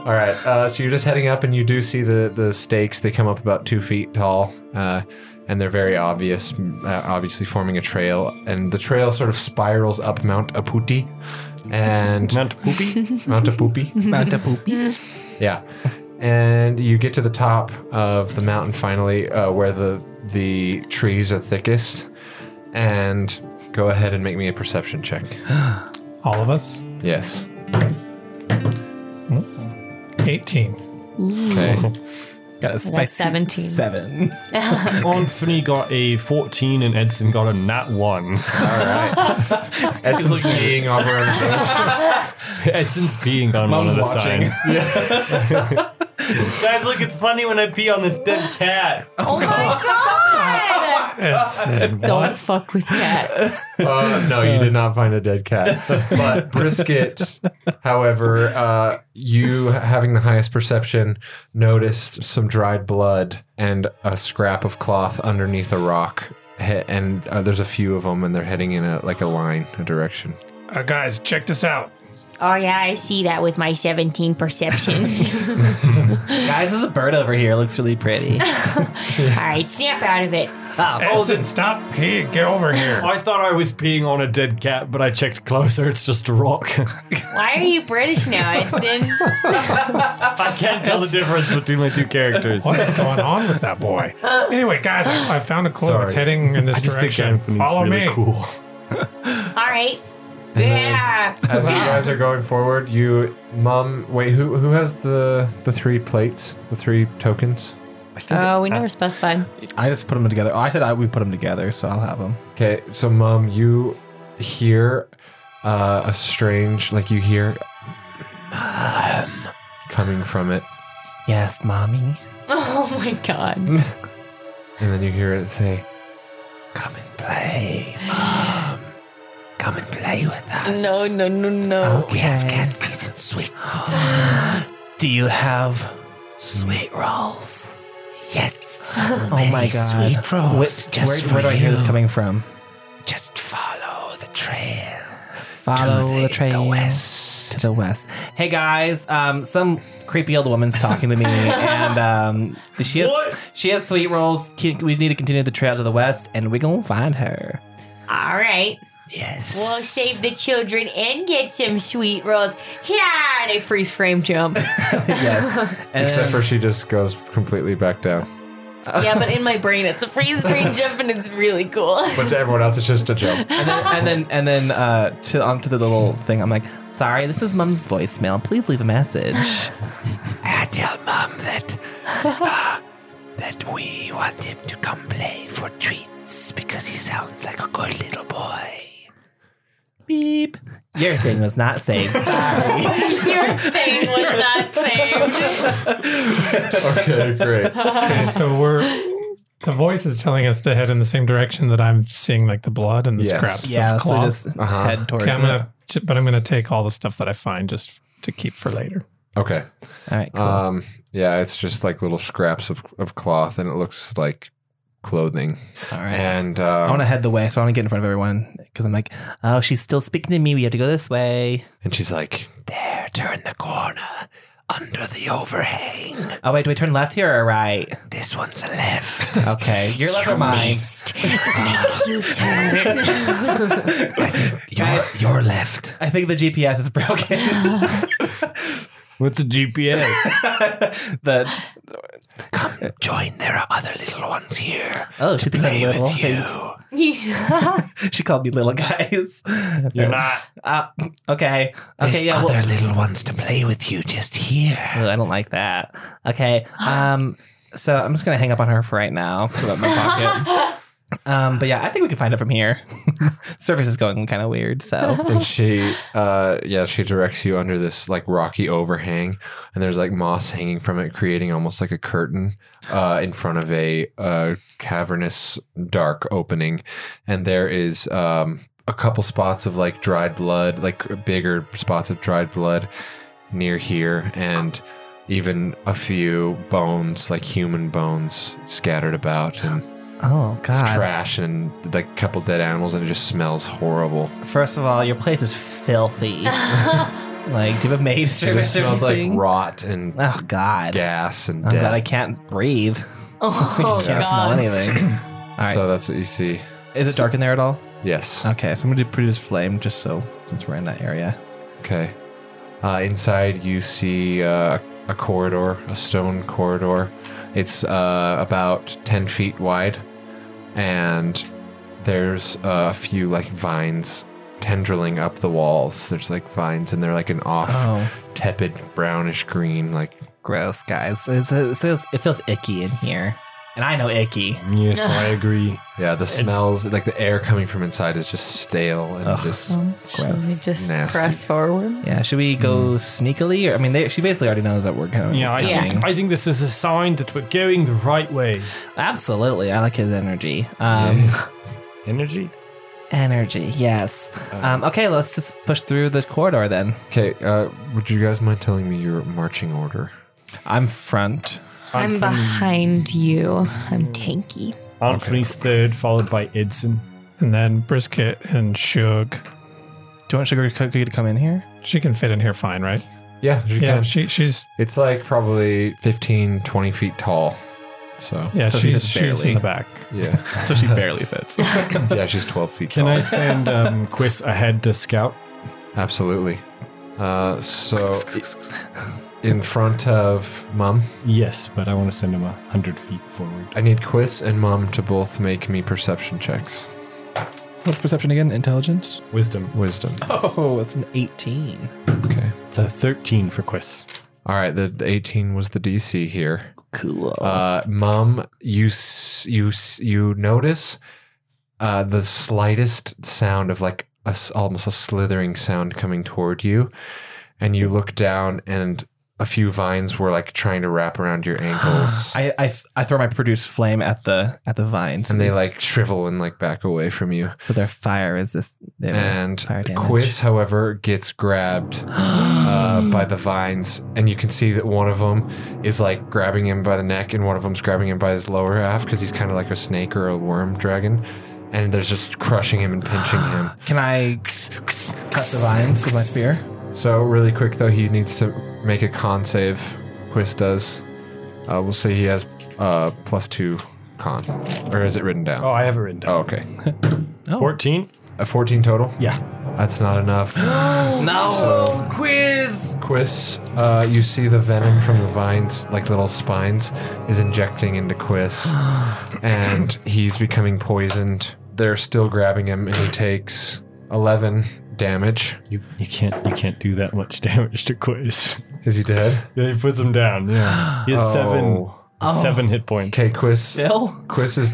[SPEAKER 2] All right, uh, so you're just heading up, and you do see the the stakes. They come up about two feet tall, uh, and they're very obvious, m- uh, obviously forming a trail. And the trail sort of spirals up Mount Aputi, and
[SPEAKER 5] Not poopy.
[SPEAKER 2] Mount Apupi,
[SPEAKER 1] Mount a poopy.
[SPEAKER 2] yeah. And you get to the top of the mountain finally, uh, where the the trees are thickest. And go ahead and make me a perception check.
[SPEAKER 4] All of us.
[SPEAKER 2] Yes.
[SPEAKER 4] 18.
[SPEAKER 2] Okay.
[SPEAKER 1] Got a
[SPEAKER 8] That's
[SPEAKER 1] spicy
[SPEAKER 8] seventeen.
[SPEAKER 1] seven.
[SPEAKER 5] Anthony got a 14 and Edson got a nat 1.
[SPEAKER 2] Edson's being over.
[SPEAKER 5] Edson's peeing on one of the signs.
[SPEAKER 6] Guys, look, it's funny when I pee on this dead cat.
[SPEAKER 8] Oh my god!
[SPEAKER 4] It's in
[SPEAKER 8] Don't fuck with that.
[SPEAKER 2] Uh, no, you did not find a dead cat. But brisket, however, uh, you having the highest perception, noticed some dried blood and a scrap of cloth underneath a rock. He- and uh, there's a few of them, and they're heading in a like a line, a direction.
[SPEAKER 4] Uh, guys, check this out.
[SPEAKER 8] Oh yeah, I see that with my seventeen perception.
[SPEAKER 1] Guys, there's a bird over here. Looks really pretty.
[SPEAKER 8] All right, snap out of it.
[SPEAKER 4] Edson, stop peeing. Get over here.
[SPEAKER 5] I thought I was peeing on a dead cat, but I checked closer. It's just a rock.
[SPEAKER 8] Why are you British now, Edson?
[SPEAKER 5] I can't tell the difference between my two characters.
[SPEAKER 4] What is going on with that boy? Anyway, guys, I, I found a clue. Oh, It's
[SPEAKER 2] Sorry.
[SPEAKER 4] heading in this
[SPEAKER 5] I just think
[SPEAKER 4] direction.
[SPEAKER 5] Anthony's
[SPEAKER 4] Follow
[SPEAKER 5] really
[SPEAKER 4] me.
[SPEAKER 5] cool.
[SPEAKER 8] All right.
[SPEAKER 2] then-
[SPEAKER 8] Yeah.
[SPEAKER 2] As you guys are going forward, you, mom, wait, who who has the the three plates, the three tokens?
[SPEAKER 8] Oh, we never specified.
[SPEAKER 1] I just put them together. Oh, I said I, we put them together, so I'll have them.
[SPEAKER 2] Okay, so mom, you hear uh, a strange, like you hear coming from it,
[SPEAKER 1] Yes, mommy.
[SPEAKER 8] Oh my god.
[SPEAKER 2] and then you hear it say,
[SPEAKER 1] Come and play, mom. Come and play with us.
[SPEAKER 3] No, no, no, no.
[SPEAKER 1] We have candies and sweets. Do you have sweet rolls? Yes. oh my god. Sweet rolls. where, where do I hear this coming from? Just follow the trail. Follow the, trail west. to the west. Hey guys, um, some creepy old woman's talking to me, and um, she has she has sweet rolls. Can- We need to continue the trail to the west, and we're gonna find her.
[SPEAKER 8] All right.
[SPEAKER 1] Yes,
[SPEAKER 8] We'll save the children and get some sweet rolls. Yeah, and a freeze frame jump.
[SPEAKER 1] yes. And
[SPEAKER 2] except
[SPEAKER 1] then-
[SPEAKER 2] for she just goes completely back down.
[SPEAKER 3] Yeah, but in my brain, it's a freeze frame jump and it's really cool.
[SPEAKER 2] But to everyone else, it's just a joke.
[SPEAKER 1] and then and then, and then uh, to onto the little thing. I'm like, sorry, this is mom's voicemail. Please leave a message. I tell mom that uh, that we want him to come play for treats because he sounds like a good little boy. Beep. Your thing was not saved.
[SPEAKER 8] Your thing was not saved.
[SPEAKER 2] Okay, great.
[SPEAKER 4] Okay, so we're. The voice is telling us to head in the same direction that I'm seeing, like the blood and the
[SPEAKER 2] Yes.
[SPEAKER 4] scraps
[SPEAKER 1] yeah,
[SPEAKER 4] of
[SPEAKER 1] so we
[SPEAKER 4] cloth.
[SPEAKER 1] just head towards
[SPEAKER 4] okay, I'm
[SPEAKER 1] it.
[SPEAKER 4] gonna, ju- but I'm gonna take all the stuff that I find just to keep for later.
[SPEAKER 2] Okay.
[SPEAKER 1] All right, cool.
[SPEAKER 2] Um, yeah, it's just like little scraps of, of cloth, and it looks like clothing.
[SPEAKER 1] All right.
[SPEAKER 2] And
[SPEAKER 1] I want
[SPEAKER 2] um,
[SPEAKER 1] to head the way, so I want to get in front of everyone because I'm like, oh, she's still speaking to me. We have to go this way.
[SPEAKER 2] and she's like,
[SPEAKER 1] There, turn the corner under the overhang. Oh wait, do we turn left here or right? This one's a left. Okay, your left or mine?
[SPEAKER 8] You turn.
[SPEAKER 1] Your, your left. I think the GPS is broken.
[SPEAKER 5] What's a GPS?
[SPEAKER 1] the Come join. There are other little ones here. Oh, she thinks I'm little. you. she called me little guys.
[SPEAKER 6] You're not.
[SPEAKER 1] Uh, okay. Okay. Yeah. Well,
[SPEAKER 7] little ones to play with you just here.
[SPEAKER 1] Ugh, I don't like that. Okay. Um. So I'm just gonna hang up on her for right now. Pull out my pocket. Um, but yeah, I think we can find it from here. Service is going kind of weird, so
[SPEAKER 2] And she, uh, yeah, she directs you under this like rocky overhang, and there's like moss hanging from it, creating almost like a curtain uh, in front of a uh, cavernous, dark opening. And there is um, a couple spots of like dried blood, like bigger spots of dried blood near here, and even a few bones, like human bones, scattered about. And
[SPEAKER 1] oh
[SPEAKER 2] it's
[SPEAKER 1] god.
[SPEAKER 2] trash and like a couple dead animals, and it just smells horrible.
[SPEAKER 1] First of all, your place is filthy. like, do you have a maid
[SPEAKER 2] It
[SPEAKER 1] service or
[SPEAKER 2] smells like
[SPEAKER 1] anything?
[SPEAKER 2] rot and
[SPEAKER 1] Oh god.
[SPEAKER 2] gas and
[SPEAKER 1] I'm glad I
[SPEAKER 2] death.
[SPEAKER 1] can't breathe.
[SPEAKER 3] Oh,
[SPEAKER 1] can't smell
[SPEAKER 3] God.
[SPEAKER 1] anything. I-
[SPEAKER 2] So that's what you see.
[SPEAKER 1] Is it dark in there at all?
[SPEAKER 2] Yes.
[SPEAKER 1] Okay, so I'm gonna do produce flame just so since we're in that area.
[SPEAKER 2] Okay. Uh, inside, you see uh, a corridor, a stone corridor. It's uh, about 10 feet wide, and there's uh, a few like vines tendrilling up the walls. There's like vines, and they're like an off,
[SPEAKER 1] Oh.
[SPEAKER 2] tepid, brownish green, like
[SPEAKER 1] Gross, guys. It's, it, feels, it feels icky in here, and I know icky.
[SPEAKER 5] Yes, I agree.
[SPEAKER 2] Yeah, the smells, like the air coming from inside is just stale and
[SPEAKER 1] Ugh.
[SPEAKER 2] just.
[SPEAKER 12] Um, should we just
[SPEAKER 2] Nasty.
[SPEAKER 12] press forward?
[SPEAKER 1] Yeah, should we go sneakily? Or I mean, they, she basically already knows that we're going.
[SPEAKER 5] Yeah, I think I think this is a sign that we're going the right way.
[SPEAKER 1] absolutely. I like his energy. Um,
[SPEAKER 5] Energy.
[SPEAKER 1] Energy, yes. Um, okay, let's just push through the corridor then.
[SPEAKER 2] Okay, uh, would you guys mind telling me your marching order?
[SPEAKER 1] I'm front.
[SPEAKER 8] I'm behind you. I'm tanky.
[SPEAKER 5] Aunt Free's third, followed by Edson.
[SPEAKER 4] And then Brisket and Shug.
[SPEAKER 1] Do you want Sugar Cookie to come in here?
[SPEAKER 4] She can fit in here fine, right?
[SPEAKER 2] Yeah, you
[SPEAKER 4] Yeah,
[SPEAKER 2] can.
[SPEAKER 4] she she's
[SPEAKER 2] It's like probably 15, 20 feet tall. So,
[SPEAKER 4] yeah,
[SPEAKER 1] So she
[SPEAKER 4] she's
[SPEAKER 1] just
[SPEAKER 4] she's
[SPEAKER 1] barely-
[SPEAKER 4] in the back.
[SPEAKER 2] yeah.
[SPEAKER 1] So she barely fits.
[SPEAKER 2] yeah, she's 12 feet
[SPEAKER 5] Can
[SPEAKER 2] tall.
[SPEAKER 5] I send um, Quiz ahead to scout?
[SPEAKER 2] Absolutely. Uh, so, i- in front of Mum,
[SPEAKER 5] Yes, but I want to send him a hundred feet forward.
[SPEAKER 2] I need Quiz and Mum to both make me perception checks.
[SPEAKER 1] What's perception again? Intelligence?
[SPEAKER 5] Wisdom.
[SPEAKER 2] Wisdom.
[SPEAKER 1] Oh, it's an 18.
[SPEAKER 2] Okay.
[SPEAKER 5] It's a thirteen for Quiz.
[SPEAKER 2] All right, the the 18 was the DC here.
[SPEAKER 1] Cool.
[SPEAKER 2] Uh, Mom, you s- you s- you notice uh, the slightest sound of like a s almost a slithering sound coming toward you, and you look down, and a few vines were like trying to wrap around your ankles,
[SPEAKER 1] I, I, I throw my produce flame at the at the vines,
[SPEAKER 2] and they like shrivel and like back away from you.
[SPEAKER 1] so their fire is this. they have
[SPEAKER 5] Eh.
[SPEAKER 2] And
[SPEAKER 1] fire damage.
[SPEAKER 2] Quiz, however, gets grabbed uh, by the vines, and you can see that one of them is like grabbing him by the neck, and one of them's grabbing him by his lower half because he's kind of like a snake or a worm dragon, and they're just crushing him and pinching him.
[SPEAKER 1] Can I cut the vines with my spear?
[SPEAKER 2] So really quick though, he needs to make a con save. Quiz does. Uh, we'll say he has uh, plus two con, or is it written down?
[SPEAKER 5] Oh, I have it written down.
[SPEAKER 2] Oh, okay.
[SPEAKER 4] Oh.
[SPEAKER 5] Fourteen.
[SPEAKER 2] A fourteen total.
[SPEAKER 5] Yeah.
[SPEAKER 2] That's not enough.
[SPEAKER 1] No.
[SPEAKER 2] quiz. Quiz, uh, you see the venom from the vines, like little spines, is injecting into Quiz, and he's becoming poisoned. They're still grabbing him, and he takes eleven damage.
[SPEAKER 5] You you can't you can't do that much damage to Quiz.
[SPEAKER 2] Is he dead?
[SPEAKER 5] They puts him down. Yeah. He has seven
[SPEAKER 4] Oh.
[SPEAKER 5] seven hit points.
[SPEAKER 2] Okay, Quiz.
[SPEAKER 1] Bill?
[SPEAKER 2] Quiz is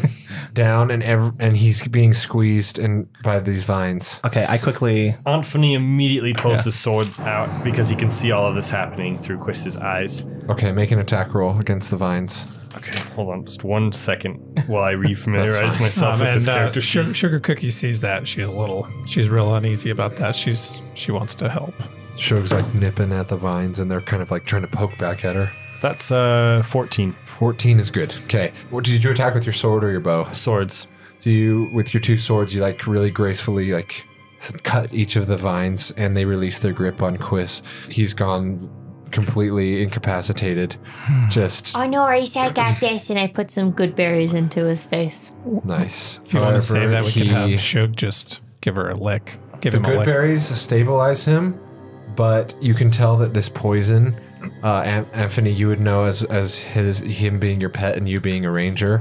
[SPEAKER 2] down, and ev- and he's being squeezed and by these vines.
[SPEAKER 1] Okay, I quickly.
[SPEAKER 5] Anthony immediately pulls his sword out because he can see all of this happening through Quiz's eyes.
[SPEAKER 2] Okay, make an attack roll against the vines.
[SPEAKER 5] Okay, hold on just one second while I
[SPEAKER 2] That's
[SPEAKER 5] refamiliarize
[SPEAKER 2] fine.
[SPEAKER 5] myself with
[SPEAKER 4] and
[SPEAKER 5] this
[SPEAKER 4] uh,
[SPEAKER 5] character.
[SPEAKER 4] Sugar, Sugar Cookie sees that. She's a little she's real uneasy about that. She's she wants to help.
[SPEAKER 2] Shug's like nipping at the vines, and they're kind of like trying to poke back at her.
[SPEAKER 5] That's uh fourteen
[SPEAKER 2] Fourteen is good. Okay, what did you attack with your sword or your bow?
[SPEAKER 5] swords.
[SPEAKER 2] So you, with your two swords, you like really gracefully like cut each of the vines, and they release their grip on Quiz. He's gone completely incapacitated. Just
[SPEAKER 8] Oh no, Reese, I got this. And I put some good berries into his face.
[SPEAKER 2] nice.
[SPEAKER 4] If you want to save that, we
[SPEAKER 2] he,
[SPEAKER 4] can have Shug just give her a lick. Give
[SPEAKER 2] the
[SPEAKER 4] him a
[SPEAKER 2] good
[SPEAKER 4] lick.
[SPEAKER 2] berries stabilize him, but you can tell that this poison uh, An- Anthony, you would know as as his him being your pet and you being a ranger,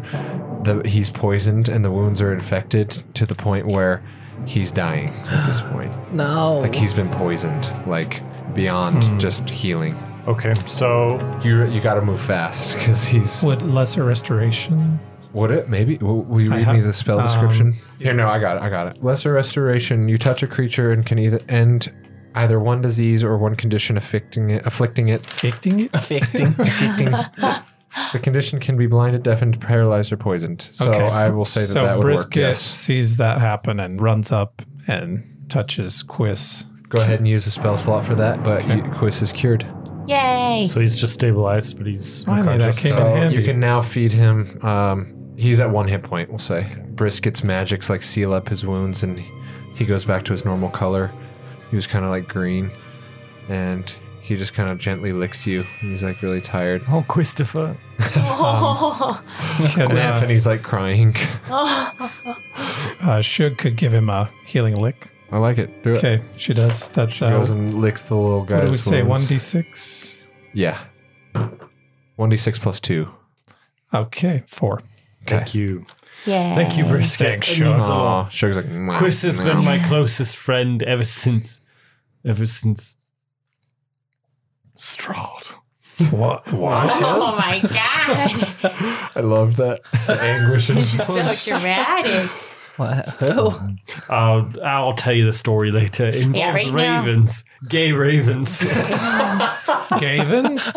[SPEAKER 2] the, he's poisoned and the wounds are infected to the point where he's dying at this point.
[SPEAKER 1] No.
[SPEAKER 2] Like he's been poisoned, like beyond just healing.
[SPEAKER 5] Okay, so
[SPEAKER 2] You you got to move fast because he's
[SPEAKER 4] Would lesser restoration?
[SPEAKER 2] Would it maybe? W- Will you
[SPEAKER 4] I
[SPEAKER 2] read
[SPEAKER 4] have-
[SPEAKER 2] me the spell
[SPEAKER 4] um,
[SPEAKER 2] description? Here, no, I got it. I got it. Lesser restoration. You touch a creature and can either end either one disease or one condition afflicting it. Afflicting it.
[SPEAKER 4] Ficting it?
[SPEAKER 2] Oh,
[SPEAKER 1] Affecting.
[SPEAKER 2] Afflicting. the condition can be blinded, deafened, paralyzed, or poisoned. So I will say that
[SPEAKER 4] so
[SPEAKER 2] that would work.
[SPEAKER 4] Brisket
[SPEAKER 2] Yes.
[SPEAKER 4] sees that happen and runs up and touches Quiz.
[SPEAKER 2] Go ahead and use the spell slot for that. But you, Quiz is cured.
[SPEAKER 8] Yay.
[SPEAKER 5] so he's just stabilized, but he's
[SPEAKER 4] Finally, that
[SPEAKER 5] unconscious.
[SPEAKER 4] came in
[SPEAKER 5] so-
[SPEAKER 2] So
[SPEAKER 4] handy.
[SPEAKER 2] you can now feed him. Um, he's at one hit point, we'll say. Brisket's magics like seal up his wounds, and he goes back to his normal color. He was kind of like green, and he just kind of gently licks you. He's like really tired,
[SPEAKER 5] Oh, Christopher.
[SPEAKER 3] Oh,
[SPEAKER 4] Could,
[SPEAKER 2] and
[SPEAKER 4] uh,
[SPEAKER 2] Anthony's like crying.
[SPEAKER 4] uh, Shug could give him a healing lick.
[SPEAKER 2] I like it. Do it.
[SPEAKER 4] Okay, she does. That's
[SPEAKER 2] He goes
[SPEAKER 4] uh,
[SPEAKER 2] and licks the little guy's
[SPEAKER 4] what do we say? One
[SPEAKER 2] wounds.
[SPEAKER 4] d six.
[SPEAKER 2] Yeah, one d six plus two.
[SPEAKER 4] Okay, four.
[SPEAKER 5] Thank you.
[SPEAKER 8] Yeah.
[SPEAKER 5] Thank you, Brisket.
[SPEAKER 4] Thanks,
[SPEAKER 5] It
[SPEAKER 4] Sean.
[SPEAKER 5] means a
[SPEAKER 2] Aw,
[SPEAKER 5] lot.
[SPEAKER 2] Shug's like. "Mwah,
[SPEAKER 5] Chris has
[SPEAKER 2] mwah."
[SPEAKER 5] been my closest friend ever since. Ever since. Stroud.
[SPEAKER 4] What? What?
[SPEAKER 8] Oh my god.
[SPEAKER 2] I love that the anguish in his voice.
[SPEAKER 8] so dramatic.
[SPEAKER 1] What? Who?
[SPEAKER 5] I'll, I'll tell you the story later. It involves
[SPEAKER 8] Yeah, right now.
[SPEAKER 5] ravens. Gay ravens.
[SPEAKER 4] Gavins?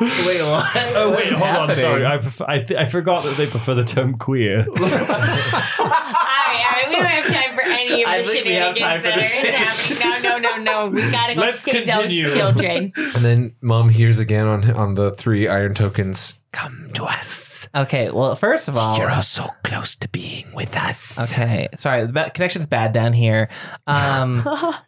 [SPEAKER 1] Wait, what?
[SPEAKER 5] oh, wait, hold on. Sorry. I, pref- I, th- I forgot that they prefer the term queer.
[SPEAKER 8] Alright, alright, we don't have time for any of
[SPEAKER 1] I
[SPEAKER 8] the
[SPEAKER 1] think we have
[SPEAKER 8] shenanigans
[SPEAKER 1] time
[SPEAKER 8] that
[SPEAKER 1] for
[SPEAKER 8] are
[SPEAKER 1] this.
[SPEAKER 8] happening. No, no, no, no. We gotta go
[SPEAKER 5] Let's
[SPEAKER 8] save
[SPEAKER 5] continue.
[SPEAKER 8] those children.
[SPEAKER 2] And then mom hears again on on the three iron tokens.
[SPEAKER 1] Come to us. Okay, well, first of all. You're so close to being with us. Okay, sorry, the ba- connection's bad down here. Um,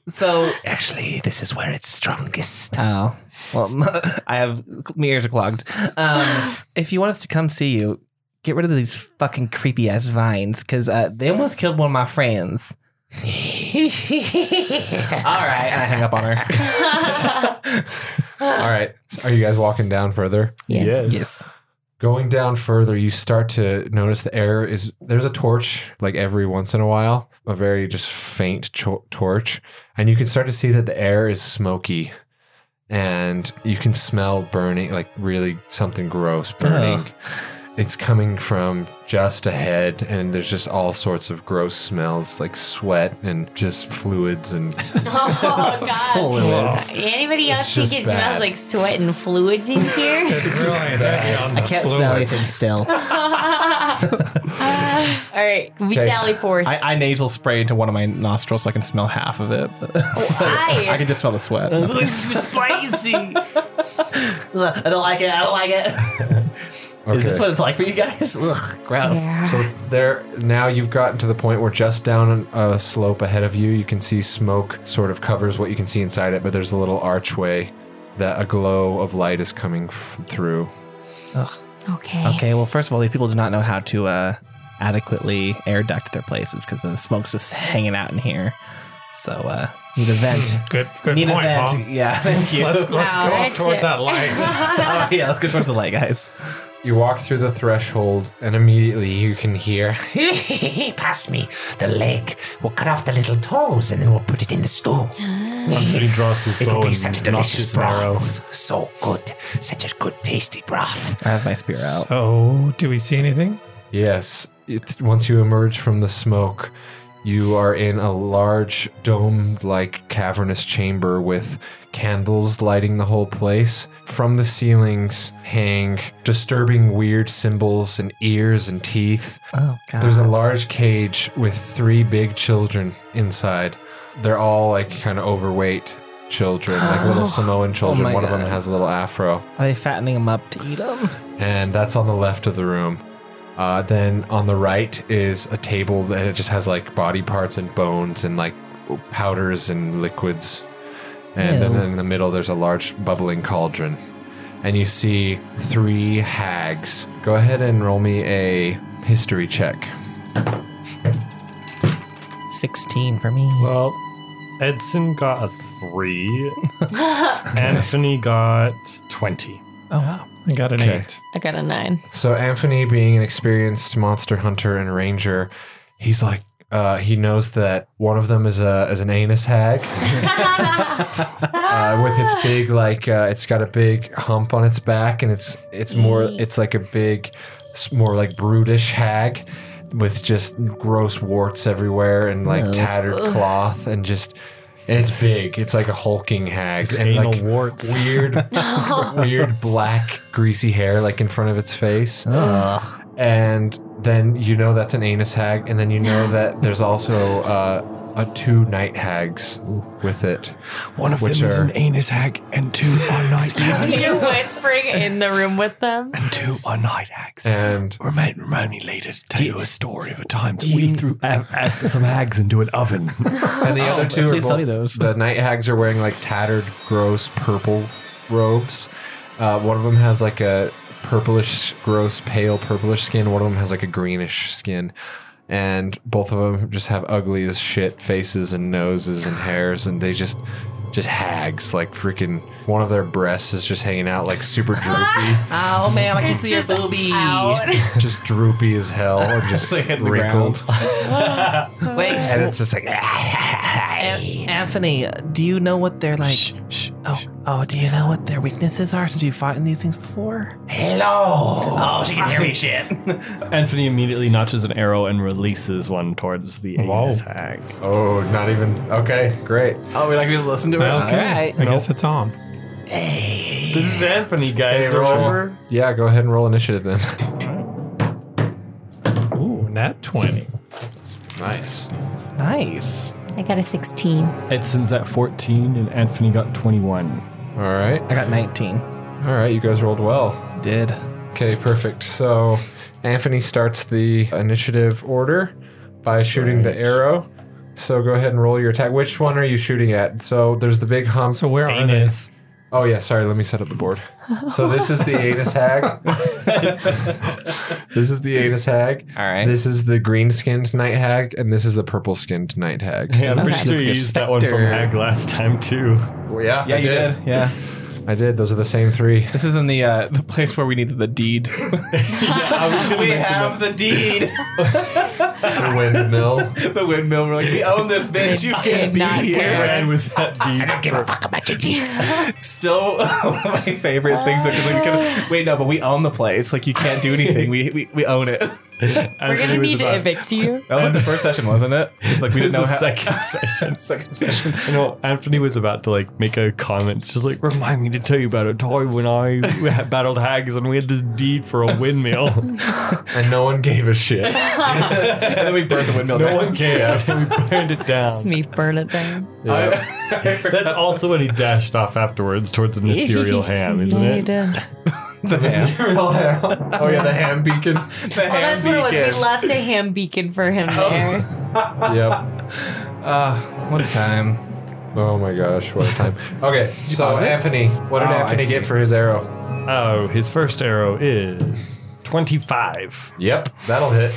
[SPEAKER 1] so. Actually, this is where it's strongest. Oh. Well, I have. My ears are clogged. Um, if you want us to come see you, get rid of these fucking creepy ass vines, because uh, they almost killed one of my friends. all right, I hang up on her.
[SPEAKER 2] All right. So are you guys walking down further?
[SPEAKER 5] Yes.
[SPEAKER 2] Going down further, you start to notice the air is there's a torch like every once in a while, a very just faint cho- torch, and you can start to see that the air is smoky, and you can smell burning like really something gross burning. It's coming from just ahead, and there's just all sorts of gross smells like sweat and just fluids and
[SPEAKER 8] Oh god.
[SPEAKER 1] Fluids.
[SPEAKER 8] Anybody else
[SPEAKER 2] just
[SPEAKER 8] think it
[SPEAKER 2] bad.
[SPEAKER 8] smells like sweat and fluids in here?
[SPEAKER 1] I can't smell anything still.
[SPEAKER 8] All right, we
[SPEAKER 2] Okay.
[SPEAKER 8] sally forth.
[SPEAKER 7] I, I nasal spray into one of my nostrils so I can smell half of it.
[SPEAKER 8] I-
[SPEAKER 7] I can just smell the sweat.
[SPEAKER 1] Ugh, I don't like it. I don't like it. Is this
[SPEAKER 2] Okay.
[SPEAKER 1] what it's like for you guys? Ugh, gross.
[SPEAKER 2] So there now you've gotten to the point where just down a slope ahead of you, you can see smoke sort of covers what you can see inside it, but there's a little archway that a glow of light is coming f- through.
[SPEAKER 8] okay.
[SPEAKER 1] Okay, well, first of all, these people do not know how to uh, adequately air duct their places because the smoke's just hanging out in here. So, uh, need a vent.
[SPEAKER 4] Good, good
[SPEAKER 1] need
[SPEAKER 4] point,
[SPEAKER 1] a vent.
[SPEAKER 4] Mom.
[SPEAKER 1] Yeah, thank you.
[SPEAKER 4] Let's, let's
[SPEAKER 8] Wow,
[SPEAKER 4] go up
[SPEAKER 8] that's
[SPEAKER 4] toward
[SPEAKER 8] it.
[SPEAKER 4] that light.
[SPEAKER 1] oh, yeah, let's go towards the light, guys.
[SPEAKER 2] You walk through the threshold, and immediately you can hear
[SPEAKER 14] Pass me the leg. We'll cut off the little toes and then we'll put it in the stew.
[SPEAKER 5] Anthony draws his
[SPEAKER 14] It'll
[SPEAKER 5] bow
[SPEAKER 14] be
[SPEAKER 5] and
[SPEAKER 14] such a
[SPEAKER 5] knocks
[SPEAKER 14] delicious
[SPEAKER 5] his arrow.
[SPEAKER 14] broth. So good. Such a good, tasty broth.
[SPEAKER 1] I have my spear out.
[SPEAKER 4] so, Oh, do we see anything?
[SPEAKER 2] Yes. It, once you emerge from the smoke, you are in a large domed like cavernous chamber with candles lighting the whole place. From the ceilings hang disturbing weird symbols and ears and teeth.
[SPEAKER 1] Oh, God.
[SPEAKER 2] There's a large cage with three big children inside. They're all like kind of overweight children, like little Samoan children.
[SPEAKER 1] Oh. my
[SPEAKER 2] One of them
[SPEAKER 1] God.
[SPEAKER 2] has a little afro
[SPEAKER 1] Are they fattening them up to eat them?
[SPEAKER 2] and that's on the left of the room. Uh, then on the right is a table that it just has like body parts and bones and like powders and liquids. And
[SPEAKER 1] Ew.
[SPEAKER 2] then in the middle, there's a large bubbling cauldron. And you see three hags. Go ahead and roll me a history check.
[SPEAKER 1] 16 for me.
[SPEAKER 5] Well, Edson got a three. Anthony got 20.
[SPEAKER 1] Oh, wow.
[SPEAKER 4] I got an
[SPEAKER 2] Okay.
[SPEAKER 4] eight.
[SPEAKER 3] I got a nine.
[SPEAKER 2] So Anthony, being an experienced monster hunter and ranger, he's like uh, he knows that one of them is a is an anus hag uh, with its big like uh, it's got a big hump on its back and it's it's more it's like a big s- more like brutish hag with just gross warts everywhere and like tattered cloth and just. And it's big. It's like a hulking hag and
[SPEAKER 5] anal
[SPEAKER 2] like
[SPEAKER 5] warts.
[SPEAKER 2] weird, weird black greasy hair like in front of its face. And then you know that's an anus hag, and then you know that there's also uh, a two night hags with it.
[SPEAKER 6] One of
[SPEAKER 2] Which
[SPEAKER 6] them is
[SPEAKER 2] are-
[SPEAKER 6] an anus hag, and two are night hags.
[SPEAKER 3] You're whispering in the room with them.
[SPEAKER 6] Two are night hags.
[SPEAKER 4] Uh,
[SPEAKER 2] And
[SPEAKER 6] Remain, remain me later to tell you a story of a time that we threw a- a- some hags into an oven.
[SPEAKER 2] and the other two are
[SPEAKER 1] please tell me
[SPEAKER 2] both,
[SPEAKER 1] those.
[SPEAKER 2] the night hags are wearing like tattered, gross purple robes. Uh, one of them has like a purplish, gross, pale purplish skin. One of them has like a greenish skin. And both of them just have ugly as shit faces and noses and hairs, and they just just hags like freaking. One of their breasts is just hanging out like super droopy.
[SPEAKER 1] Oh, ma'am, I can see your
[SPEAKER 3] just
[SPEAKER 1] booby.
[SPEAKER 2] just droopy as hell and just wrinkled.
[SPEAKER 1] Wait,
[SPEAKER 2] and it's just like,
[SPEAKER 1] An- Anthony, do you know what their like? oh, oh, do you know what their weaknesses are? Did you fight in these things before?
[SPEAKER 7] Oh, she can hear me shit.
[SPEAKER 5] Anthony immediately notches an arrow and releases one towards the anus hag.
[SPEAKER 2] oh, not even. Okay, great.
[SPEAKER 7] Oh, we're not gonna listen to her.
[SPEAKER 4] Okay. I guess it's on.
[SPEAKER 5] This is Anthony, guys.
[SPEAKER 2] Hey, roll.
[SPEAKER 5] remember?
[SPEAKER 2] Yeah, go ahead and roll initiative then.
[SPEAKER 4] Ooh, nat 20.
[SPEAKER 2] nice.
[SPEAKER 1] Nice.
[SPEAKER 8] I got a 16.
[SPEAKER 5] Edson's at 14 and Anthony got 21.
[SPEAKER 2] All right.
[SPEAKER 1] I got 19.
[SPEAKER 2] All right, you guys rolled well.
[SPEAKER 1] Did.
[SPEAKER 2] Okay, perfect. So Anthony starts the initiative order by shooting the arrow. So go ahead and roll your attack. Which one are you shooting at? So there's the big hump.
[SPEAKER 4] So where are they?
[SPEAKER 5] Anus.
[SPEAKER 2] Oh yeah, sorry. Let me set up the board. So this is the anus hag. this is the anus hag.
[SPEAKER 1] All right.
[SPEAKER 2] This is the green skinned night hag, and this is the purple skinned night hag.
[SPEAKER 5] Yeah, I'm pretty sure you used that one from
[SPEAKER 1] Spectre.
[SPEAKER 5] Hag last time too.
[SPEAKER 2] Well, yeah, I
[SPEAKER 7] Yeah, you
[SPEAKER 2] did.
[SPEAKER 7] did. Yeah.
[SPEAKER 2] I did. Those are the same three.
[SPEAKER 7] This is in the uh, the place where we needed the deed. we have the deed.
[SPEAKER 2] The windmill.
[SPEAKER 7] the windmill. We're like, we own this bitch. You can't be
[SPEAKER 3] not
[SPEAKER 7] here.
[SPEAKER 5] Ran with that deed.
[SPEAKER 14] Give a fuck about your deeds.
[SPEAKER 7] So one of my favorite things. Because we
[SPEAKER 3] Ah.
[SPEAKER 7] could wait, no, but we own the place. Like you can't do anything. We we, we own it.
[SPEAKER 3] We're gonna need to evict you.
[SPEAKER 7] That was like the first session, wasn't it? It's like we didn't
[SPEAKER 5] This
[SPEAKER 7] know how.
[SPEAKER 5] is the second
[SPEAKER 7] second
[SPEAKER 5] session.
[SPEAKER 7] session.
[SPEAKER 5] I know Anthony was about to like make a comment, just like remind me to tell you about a time when I battled hags and we had this deed for a windmill.
[SPEAKER 2] and no one gave a shit.
[SPEAKER 7] And then we burned the windmill.
[SPEAKER 5] no
[SPEAKER 7] down.
[SPEAKER 5] one cared. we burned it down.
[SPEAKER 3] Smeef burn it down.
[SPEAKER 2] Yeah.
[SPEAKER 5] That's also when he dashed off afterwards towards an ethereal ham, isn't
[SPEAKER 12] Yeah, you
[SPEAKER 5] it?
[SPEAKER 12] did.
[SPEAKER 2] Real ham. Oh yeah, the ham beacon.
[SPEAKER 7] The
[SPEAKER 3] Oh, that's what it was.
[SPEAKER 7] beacon.
[SPEAKER 3] We left a ham beacon for him there.
[SPEAKER 2] Yep.
[SPEAKER 7] What a time.
[SPEAKER 2] Oh my gosh, what a time. Okay, so Anthony, what did
[SPEAKER 7] Oh, I
[SPEAKER 2] Anthony
[SPEAKER 7] see.
[SPEAKER 2] get for his arrow?
[SPEAKER 5] Oh, his first arrow is 25.
[SPEAKER 2] Yep, that'll hit.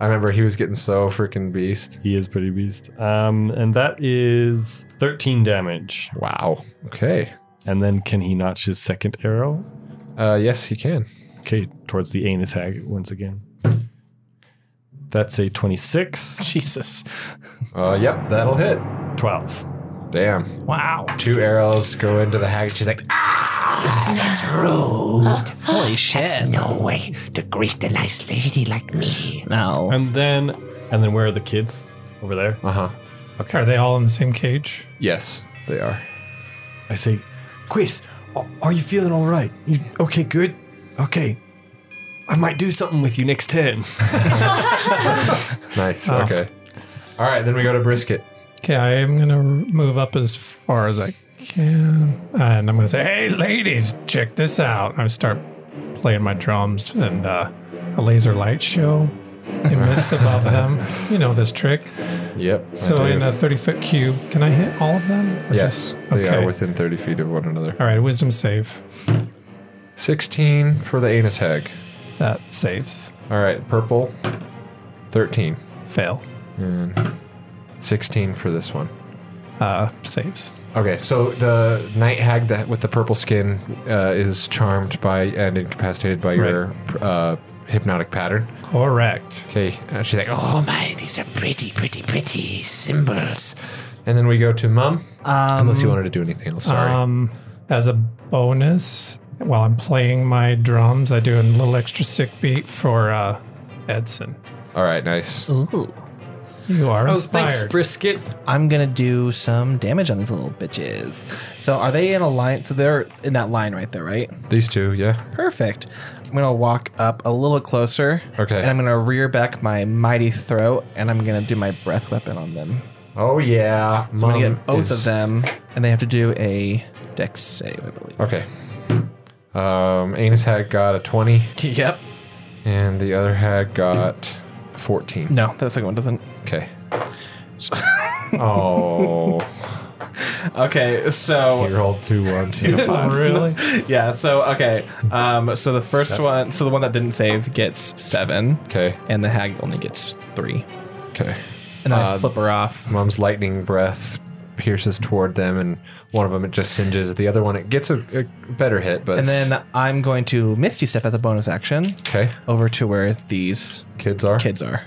[SPEAKER 2] I remember he was getting so freaking beast.
[SPEAKER 5] He is pretty beast. Um, and that is 13 damage.
[SPEAKER 2] Wow. Okay.
[SPEAKER 5] And then can he notch his second arrow?
[SPEAKER 2] Uh, yes, he can.
[SPEAKER 5] Okay, towards the anus hag once again. That's a 26,
[SPEAKER 7] Jesus.
[SPEAKER 2] Uh, yep, that'll hit.
[SPEAKER 5] 12.
[SPEAKER 2] Damn.
[SPEAKER 7] Wow.
[SPEAKER 2] Two arrows go into the hag. She's like, ah,
[SPEAKER 14] That's rude.
[SPEAKER 1] Holy shit.
[SPEAKER 14] No way to greet a nice lady like me.
[SPEAKER 1] No.
[SPEAKER 5] And then, and then where are the kids? Over there.
[SPEAKER 2] uh huh.
[SPEAKER 4] Are they all in the same cage?
[SPEAKER 2] Yes, they are.
[SPEAKER 5] I say, Chris, a- are you feeling all right? You, okay, good. Okay. I might do something with you next turn.
[SPEAKER 2] Nice.
[SPEAKER 4] Oh.
[SPEAKER 2] Okay. All right, then we go to brisket.
[SPEAKER 4] Okay, I am going to move up as far as I can. And I'm going to say, hey, ladies, check this out. I start playing my drums and uh, a laser light show immense above them. You know this trick.
[SPEAKER 2] Yep. I
[SPEAKER 4] So
[SPEAKER 2] do.
[SPEAKER 4] in a 30 foot cube, can I hit all of them? Or
[SPEAKER 2] yes,
[SPEAKER 4] just-
[SPEAKER 2] they
[SPEAKER 4] okay.
[SPEAKER 2] are within thirty feet of one another.
[SPEAKER 4] all right, wisdom save.
[SPEAKER 2] Sixteen for the anus hag.
[SPEAKER 4] That saves.
[SPEAKER 2] All right, purple. Thirteen.
[SPEAKER 4] Fail.
[SPEAKER 2] And 16 for this one.
[SPEAKER 4] Uh, saves.
[SPEAKER 2] Okay, so the night hag that with the purple skin uh, is charmed by and incapacitated by your uh, hypnotic pattern.
[SPEAKER 4] Correct.
[SPEAKER 2] Okay, uh, she's like, "Oh my, these are pretty, pretty, pretty symbols." And then we go to mom.
[SPEAKER 1] Um,
[SPEAKER 2] Unless you wanted to do anything else, sorry.
[SPEAKER 4] Um, as a bonus, while I'm playing my drums, I do a little extra sick beat for uh, Edson.
[SPEAKER 2] All right, nice.
[SPEAKER 1] Ooh.
[SPEAKER 4] You
[SPEAKER 2] Oh,
[SPEAKER 4] are inspired.
[SPEAKER 1] brisket. I'm gonna do some damage on these little bitches. So are they in a line? So they're in that line right there, right?
[SPEAKER 2] These two, yeah.
[SPEAKER 1] Perfect. I'm gonna walk up a little closer.
[SPEAKER 2] Okay.
[SPEAKER 1] And I'm gonna rear back my mighty throat, and I'm gonna do my breath weapon on them.
[SPEAKER 2] Oh yeah,
[SPEAKER 1] So I'm gonna
[SPEAKER 2] Mom
[SPEAKER 1] get both
[SPEAKER 2] is-
[SPEAKER 1] of them, and they have to do a dex save, I believe.
[SPEAKER 2] Okay. Um, Anus hag got a twenty,
[SPEAKER 1] Yep.
[SPEAKER 2] and the other hag got fourteen.
[SPEAKER 1] No, that second one doesn't.
[SPEAKER 2] Okay. oh,
[SPEAKER 7] Okay, so
[SPEAKER 2] you rolled two ones. and a five.
[SPEAKER 4] really?
[SPEAKER 7] yeah, so okay, um, so the first one, so the one that didn't save gets seven,
[SPEAKER 2] Okay.
[SPEAKER 7] and the hag only gets three. Uh,
[SPEAKER 2] Okay.
[SPEAKER 1] And I flip her off.
[SPEAKER 2] Mom's lightning breath pierces toward them, and one of them it just singes. The other one it gets a, a better hit, but
[SPEAKER 1] And then uh, I'm going to Misty Step as a bonus action
[SPEAKER 2] okay,
[SPEAKER 1] over to where these
[SPEAKER 2] kids are.
[SPEAKER 1] kids are.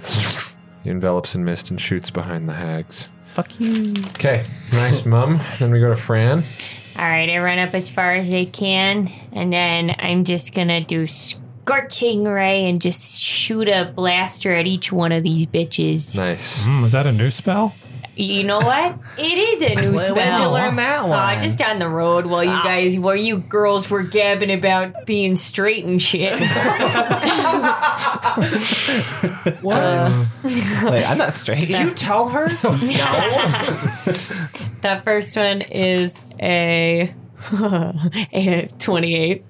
[SPEAKER 2] He envelops in mist and shoots behind the hags.
[SPEAKER 1] Fuck you.
[SPEAKER 2] Okay, nice, Mom. Then we go to Fran.
[SPEAKER 8] All right, I run up as far as I can, and then I'm just gonna do scorching ray and just shoot a blaster at each one of these bitches.
[SPEAKER 2] Nice.
[SPEAKER 1] Hmm.
[SPEAKER 4] Mm, is that a new spell?
[SPEAKER 8] You know what? It is a new spell.
[SPEAKER 1] When'd you learn that one?
[SPEAKER 8] Uh, just on the road while you guys, while you girls were gabbing about being straight and shit.
[SPEAKER 1] Wait, I'm not straight.
[SPEAKER 8] tell her? no. that first one is a, a 28.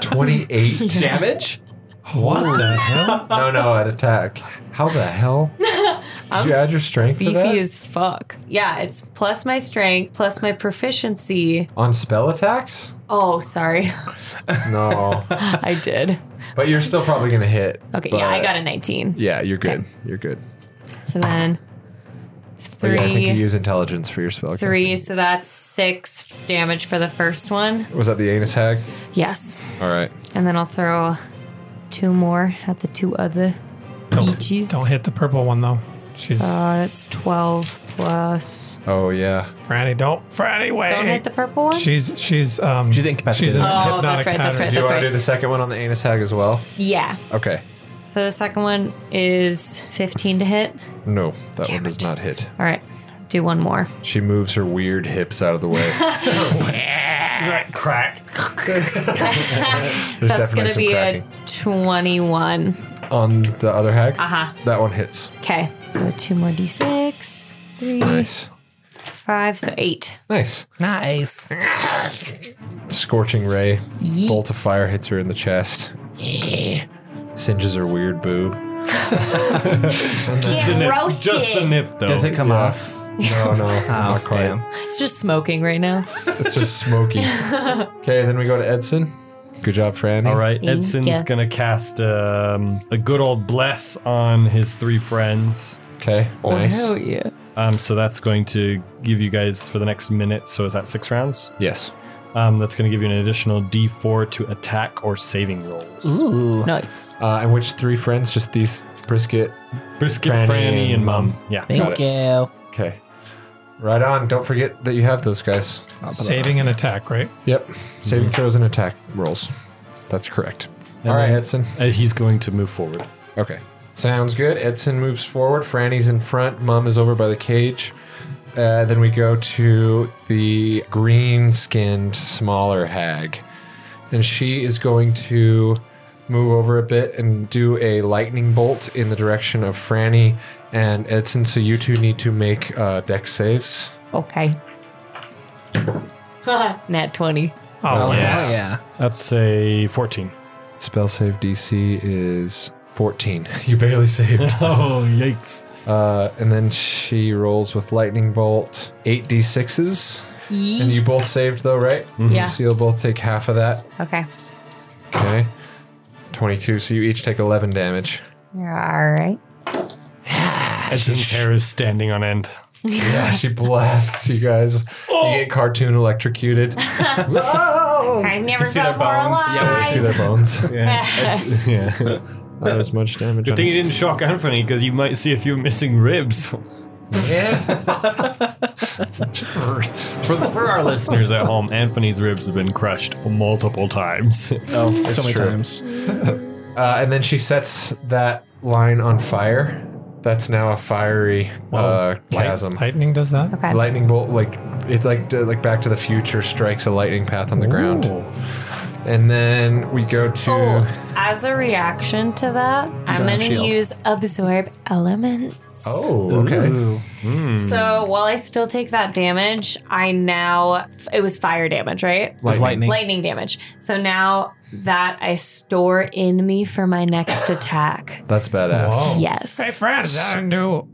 [SPEAKER 2] Twenty-eight.
[SPEAKER 1] damage?
[SPEAKER 4] What the hell?
[SPEAKER 2] no, no, at attack. How the hell? Did you add your strength to that?
[SPEAKER 3] Beefy as fuck.
[SPEAKER 8] Yeah, it's plus my strength, plus my proficiency.
[SPEAKER 2] on spell attacks?
[SPEAKER 8] Oh, sorry.
[SPEAKER 2] No,
[SPEAKER 8] I did.
[SPEAKER 2] but you're still probably gonna hit.
[SPEAKER 8] Okay, yeah, I
[SPEAKER 2] but-
[SPEAKER 8] got a 19.
[SPEAKER 2] Yeah, you're good. You're good.
[SPEAKER 8] So then it's
[SPEAKER 2] But Oh, yeah, I think you
[SPEAKER 8] three.
[SPEAKER 2] use intelligence for your spell.
[SPEAKER 8] Three, so that's six damage for the first one.
[SPEAKER 2] Was that the anus hag?
[SPEAKER 8] Yes.
[SPEAKER 2] All right.
[SPEAKER 8] And then I'll throw two more at the two other beaches.
[SPEAKER 4] Don't hit the purple one though. She's
[SPEAKER 8] Uh, that's 12 plus.
[SPEAKER 2] Oh yeah.
[SPEAKER 4] Franny. Don't Franny. Wait.
[SPEAKER 8] Don't hit the purple one?
[SPEAKER 4] She's she's um.
[SPEAKER 1] She's incapacitated.
[SPEAKER 4] She's in a
[SPEAKER 8] Oh,
[SPEAKER 4] hypnotic
[SPEAKER 8] that's right, that's
[SPEAKER 4] pattern.
[SPEAKER 8] right,
[SPEAKER 2] Do you want
[SPEAKER 8] that's
[SPEAKER 2] to
[SPEAKER 8] right.
[SPEAKER 2] do the second one on the anus hag as well?
[SPEAKER 8] Yeah.
[SPEAKER 2] Okay.
[SPEAKER 8] So the second one is 15 to hit.
[SPEAKER 2] No, that
[SPEAKER 8] Damn
[SPEAKER 2] one does
[SPEAKER 8] it.
[SPEAKER 2] not hit.
[SPEAKER 8] All right. Do one more.
[SPEAKER 2] She moves her weird hips out of the way.
[SPEAKER 5] Crack.
[SPEAKER 2] There's
[SPEAKER 8] That's
[SPEAKER 2] definitely
[SPEAKER 8] going to
[SPEAKER 2] some
[SPEAKER 8] be
[SPEAKER 2] cracking.
[SPEAKER 8] a 21.
[SPEAKER 2] On the other hag,
[SPEAKER 8] Uh huh.
[SPEAKER 2] that one hits.
[SPEAKER 8] Okay. So two more d6. Three,
[SPEAKER 2] Nice.
[SPEAKER 8] five, so eight.
[SPEAKER 2] Nice.
[SPEAKER 1] Nice.
[SPEAKER 2] Scorching ray. Bolt of fire hits her in the chest. Singes her weird boob.
[SPEAKER 8] Get roasted.
[SPEAKER 5] Just the nip, though.
[SPEAKER 1] Does it come off?
[SPEAKER 2] No, no, not quite.
[SPEAKER 1] Oh, Damn.
[SPEAKER 8] it's just smoking right now.
[SPEAKER 2] It's just smoky. Okay, then we go to Edson. Good job, Fran.
[SPEAKER 5] All right,
[SPEAKER 8] Thank
[SPEAKER 5] Edson's
[SPEAKER 8] ya.
[SPEAKER 5] gonna cast um, a good old bless on his three friends.
[SPEAKER 2] Okay,
[SPEAKER 5] Oh,
[SPEAKER 2] nice.
[SPEAKER 8] Oh,
[SPEAKER 12] Hell yeah.
[SPEAKER 5] Um, so that's going to give you guys for the next minute. So is that six rounds?
[SPEAKER 2] Yes.
[SPEAKER 5] Um, that's going to give you an additional D4 to attack or saving rolls.
[SPEAKER 1] Ooh.
[SPEAKER 8] Nice.
[SPEAKER 2] Uh, and which three friends? Just these brisket.
[SPEAKER 5] Brisket,
[SPEAKER 2] Franny,
[SPEAKER 5] Franny,
[SPEAKER 2] and
[SPEAKER 5] and,
[SPEAKER 2] Mum.
[SPEAKER 5] Mum. Yeah.
[SPEAKER 2] Got
[SPEAKER 1] Thank you.
[SPEAKER 2] Okay. Right on. Don't forget that you have those guys.
[SPEAKER 4] Saving an attack, right?
[SPEAKER 2] Yep. Saving
[SPEAKER 5] Mm-hmm.
[SPEAKER 2] throws and attack rolls. That's correct. All right,
[SPEAKER 5] then-
[SPEAKER 2] Edson.
[SPEAKER 5] Uh, he's going to move forward.
[SPEAKER 2] Okay. Sounds good. Edson moves forward. Franny's in front. Mom is over by the cage. Uh, then we go to the green skinned, smaller hag. And she is going to move over a bit and do a lightning bolt in the direction of Franny and Edson. So you two need to make uh, deck saves.
[SPEAKER 8] Okay. Nat 20.
[SPEAKER 4] Oh,
[SPEAKER 1] Yeah. yeah.
[SPEAKER 5] That's a 14.
[SPEAKER 2] Spell save DC is 14. You barely saved.
[SPEAKER 5] Oh, yikes.
[SPEAKER 2] Uh, and then she rolls with lightning bolt, eight d6s, and you both saved though, right?
[SPEAKER 8] Yeah.
[SPEAKER 2] So you'll both take half of that.
[SPEAKER 8] Okay.
[SPEAKER 2] Okay, twenty-two. So you each take eleven damage.
[SPEAKER 8] All right.
[SPEAKER 5] Edson's hair is standing on end.
[SPEAKER 2] Yeah, she blasts you guys. You get cartoon electrocuted.
[SPEAKER 8] I've never felt more alive.
[SPEAKER 2] Yeah, you see their bones. yeah. Not as much damage.
[SPEAKER 5] Good
[SPEAKER 2] on
[SPEAKER 5] thing you
[SPEAKER 2] his-
[SPEAKER 5] didn't shock Anthony because you might see a few missing ribs. for, for our listeners at home, Anthony's ribs have been crushed multiple times.
[SPEAKER 7] Oh,
[SPEAKER 2] It's
[SPEAKER 7] so many
[SPEAKER 2] true.
[SPEAKER 7] times.
[SPEAKER 2] Uh, and then she sets that line on fire. That's now a fiery uh, chasm.
[SPEAKER 4] Lightning does that?
[SPEAKER 8] Okay.
[SPEAKER 2] Lightning bolt, like it's like like Back to the Future strikes a lightning path on the ground. And then we go to.
[SPEAKER 8] Oh. As a reaction to that, I'm
[SPEAKER 2] Got a
[SPEAKER 8] going to
[SPEAKER 2] shield.
[SPEAKER 8] use absorb elements.
[SPEAKER 2] Oh, okay.
[SPEAKER 4] Hmm.
[SPEAKER 8] So while I still take that damage, I now it was fire damage, right?
[SPEAKER 7] Lightning. Lightning.
[SPEAKER 8] lightning damage. So now that I store in me for my next attack.
[SPEAKER 2] That's badass.
[SPEAKER 4] Whoa.
[SPEAKER 8] Yes.
[SPEAKER 4] Hey, Fred, is that a new,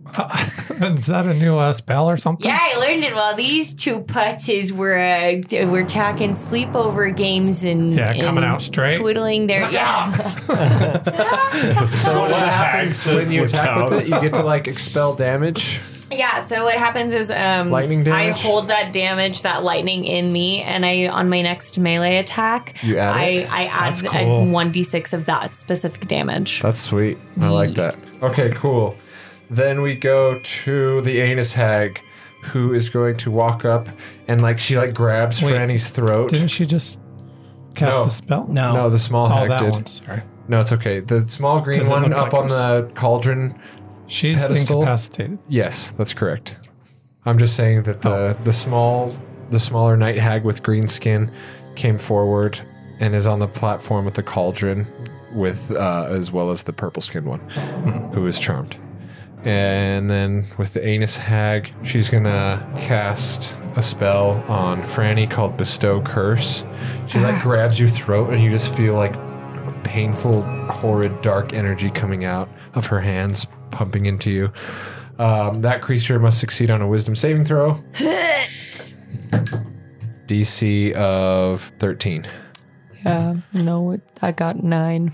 [SPEAKER 4] is that a new uh, spell or something?
[SPEAKER 8] Yeah, I learned it while these two putzes were uh, d- were talking sleepover games and
[SPEAKER 4] Yeah,
[SPEAKER 8] and
[SPEAKER 4] coming out straight.
[SPEAKER 8] twiddling their yeah.
[SPEAKER 2] So what happens
[SPEAKER 5] hacks that
[SPEAKER 2] when you
[SPEAKER 5] slipped
[SPEAKER 2] attack
[SPEAKER 5] out.
[SPEAKER 2] with it? You get to like expel damage.
[SPEAKER 8] Yeah, so what happens is um,
[SPEAKER 2] Lightning
[SPEAKER 8] I
[SPEAKER 2] damage?
[SPEAKER 8] hold that damage, that lightning in me, and I on my next melee attack,
[SPEAKER 2] You add
[SPEAKER 8] I,
[SPEAKER 2] it?
[SPEAKER 8] I add
[SPEAKER 2] That's
[SPEAKER 8] a
[SPEAKER 2] cool.
[SPEAKER 8] 1d6 of that specific damage.
[SPEAKER 2] That's sweet. I like that. Okay, cool. Then we go to the anus hag, who is going to walk up and like she like grabs
[SPEAKER 4] Wait,
[SPEAKER 2] Franny's throat.
[SPEAKER 4] Didn't she just cast
[SPEAKER 2] No.
[SPEAKER 4] the spell?
[SPEAKER 2] No. No, the small
[SPEAKER 4] oh,
[SPEAKER 2] hag
[SPEAKER 4] that
[SPEAKER 2] did.
[SPEAKER 4] One, sorry.
[SPEAKER 2] No, it's okay. The small green
[SPEAKER 4] 'Cause it
[SPEAKER 2] one
[SPEAKER 4] looked
[SPEAKER 2] up
[SPEAKER 4] like it
[SPEAKER 2] on
[SPEAKER 4] was-
[SPEAKER 2] the cauldron.
[SPEAKER 4] She's
[SPEAKER 2] pedestal.
[SPEAKER 4] incapacitated.
[SPEAKER 2] Yes, that's correct. I'm just saying that the the small the smaller night hag with green skin came forward and is on the platform with the cauldron with uh, as well as the purple skinned one who is charmed. And then with the anus hag, she's gonna cast a spell on Franny called Bestow Curse. She like grabs your throat and you just feel like painful, horrid, dark energy coming out of her hands, pumping into you. Um, that creature must succeed on a Wisdom saving throw. DC of 13.
[SPEAKER 12] Yeah, Uh, no, it, I got nine.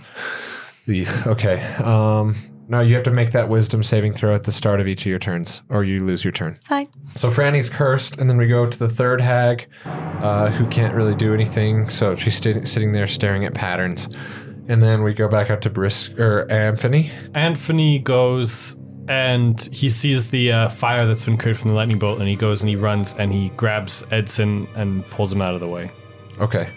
[SPEAKER 2] Yeah, Okay. Um, no, you have to make that Wisdom saving throw at the start of each of your turns, or you lose your turn.
[SPEAKER 12] Fine.
[SPEAKER 2] So Franny's cursed, and then we go to the third hag, uh, who can't really do anything. So she's sti- sitting there staring at patterns, and then we go back up to Brisk er, or Anthony.
[SPEAKER 5] Anthony goes and he sees the uh, fire that's been created from the lightning bolt, and he goes and he runs and he grabs Edson and pulls him out of the way.
[SPEAKER 2] Okay.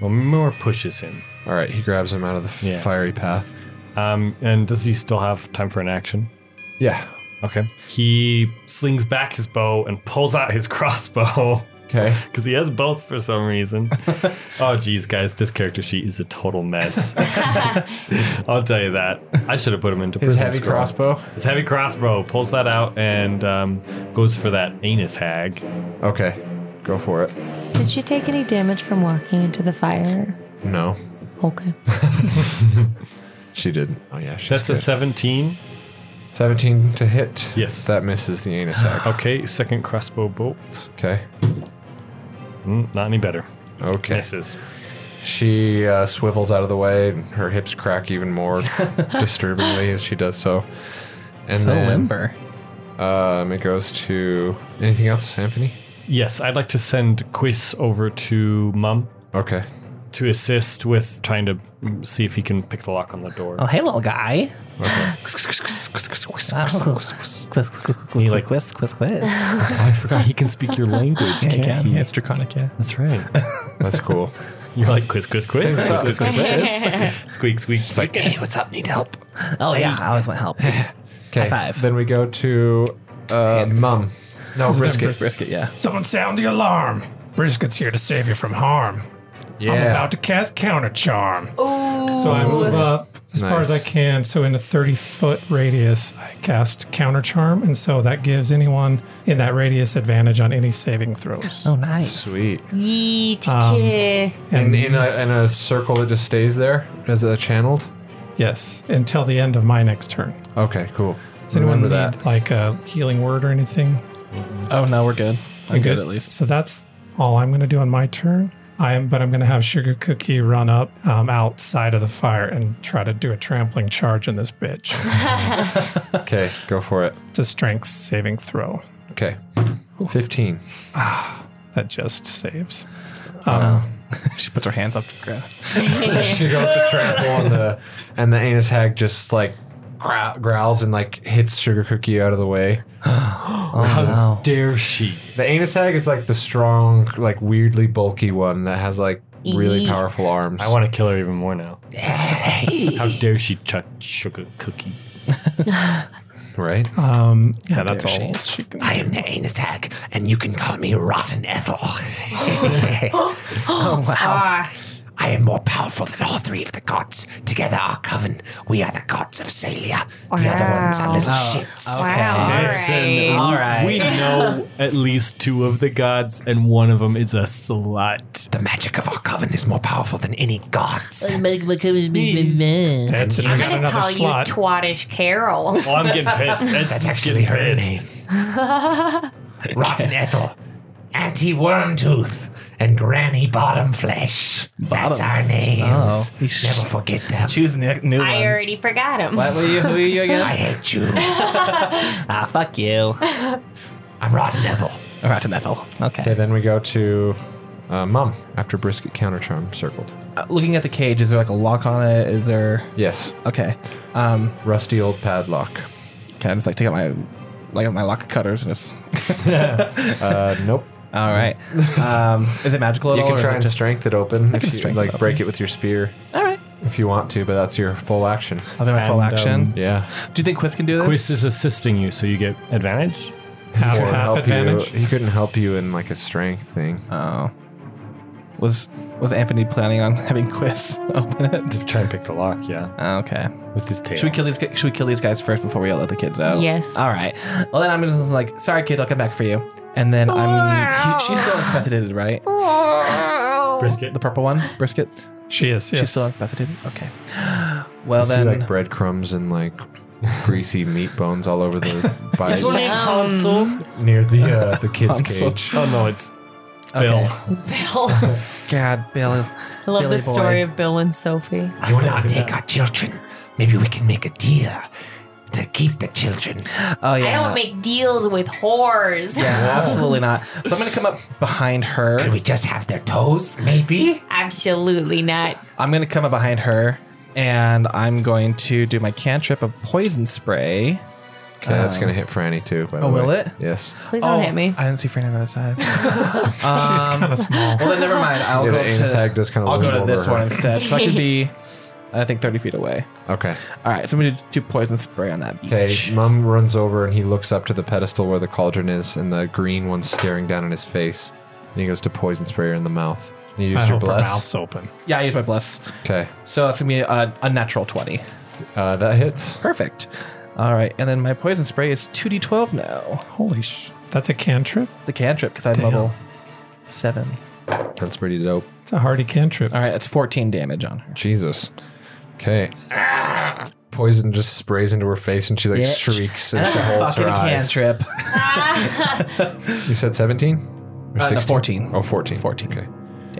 [SPEAKER 5] Well, Moore pushes him.
[SPEAKER 2] All right, he grabs him out of the f-
[SPEAKER 5] Yeah.
[SPEAKER 2] fiery path.
[SPEAKER 5] Um, and does he still have time for an action?
[SPEAKER 2] Yeah.
[SPEAKER 5] Okay. He slings back his bow and pulls out his crossbow.
[SPEAKER 2] Okay.
[SPEAKER 5] Because he has both for some reason. oh, geez, guys, this character sheet is a total mess. I'll tell you that. I should have put him into
[SPEAKER 2] His
[SPEAKER 5] prison
[SPEAKER 2] heavy
[SPEAKER 5] scroll.
[SPEAKER 2] crossbow?
[SPEAKER 5] His heavy crossbow pulls that out and um, goes for that anus hag.
[SPEAKER 2] Okay, go for it.
[SPEAKER 8] Did she take any damage from walking into the fire?
[SPEAKER 2] No,
[SPEAKER 8] Okay.
[SPEAKER 2] she didn't. Oh yeah, she's
[SPEAKER 5] That's a
[SPEAKER 2] good.
[SPEAKER 5] seventeen.
[SPEAKER 2] Seventeen to hit.
[SPEAKER 5] Yes.
[SPEAKER 2] that misses the anus hag.
[SPEAKER 5] Okay, second crossbow bolt.
[SPEAKER 2] Okay.
[SPEAKER 5] Mm, not any better.
[SPEAKER 2] Okay.
[SPEAKER 5] Misses.
[SPEAKER 2] She uh, swivels out of the way, and her hips crack even more disturbingly as she does so. And
[SPEAKER 1] So
[SPEAKER 2] then,
[SPEAKER 1] limber.
[SPEAKER 2] Um, it goes to anything else, Anthony?
[SPEAKER 5] Yes, I'd like to send Quiz over to Mum
[SPEAKER 2] Okay.
[SPEAKER 5] to assist with trying to mm, see if he can pick the lock on the door.
[SPEAKER 1] Oh, hey, little guy.
[SPEAKER 2] Okay.
[SPEAKER 1] Quiz, quiz, quiz, quiz, quiz, quiz.
[SPEAKER 5] I forgot he can speak your language.
[SPEAKER 1] Yeah, he can. Yeah, it's draconic, yeah.
[SPEAKER 5] That's right.
[SPEAKER 2] That's cool.
[SPEAKER 5] You're like Quiz, Quiz, Quiz,
[SPEAKER 2] What's
[SPEAKER 5] Quiz,
[SPEAKER 2] up?
[SPEAKER 5] Quiz, Quiz, squeak, squeak.
[SPEAKER 2] It's like,
[SPEAKER 1] Hey, what's up? Need help? Oh, yeah, I always want help.
[SPEAKER 2] okay.
[SPEAKER 1] five.
[SPEAKER 2] Then we go to uh, mum. No, brisket.
[SPEAKER 1] Brisket, yeah.
[SPEAKER 4] Someone sound the alarm. Brisket's here to save you from harm. I'm about to cast counter charm. So I move up as far as I
[SPEAKER 2] Nice.
[SPEAKER 4] can. So in a 30 foot radius, I cast counter charm, and so that gives anyone in that radius advantage on any saving throws.
[SPEAKER 1] Oh, nice.
[SPEAKER 2] Sweet.
[SPEAKER 8] Yeet.
[SPEAKER 14] Um,
[SPEAKER 8] yeah.
[SPEAKER 2] And in a, in a circle that just stays there as a channeled?
[SPEAKER 4] Yes, until the end of my next turn.
[SPEAKER 2] Okay, cool.
[SPEAKER 4] Does anyone need like a healing word or anything?
[SPEAKER 1] Oh, no, we're good. I'm good,
[SPEAKER 4] good?
[SPEAKER 1] at least.
[SPEAKER 4] So that's all I'm going to do on my turn. I am, but I'm going to have Sugar Cookie run up um, outside of the fire and try to do a trampling charge on this bitch.
[SPEAKER 2] Okay, go for it.
[SPEAKER 4] it's a strength saving throw.
[SPEAKER 2] Okay. 15.
[SPEAKER 4] That just saves.
[SPEAKER 7] she puts her hands up to grab.
[SPEAKER 2] she goes to trample and the and the anus hag just like grow- growls and like hits sugar cookie out of the way.
[SPEAKER 5] How dare she?
[SPEAKER 2] The anus hag is like the strong, like weirdly bulky one that has like really
[SPEAKER 8] Eee.
[SPEAKER 2] powerful arms.
[SPEAKER 5] I want to kill her even more now. How dare she chuck sugar cookie?
[SPEAKER 2] right.
[SPEAKER 4] Um, yeah, that's all she can.
[SPEAKER 14] I am the anus hag, and you can call me Rotten Ethel.
[SPEAKER 8] Ah,
[SPEAKER 14] uh-huh. I am more powerful than all three of the gods. Together, our coven, we are the gods of Salia. The other ones are little shits.
[SPEAKER 8] wow.
[SPEAKER 5] Listen,
[SPEAKER 8] All right.
[SPEAKER 5] We know at least two of the gods, and one of them is a slut.
[SPEAKER 14] The magic of our coven is more powerful than any gods.
[SPEAKER 4] That's it. We
[SPEAKER 8] I'm
[SPEAKER 4] got
[SPEAKER 8] gonna
[SPEAKER 4] another
[SPEAKER 8] call
[SPEAKER 4] slot.
[SPEAKER 8] you twattish Carol.
[SPEAKER 5] Oh, I'm getting pissed. That's,
[SPEAKER 14] That's actually her
[SPEAKER 5] getting
[SPEAKER 14] name. Rotten Ethel, Auntie Wormtooth, and Granny Bottom Flesh. That's our names.
[SPEAKER 1] You sh-
[SPEAKER 14] Never forget them.
[SPEAKER 7] Choose new, new
[SPEAKER 8] I
[SPEAKER 7] ones.
[SPEAKER 8] already forgot him.
[SPEAKER 7] Who are you, who are you
[SPEAKER 14] I
[SPEAKER 7] again?
[SPEAKER 14] hate you.
[SPEAKER 7] ah, fuck you.
[SPEAKER 14] I'm Rotten Ethel.
[SPEAKER 7] Rotten Ethel.
[SPEAKER 2] Okay,
[SPEAKER 7] Okay.
[SPEAKER 2] then we go to uh, mom after brisket counter charm circled.
[SPEAKER 1] Uh, looking at the cage, is there like a lock on it? Is there
[SPEAKER 2] Yes,
[SPEAKER 1] okay? Um,
[SPEAKER 2] rusty old padlock.
[SPEAKER 1] can I just like take out my like my lock cutters and just
[SPEAKER 2] Uh, nope.
[SPEAKER 1] all right? Um, is it magical at
[SPEAKER 2] You
[SPEAKER 1] all?
[SPEAKER 2] can
[SPEAKER 1] or is
[SPEAKER 2] try
[SPEAKER 1] it
[SPEAKER 2] and
[SPEAKER 1] just-
[SPEAKER 2] strength it open. if
[SPEAKER 1] can
[SPEAKER 2] you,
[SPEAKER 1] strength it
[SPEAKER 2] like
[SPEAKER 1] open.
[SPEAKER 2] break it with your spear. All right. If you want to, but that's your full action.
[SPEAKER 1] I'll do Oh, my full
[SPEAKER 5] And,
[SPEAKER 1] action.
[SPEAKER 5] um,
[SPEAKER 2] Yeah.
[SPEAKER 1] do you think Quiz can do this?
[SPEAKER 5] Quiz is assisting you, so you get advantage.
[SPEAKER 4] Half,
[SPEAKER 2] Couldn't
[SPEAKER 4] half
[SPEAKER 2] help
[SPEAKER 4] advantage.
[SPEAKER 2] You. He couldn't help you in like a strength thing.
[SPEAKER 1] Oh. Was was Anthony planning on having Quiz open it?
[SPEAKER 5] Try and pick the lock, yeah,
[SPEAKER 1] Oh, Okay.
[SPEAKER 5] with his tail.
[SPEAKER 1] Should we kill these? ki- Should we kill these guys first before we let the kids out?
[SPEAKER 8] Yes.
[SPEAKER 1] All right. Well, then I'm just like, sorry, kid, I'll come back for you. And then I'm. he- she's still incapacitated, right?
[SPEAKER 5] brisket?
[SPEAKER 1] The purple one, brisket.
[SPEAKER 4] She is.
[SPEAKER 1] She's
[SPEAKER 4] Yes.
[SPEAKER 1] still incapacitated. Okay. Well
[SPEAKER 2] You see
[SPEAKER 1] then,
[SPEAKER 2] like breadcrumbs and like greasy meat bones all over the by near the uh, the kids
[SPEAKER 1] Console.
[SPEAKER 2] cage.
[SPEAKER 5] Oh no, it's
[SPEAKER 1] okay.
[SPEAKER 5] Bill.
[SPEAKER 3] Bill.
[SPEAKER 1] God, Bill.
[SPEAKER 12] I love
[SPEAKER 1] Billy
[SPEAKER 12] the
[SPEAKER 1] boy.
[SPEAKER 12] story of Bill and Sophie.
[SPEAKER 14] You will not take our children. Maybe we can make a deal to keep the children.
[SPEAKER 1] Oh yeah.
[SPEAKER 8] I don't make deals with whores.
[SPEAKER 1] yeah, absolutely not. So I'm gonna come up behind her.
[SPEAKER 14] Could we just have their toes, maybe?
[SPEAKER 8] Absolutely not.
[SPEAKER 1] I'm gonna come up behind her, and I'm going to do my cantrip of poison spray.
[SPEAKER 2] Okay, that's gonna hit Franny too. By the
[SPEAKER 1] oh,
[SPEAKER 2] way.
[SPEAKER 1] will it?
[SPEAKER 2] Yes.
[SPEAKER 12] Please don't
[SPEAKER 1] Oh,
[SPEAKER 12] hit me.
[SPEAKER 1] I didn't see Fran on the other side.
[SPEAKER 4] She's kind of small.
[SPEAKER 1] Well, then never mind. I'll
[SPEAKER 2] Yeah,
[SPEAKER 1] go
[SPEAKER 2] the
[SPEAKER 1] up
[SPEAKER 2] anus
[SPEAKER 1] to,
[SPEAKER 2] hag does kinda
[SPEAKER 1] I'll go
[SPEAKER 2] loom
[SPEAKER 1] to
[SPEAKER 2] over
[SPEAKER 1] this
[SPEAKER 2] her.
[SPEAKER 1] one instead. So I could be, I think, 30 feet away.
[SPEAKER 2] Okay.
[SPEAKER 1] All right, so I'm going to do poison spray on that beach.
[SPEAKER 2] Okay. Mum runs over and he looks up to the pedestal where the cauldron is, and the green one's staring down in his face. And he goes to poison spray her in the mouth. You
[SPEAKER 4] I
[SPEAKER 2] use your
[SPEAKER 4] hope her
[SPEAKER 2] bless.
[SPEAKER 4] mouth's open.
[SPEAKER 1] Yeah, I use my bless.
[SPEAKER 2] Okay.
[SPEAKER 1] So it's going to be a, a natural 20.
[SPEAKER 2] Uh, that hits.
[SPEAKER 1] Perfect. All right, and then my poison spray is 2d12 now.
[SPEAKER 4] Holy sh! That's a cantrip.
[SPEAKER 1] The cantrip, because I'm level 7.
[SPEAKER 2] That's pretty dope.
[SPEAKER 4] It's a hardy cantrip.
[SPEAKER 1] All right, that's 14 damage on her.
[SPEAKER 2] Jesus. Okay. Poison just sprays into her face and she like
[SPEAKER 1] Bitch.
[SPEAKER 2] shrieks and she holds her
[SPEAKER 1] Fucking
[SPEAKER 2] eyes.
[SPEAKER 1] cantrip.
[SPEAKER 2] You said 17? Or
[SPEAKER 1] Uh, no,
[SPEAKER 2] 16?
[SPEAKER 1] 14.
[SPEAKER 2] Oh, 14.
[SPEAKER 1] 14.
[SPEAKER 2] Okay.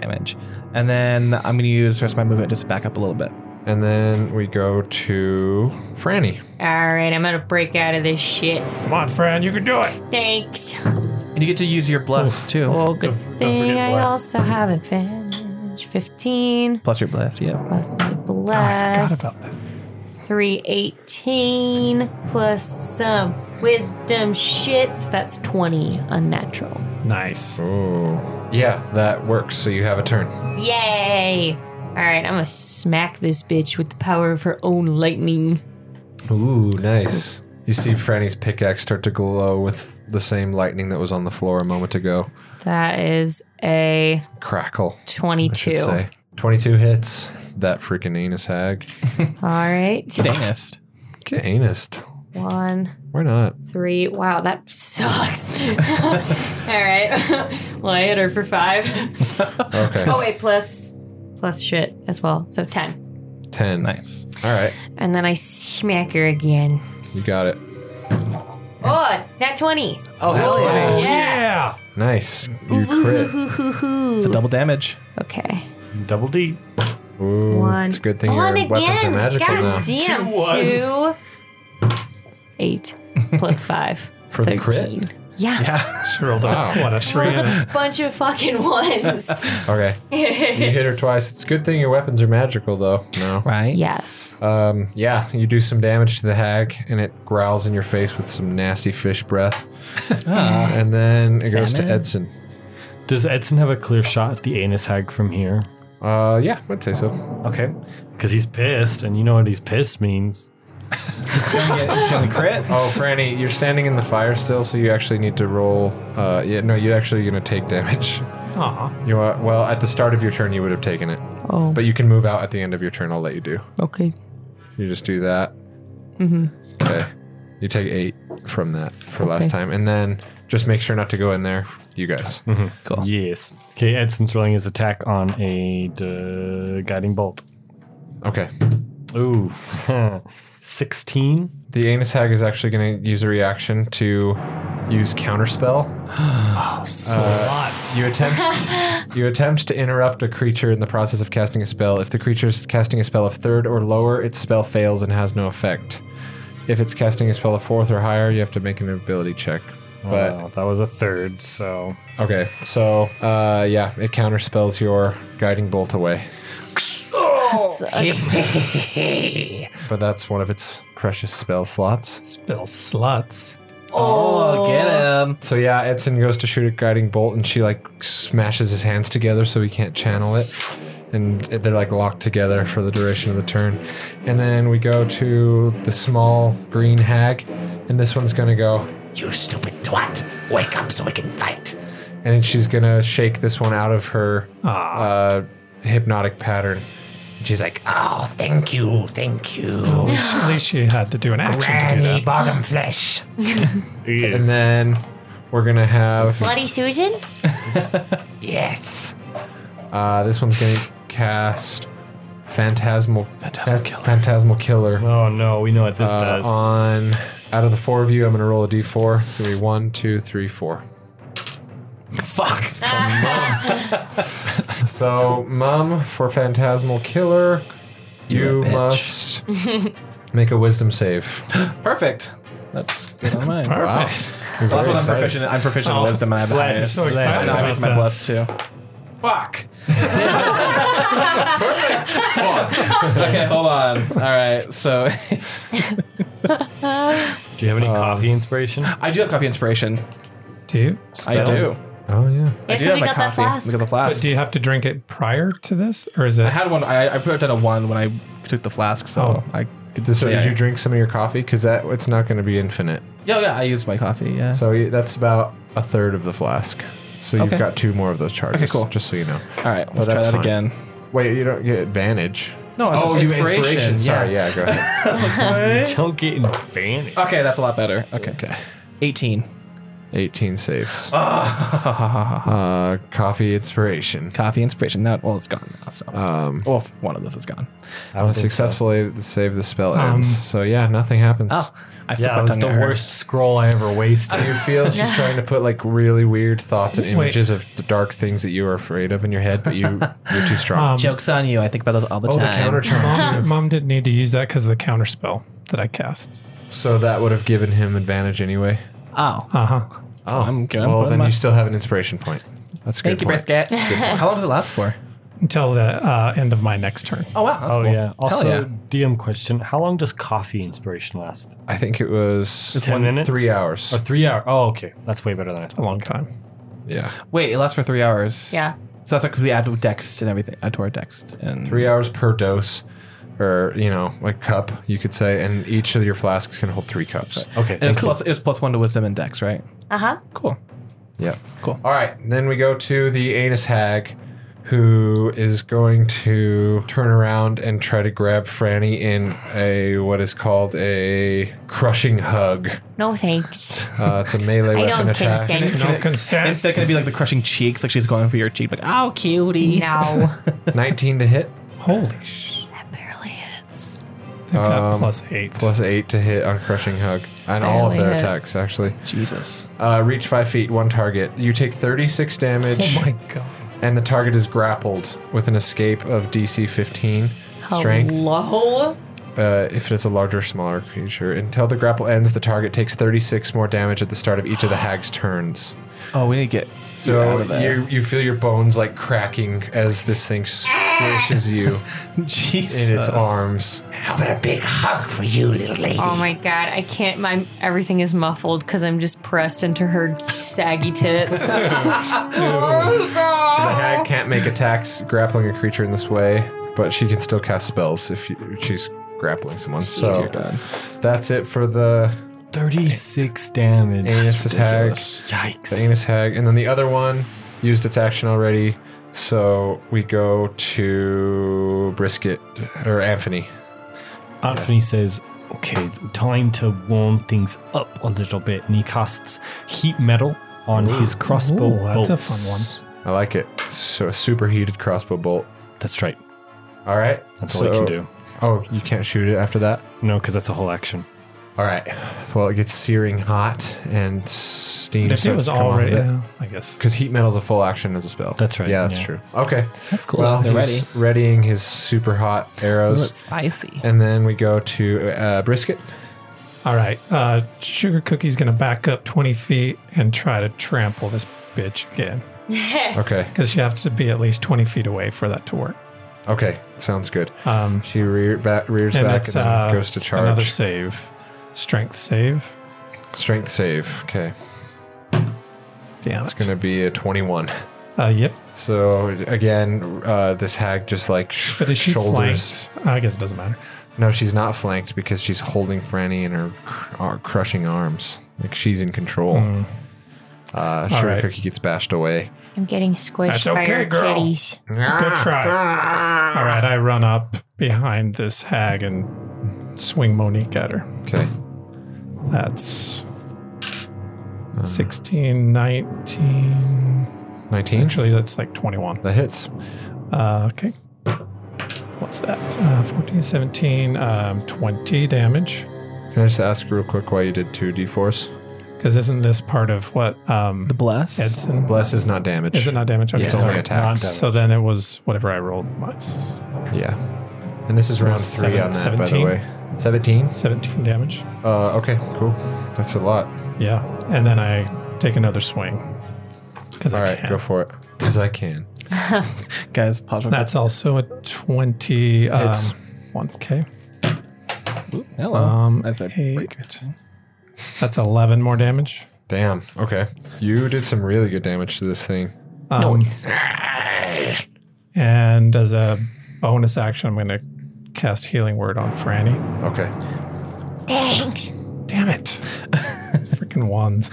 [SPEAKER 1] Damage. And then I'm going to use the rest of my movement just to back up a little bit.
[SPEAKER 2] And then we go to Franny.
[SPEAKER 8] All right, I'm gonna break out of this shit.
[SPEAKER 4] Come on, Fran, you can do it.
[SPEAKER 8] Thanks. Oh,
[SPEAKER 1] And you get to use your bless too.
[SPEAKER 12] Oh, good thing
[SPEAKER 5] forget
[SPEAKER 12] I
[SPEAKER 5] bless.
[SPEAKER 12] also have advantage. 15
[SPEAKER 1] Plus your bless, yeah.
[SPEAKER 12] plus my bless.
[SPEAKER 4] Forgot about that.
[SPEAKER 8] 318 plus some wisdom shits. That's 20 unnatural.
[SPEAKER 4] Nice.
[SPEAKER 2] Oh. Yeah, that works. So you have a turn.
[SPEAKER 8] Yay! All right, I'm gonna smack this bitch with the power of her own lightning.
[SPEAKER 2] Ooh, nice. You see Franny's pickaxe start to glow with the same lightning that was on the floor a moment ago.
[SPEAKER 12] That is a
[SPEAKER 2] Crackle. I should
[SPEAKER 12] 22. All
[SPEAKER 2] say. 22 hits. That freaking anus hag.
[SPEAKER 12] right.
[SPEAKER 1] Dangest.
[SPEAKER 2] Get anus.
[SPEAKER 8] One,
[SPEAKER 2] Why not?
[SPEAKER 8] three. Wow, that sucks. All right. well, I hit her for five.
[SPEAKER 2] Okay.
[SPEAKER 8] Oh, wait, plus.
[SPEAKER 12] Plus shit as well. So 10.
[SPEAKER 2] 10.
[SPEAKER 1] Nice.
[SPEAKER 2] All right.
[SPEAKER 8] And then I smack her again.
[SPEAKER 2] You got it.
[SPEAKER 8] Oh, nat 20.
[SPEAKER 1] Oh, hell yeah.
[SPEAKER 8] yeah.
[SPEAKER 4] Yeah.
[SPEAKER 2] Nice. You crit.
[SPEAKER 1] It's a double damage.
[SPEAKER 12] Okay.
[SPEAKER 5] Double D.
[SPEAKER 2] Ooh,
[SPEAKER 12] One.
[SPEAKER 2] It's a good thing your weapons are magical
[SPEAKER 8] God
[SPEAKER 2] now.
[SPEAKER 8] damn.
[SPEAKER 5] Two ones.
[SPEAKER 8] two.
[SPEAKER 12] 8 plus 5.
[SPEAKER 2] For the crit?
[SPEAKER 12] 13.
[SPEAKER 8] Yeah.
[SPEAKER 4] She rolled a,
[SPEAKER 2] Wow.
[SPEAKER 4] what, a
[SPEAKER 8] Rolled
[SPEAKER 4] three? and a-
[SPEAKER 8] a bunch of fucking ones.
[SPEAKER 2] Okay. You hit her twice. It's a good thing your weapons are magical, though. No.
[SPEAKER 1] Right?
[SPEAKER 8] yes.
[SPEAKER 2] Um, yeah, you do some damage to the hag, and it growls in your face with some nasty fish breath. and then it goes to
[SPEAKER 1] Salmon.
[SPEAKER 2] Edson.
[SPEAKER 5] Does Edson have a clear shot at the anus hag from here?
[SPEAKER 2] Uh, yeah, I'd say so.
[SPEAKER 5] Okay. Because he's pissed, and you know what he's pissed means.
[SPEAKER 7] Can we crit?
[SPEAKER 2] Oh, Franny, you're standing in the fire still, so you actually need to roll. Uh, yeah, no, you're actually going to take damage.
[SPEAKER 4] Aw.
[SPEAKER 2] You are, well, at the start of your turn, you would have taken it. Oh. But you can move out at the end of your turn. I'll let you do.
[SPEAKER 12] Okay.
[SPEAKER 2] You just do that. Mm-hmm. Okay. You take eight from that for last time, and then just make sure not to go in there, you guys.
[SPEAKER 5] Yes. Okay, Edson's rolling his attack on a uh, guiding bolt.
[SPEAKER 2] Okay.
[SPEAKER 5] Ooh. 16?
[SPEAKER 2] The anus hag is actually going to use a reaction to use counterspell. Uh, You attempt you attempt to interrupt a creature in the process of casting a spell. If the creature is casting a spell of third or lower, its spell fails and has no effect. If it's casting a spell of fourth or higher, you have to make an ability check. But
[SPEAKER 5] Well, Oh, that was a third, so.
[SPEAKER 2] okay, so uh, yeah, it counterspells your guiding bolt away. But that's one of its precious spell slots.
[SPEAKER 4] Spill sluts.
[SPEAKER 7] Oh, get him.
[SPEAKER 2] So yeah, Edson goes to shoot a guiding bolt, and she like smashes his hands together so he can't channel it, and they're like locked together for the duration of the turn. And then we go to the small green hag, and this one's gonna go,
[SPEAKER 14] You stupid twat. Wake up so we can fight.
[SPEAKER 2] and she's gonna shake this one out of her uh, hypnotic pattern. She's like,
[SPEAKER 14] Oh, thank you, thank you.
[SPEAKER 4] At least she had to do an action to do
[SPEAKER 14] Granny
[SPEAKER 4] that.
[SPEAKER 14] bottom flesh.
[SPEAKER 2] and then we're gonna have
[SPEAKER 8] Bloody Susan?
[SPEAKER 14] Yes.
[SPEAKER 2] uh, this one's gonna cast phantasmal phantasmal killer. Phantasmal killer.
[SPEAKER 5] Oh no, we know what this
[SPEAKER 2] Uh,
[SPEAKER 5] does.
[SPEAKER 2] on out of the four of you, I'm gonna roll a d4. It's gonna be one, two, three, four.
[SPEAKER 7] Fuck.
[SPEAKER 2] So, mum, for phantasmal killer, you,
[SPEAKER 1] bitch.
[SPEAKER 2] must make a wisdom save.
[SPEAKER 7] Perfect. That's good on mine.
[SPEAKER 4] Perfect.
[SPEAKER 7] Well, that's
[SPEAKER 2] You're very
[SPEAKER 7] what I'm
[SPEAKER 2] excited.
[SPEAKER 7] proficient. in. I'm proficient in wisdom, and I have the
[SPEAKER 5] bless,
[SPEAKER 7] highest.
[SPEAKER 5] so excited
[SPEAKER 7] I know, I
[SPEAKER 4] about
[SPEAKER 7] use my
[SPEAKER 4] that.
[SPEAKER 7] bless too. Fuck. Fuck. Okay, hold on. All right, so
[SPEAKER 5] Do you have any coffee inspiration?
[SPEAKER 7] I do have coffee inspiration.
[SPEAKER 4] Do you?
[SPEAKER 7] I do.
[SPEAKER 2] Oh yeah.
[SPEAKER 8] Yeah,
[SPEAKER 7] I do
[SPEAKER 8] 'cause
[SPEAKER 7] have
[SPEAKER 8] we
[SPEAKER 7] my
[SPEAKER 8] got that
[SPEAKER 7] coffee. Look
[SPEAKER 8] flask.
[SPEAKER 7] at the
[SPEAKER 4] But
[SPEAKER 7] flask.
[SPEAKER 4] do you have to drink it prior to this? Or is it.
[SPEAKER 7] I had one. I, I put it down a one when I took the flask,
[SPEAKER 1] Oh.
[SPEAKER 7] so I could just.
[SPEAKER 2] So,
[SPEAKER 7] yeah,
[SPEAKER 2] did you drink some of your coffee? Because that it's not going to be infinite.
[SPEAKER 7] Yeah, yeah. I used my coffee. Yeah.
[SPEAKER 2] So y- that's about a third of the flask. So you've
[SPEAKER 7] Okay.
[SPEAKER 2] got two more of those charges.
[SPEAKER 7] Okay, cool.
[SPEAKER 2] Just so you know.
[SPEAKER 7] All right, let's try
[SPEAKER 2] that's
[SPEAKER 7] that
[SPEAKER 2] fine.
[SPEAKER 7] again.
[SPEAKER 2] Wait, you don't get advantage.
[SPEAKER 7] No, I
[SPEAKER 2] Oh,
[SPEAKER 7] thought
[SPEAKER 2] you inspiration. Sorry,
[SPEAKER 7] yeah.
[SPEAKER 2] yeah, go ahead.
[SPEAKER 5] Don't get advantage.
[SPEAKER 7] Okay, that's a lot better. Okay,
[SPEAKER 2] okay.
[SPEAKER 7] eighteen.
[SPEAKER 2] 18 saves. uh, coffee inspiration.
[SPEAKER 7] Ah. Coffee inspiration. No, well, it's gone now. So,
[SPEAKER 2] Um,
[SPEAKER 7] well, if one of those is gone.
[SPEAKER 5] I don't think so.
[SPEAKER 2] successfully save the spell
[SPEAKER 7] Um,
[SPEAKER 2] ends. So yeah, nothing happens.
[SPEAKER 7] I flipped
[SPEAKER 5] Yeah,
[SPEAKER 7] my
[SPEAKER 5] that was
[SPEAKER 7] tongue
[SPEAKER 5] the
[SPEAKER 7] at her.
[SPEAKER 5] worst scroll I ever wasted.
[SPEAKER 2] You feel she's trying to put like really weird thoughts and
[SPEAKER 4] Wait.
[SPEAKER 2] images of the dark things that you are afraid of in your head, but you you're too strong.
[SPEAKER 4] Um,
[SPEAKER 1] Jokes on you. I think about those all the
[SPEAKER 2] oh, the
[SPEAKER 1] time.
[SPEAKER 2] counter charm.
[SPEAKER 4] Mom, Mom didn't need to use that because of the counter spell that I cast.
[SPEAKER 2] so that would have given him advantage anyway.
[SPEAKER 1] oh,
[SPEAKER 4] Uh huh.
[SPEAKER 2] Oh,
[SPEAKER 7] I'm good.
[SPEAKER 2] Well,
[SPEAKER 7] What
[SPEAKER 2] then
[SPEAKER 7] am I-
[SPEAKER 2] you still have an inspiration point. That's a good.
[SPEAKER 1] thank you,
[SPEAKER 2] point.
[SPEAKER 1] brisket. How long does it last for?
[SPEAKER 4] Until the uh, end of my next turn.
[SPEAKER 1] Oh wow, that's
[SPEAKER 5] Oh
[SPEAKER 1] cool.
[SPEAKER 5] yeah.
[SPEAKER 1] Hell
[SPEAKER 5] Also,
[SPEAKER 1] yeah.
[SPEAKER 5] DM question: How long does coffee inspiration last?
[SPEAKER 2] I think it was
[SPEAKER 5] Ten minutes.
[SPEAKER 2] three hours.
[SPEAKER 5] Or three hours. Oh, okay. That's way better than I
[SPEAKER 4] A
[SPEAKER 5] thought.
[SPEAKER 4] long time.
[SPEAKER 2] Yeah,
[SPEAKER 1] Wait, it lasts for three hours.
[SPEAKER 8] Yeah.
[SPEAKER 1] So that's because we add dext and everything. Add to our dext and
[SPEAKER 2] three hours per dose, or you know, like cup, you could say, and each of your flasks can hold three cups.
[SPEAKER 5] Okay.
[SPEAKER 1] And it's
[SPEAKER 5] thank you.
[SPEAKER 1] plus, it was plus one to wisdom and dex, right?
[SPEAKER 8] Uh huh.
[SPEAKER 1] Cool.
[SPEAKER 2] Yeah.
[SPEAKER 1] Cool.
[SPEAKER 2] All right. Then we go to the anus hag who is going to turn around and try to grab Franny in a what is called a crushing hug.
[SPEAKER 8] No thanks.
[SPEAKER 2] Uh, it's a melee
[SPEAKER 8] I
[SPEAKER 2] weapon
[SPEAKER 8] don't
[SPEAKER 2] attack.
[SPEAKER 8] consent.
[SPEAKER 4] No consent.
[SPEAKER 1] Instead, gonna be like the crushing cheeks, like she's going for your cheek, like oh cutie.
[SPEAKER 8] No.
[SPEAKER 2] 19 to hit,
[SPEAKER 4] Holy sh.
[SPEAKER 8] that barely hits.
[SPEAKER 4] They've got
[SPEAKER 2] Um,
[SPEAKER 4] plus eight.
[SPEAKER 2] plus 8 to hit on crushing hug. And all of
[SPEAKER 12] Barely
[SPEAKER 2] their
[SPEAKER 12] hits.
[SPEAKER 2] attacks, actually.
[SPEAKER 1] Jesus.
[SPEAKER 2] Uh, reach 5 feet, one target. You take 36 damage,
[SPEAKER 4] oh my god.
[SPEAKER 2] and the target is grappled with an escape of DC 15 strength.
[SPEAKER 3] Low.
[SPEAKER 2] uh, if it is a larger or smaller creature. Until the grapple ends, the target takes 36 more damage at the start of each of the hag's turns.
[SPEAKER 1] Oh, we need to get you out
[SPEAKER 2] So
[SPEAKER 1] of there.
[SPEAKER 2] you, you feel your bones like cracking as this thing squishes you
[SPEAKER 1] Jesus.
[SPEAKER 2] in its arms.
[SPEAKER 14] How about a big hug for you, little lady?
[SPEAKER 12] Oh my god, I can't. My everything is muffled because I'm just pressed into her saggy tits.
[SPEAKER 2] So the
[SPEAKER 4] Oh.
[SPEAKER 2] hag can't make attacks grappling a creature in this way, but she can still cast spells if you, she's grappling someone. So that's it for the
[SPEAKER 5] 36 damage.
[SPEAKER 2] anus attack. The anus hag. And then the other one used its action already. So we go to Brisket or Anthony.
[SPEAKER 5] Anthony says, okay, time to warm things up a little bit. And he casts heat metal on his crossbow
[SPEAKER 4] Ooh, that's a
[SPEAKER 5] bolts.
[SPEAKER 4] fun
[SPEAKER 2] I like it. So a superheated crossbow bolt.
[SPEAKER 5] That's right.
[SPEAKER 2] All right.
[SPEAKER 5] That's all you can
[SPEAKER 2] So-
[SPEAKER 5] do.
[SPEAKER 2] Oh, you can't shoot it after that?
[SPEAKER 5] No, because that's a whole action.
[SPEAKER 2] All right. Well, it gets searing hot and steam
[SPEAKER 4] If it
[SPEAKER 2] starts
[SPEAKER 4] was
[SPEAKER 2] to come off of
[SPEAKER 4] already,
[SPEAKER 2] it.
[SPEAKER 4] yeah, I guess.
[SPEAKER 2] Because heat metal's a full action as a spell.
[SPEAKER 5] That's right,
[SPEAKER 2] Yeah, that's
[SPEAKER 5] yeah.
[SPEAKER 2] true. Okay.
[SPEAKER 1] That's cool.
[SPEAKER 2] Well,
[SPEAKER 1] They're
[SPEAKER 2] he's
[SPEAKER 1] ready.
[SPEAKER 2] readying his super hot
[SPEAKER 1] It's
[SPEAKER 2] arrows.
[SPEAKER 1] spicy.
[SPEAKER 2] And then we go to uh, Brisket.
[SPEAKER 4] All right, uh, Sugar Cookie's gonna back up 20 feet and try to trample this bitch again
[SPEAKER 2] Okay.
[SPEAKER 4] because she has to be at least 20 feet away for that to work.
[SPEAKER 2] Okay. Sounds good.
[SPEAKER 4] Um,
[SPEAKER 2] She rear, ba- rears
[SPEAKER 4] and
[SPEAKER 2] back
[SPEAKER 4] that's
[SPEAKER 2] and then
[SPEAKER 4] uh,
[SPEAKER 2] goes to charge.
[SPEAKER 4] another save, strength save.
[SPEAKER 2] Strength save. Okay.
[SPEAKER 4] Yeah,
[SPEAKER 2] It's going to be a 21.
[SPEAKER 4] Uh, yep.
[SPEAKER 2] So again, uh, this hag just like sh-
[SPEAKER 4] But is she
[SPEAKER 2] shoulders.
[SPEAKER 4] flanked? I guess it doesn't matter.
[SPEAKER 2] No, she's not flanked because she's holding Franny in her cr- uh, crushing arms. Like she's in control. Uh, Sugar
[SPEAKER 4] Hmm. right.
[SPEAKER 2] Cookie gets bashed away.
[SPEAKER 8] I'm getting squished
[SPEAKER 4] That's
[SPEAKER 8] by
[SPEAKER 4] okay,
[SPEAKER 8] your
[SPEAKER 4] girl.
[SPEAKER 8] titties.
[SPEAKER 4] Good try. All right, I run up behind this hag and swing Monique at her.
[SPEAKER 2] Okay.
[SPEAKER 4] That's 16, 19.
[SPEAKER 2] 19.
[SPEAKER 4] Actually, that's like 21.
[SPEAKER 2] That hits.
[SPEAKER 4] Uh, okay. What's that? Uh, 14, 17, um, 20 damage.
[SPEAKER 2] Can I just ask real quick why you did two d4s?
[SPEAKER 4] Because isn't this part of what um,
[SPEAKER 1] The bless.
[SPEAKER 4] Edson?
[SPEAKER 2] Bless is not damage.
[SPEAKER 4] Is it not damage? Okay,
[SPEAKER 2] It's
[SPEAKER 4] sorry.
[SPEAKER 2] only attack.
[SPEAKER 4] Not- So then it was whatever I rolled was
[SPEAKER 2] Yeah. And this is round
[SPEAKER 4] Seven-
[SPEAKER 2] three on that, by the
[SPEAKER 4] 17?
[SPEAKER 2] way. 17?
[SPEAKER 4] 17 damage.
[SPEAKER 2] Uh, okay, cool. That's a lot.
[SPEAKER 4] Yeah. And then I take another swing. Because
[SPEAKER 2] All
[SPEAKER 4] I
[SPEAKER 2] right,
[SPEAKER 4] can.
[SPEAKER 2] go for it. Because I can.
[SPEAKER 1] Guys, pause real quick.
[SPEAKER 4] That's also a 20. Um,
[SPEAKER 2] Hits.
[SPEAKER 4] 1K.
[SPEAKER 1] Hello.
[SPEAKER 4] Um,
[SPEAKER 1] As I
[SPEAKER 4] eight.
[SPEAKER 1] break it.
[SPEAKER 4] That's 11 more damage.
[SPEAKER 2] Damn. Okay. You did some really good damage to this thing.
[SPEAKER 4] Um, And as a bonus action, I'm going to cast Healing Word on Franny.
[SPEAKER 2] Okay.
[SPEAKER 8] Thanks.
[SPEAKER 4] Damn it. Freaking ones.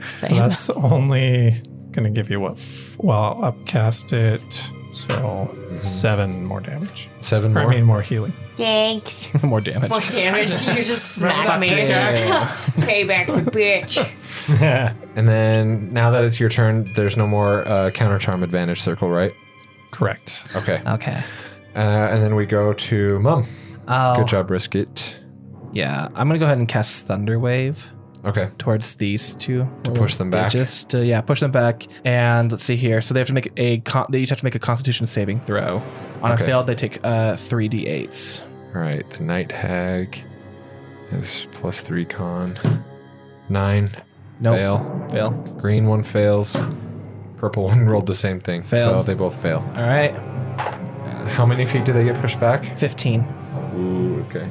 [SPEAKER 12] Same.
[SPEAKER 4] That's only going to give you what? F- well, upcast it. So seven more damage.
[SPEAKER 2] Seven
[SPEAKER 4] Or
[SPEAKER 2] more.
[SPEAKER 4] I mean, more healing.
[SPEAKER 8] Thanks.
[SPEAKER 1] More damage.
[SPEAKER 8] Well, damn it. You just smacked me. Payback's a bitch.
[SPEAKER 2] and then now that it's your turn, there's no more uh, counter charm advantage circle, right?
[SPEAKER 4] Correct.
[SPEAKER 2] Okay.
[SPEAKER 1] Okay.
[SPEAKER 2] Uh, and then we go to Mum.
[SPEAKER 1] Oh,
[SPEAKER 2] Good job, Brisket.
[SPEAKER 1] yeah. I'm gonna go ahead and cast Thunder Wave
[SPEAKER 2] Okay.
[SPEAKER 1] towards these two to
[SPEAKER 2] push them back.
[SPEAKER 1] Just to, yeah, push them back. And let's see here. So they have to make a con- they each have to make a Constitution saving throw. On
[SPEAKER 2] Okay.
[SPEAKER 1] a failed, they take uh three d8s.
[SPEAKER 2] All right. The Night Hag is plus three con. Nine.
[SPEAKER 1] Nope.
[SPEAKER 2] Fail.
[SPEAKER 1] Fail.
[SPEAKER 2] Green one fails. Purple one rolled the same thing. So
[SPEAKER 1] Failed.
[SPEAKER 2] they both fail.
[SPEAKER 1] All right.
[SPEAKER 2] How many feet do they get pushed back?
[SPEAKER 1] Fifteen.
[SPEAKER 2] Ooh, okay.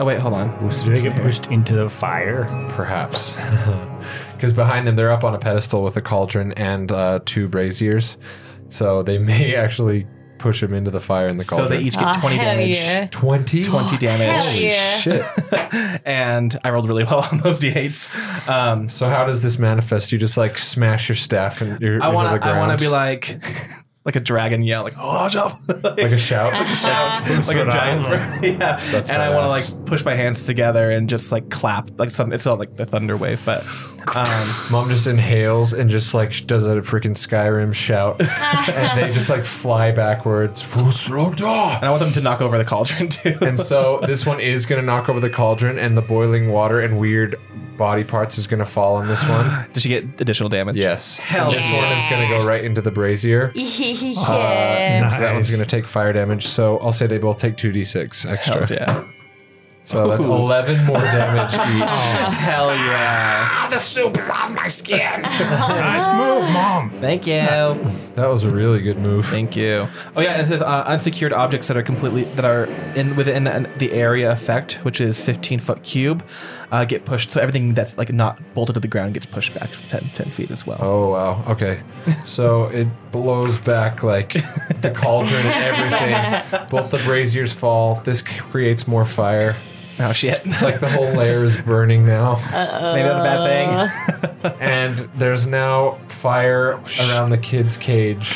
[SPEAKER 1] Oh wait, hold on.
[SPEAKER 5] So did I get pushed into the fire?
[SPEAKER 2] Perhaps. Because behind them, they're up on a pedestal with a cauldron and uh, two braziers. So they may actually push him into the fire in the
[SPEAKER 1] So
[SPEAKER 2] cauldron.
[SPEAKER 1] they each get
[SPEAKER 12] Aw,
[SPEAKER 1] twenty
[SPEAKER 12] Ah, hell
[SPEAKER 1] damage.
[SPEAKER 12] yeah.
[SPEAKER 2] 20?
[SPEAKER 1] 20 damage.
[SPEAKER 12] Hell yeah.
[SPEAKER 2] Shit.
[SPEAKER 1] and I rolled really well on those d8s. Um,
[SPEAKER 2] So how does this manifest? You just like smash your staff in, your,
[SPEAKER 1] I
[SPEAKER 2] into
[SPEAKER 1] want
[SPEAKER 2] the
[SPEAKER 1] to.
[SPEAKER 2] ground.
[SPEAKER 1] I want to be like, like a dragon yell, like oh, jump,
[SPEAKER 2] like a shout.
[SPEAKER 1] shout, like a giant, yeah. and I want
[SPEAKER 2] badass.
[SPEAKER 1] to like push my hands together and just like clap, like some. It's not like the thunder wave, but um,
[SPEAKER 2] Mom just inhales and just like sh- does a freaking Skyrim shout, and they just like fly backwards.
[SPEAKER 1] and I want them to knock over the cauldron too.
[SPEAKER 2] And so this one is gonna knock over the cauldron and the boiling water and weird body parts is going to fall on this one.
[SPEAKER 1] Did she get additional damage?
[SPEAKER 2] Yes. Hell This one is going to go right into the brazier.
[SPEAKER 8] yeah.
[SPEAKER 2] And so that one's
[SPEAKER 4] Nice.
[SPEAKER 2] going to take fire damage. So I'll say they both take 2d6 extra.
[SPEAKER 1] Hells yeah.
[SPEAKER 2] So that's 11 more damage
[SPEAKER 1] Oh.
[SPEAKER 2] each.
[SPEAKER 7] Hell yeah.
[SPEAKER 14] Ah, the soup is on my skin.
[SPEAKER 4] Nice move, mom.
[SPEAKER 1] Thank you.
[SPEAKER 2] That was a really good move.
[SPEAKER 1] Thank you. Oh yeah, and it says uh, unsecured objects that are completely that are in within the, the area effect, which is 15 foot cube, uh, get pushed. So everything that's like not bolted to the ground gets pushed back 10, 10 feet as well.
[SPEAKER 2] Oh wow. Okay. So it blows back like the cauldron and everything. Both the braziers fall. This c- creates more fire.
[SPEAKER 1] Oh, shit!
[SPEAKER 2] Like the whole layer is burning now.
[SPEAKER 1] Maybe that's a bad thing.
[SPEAKER 2] And there's now fire around the kid's cage.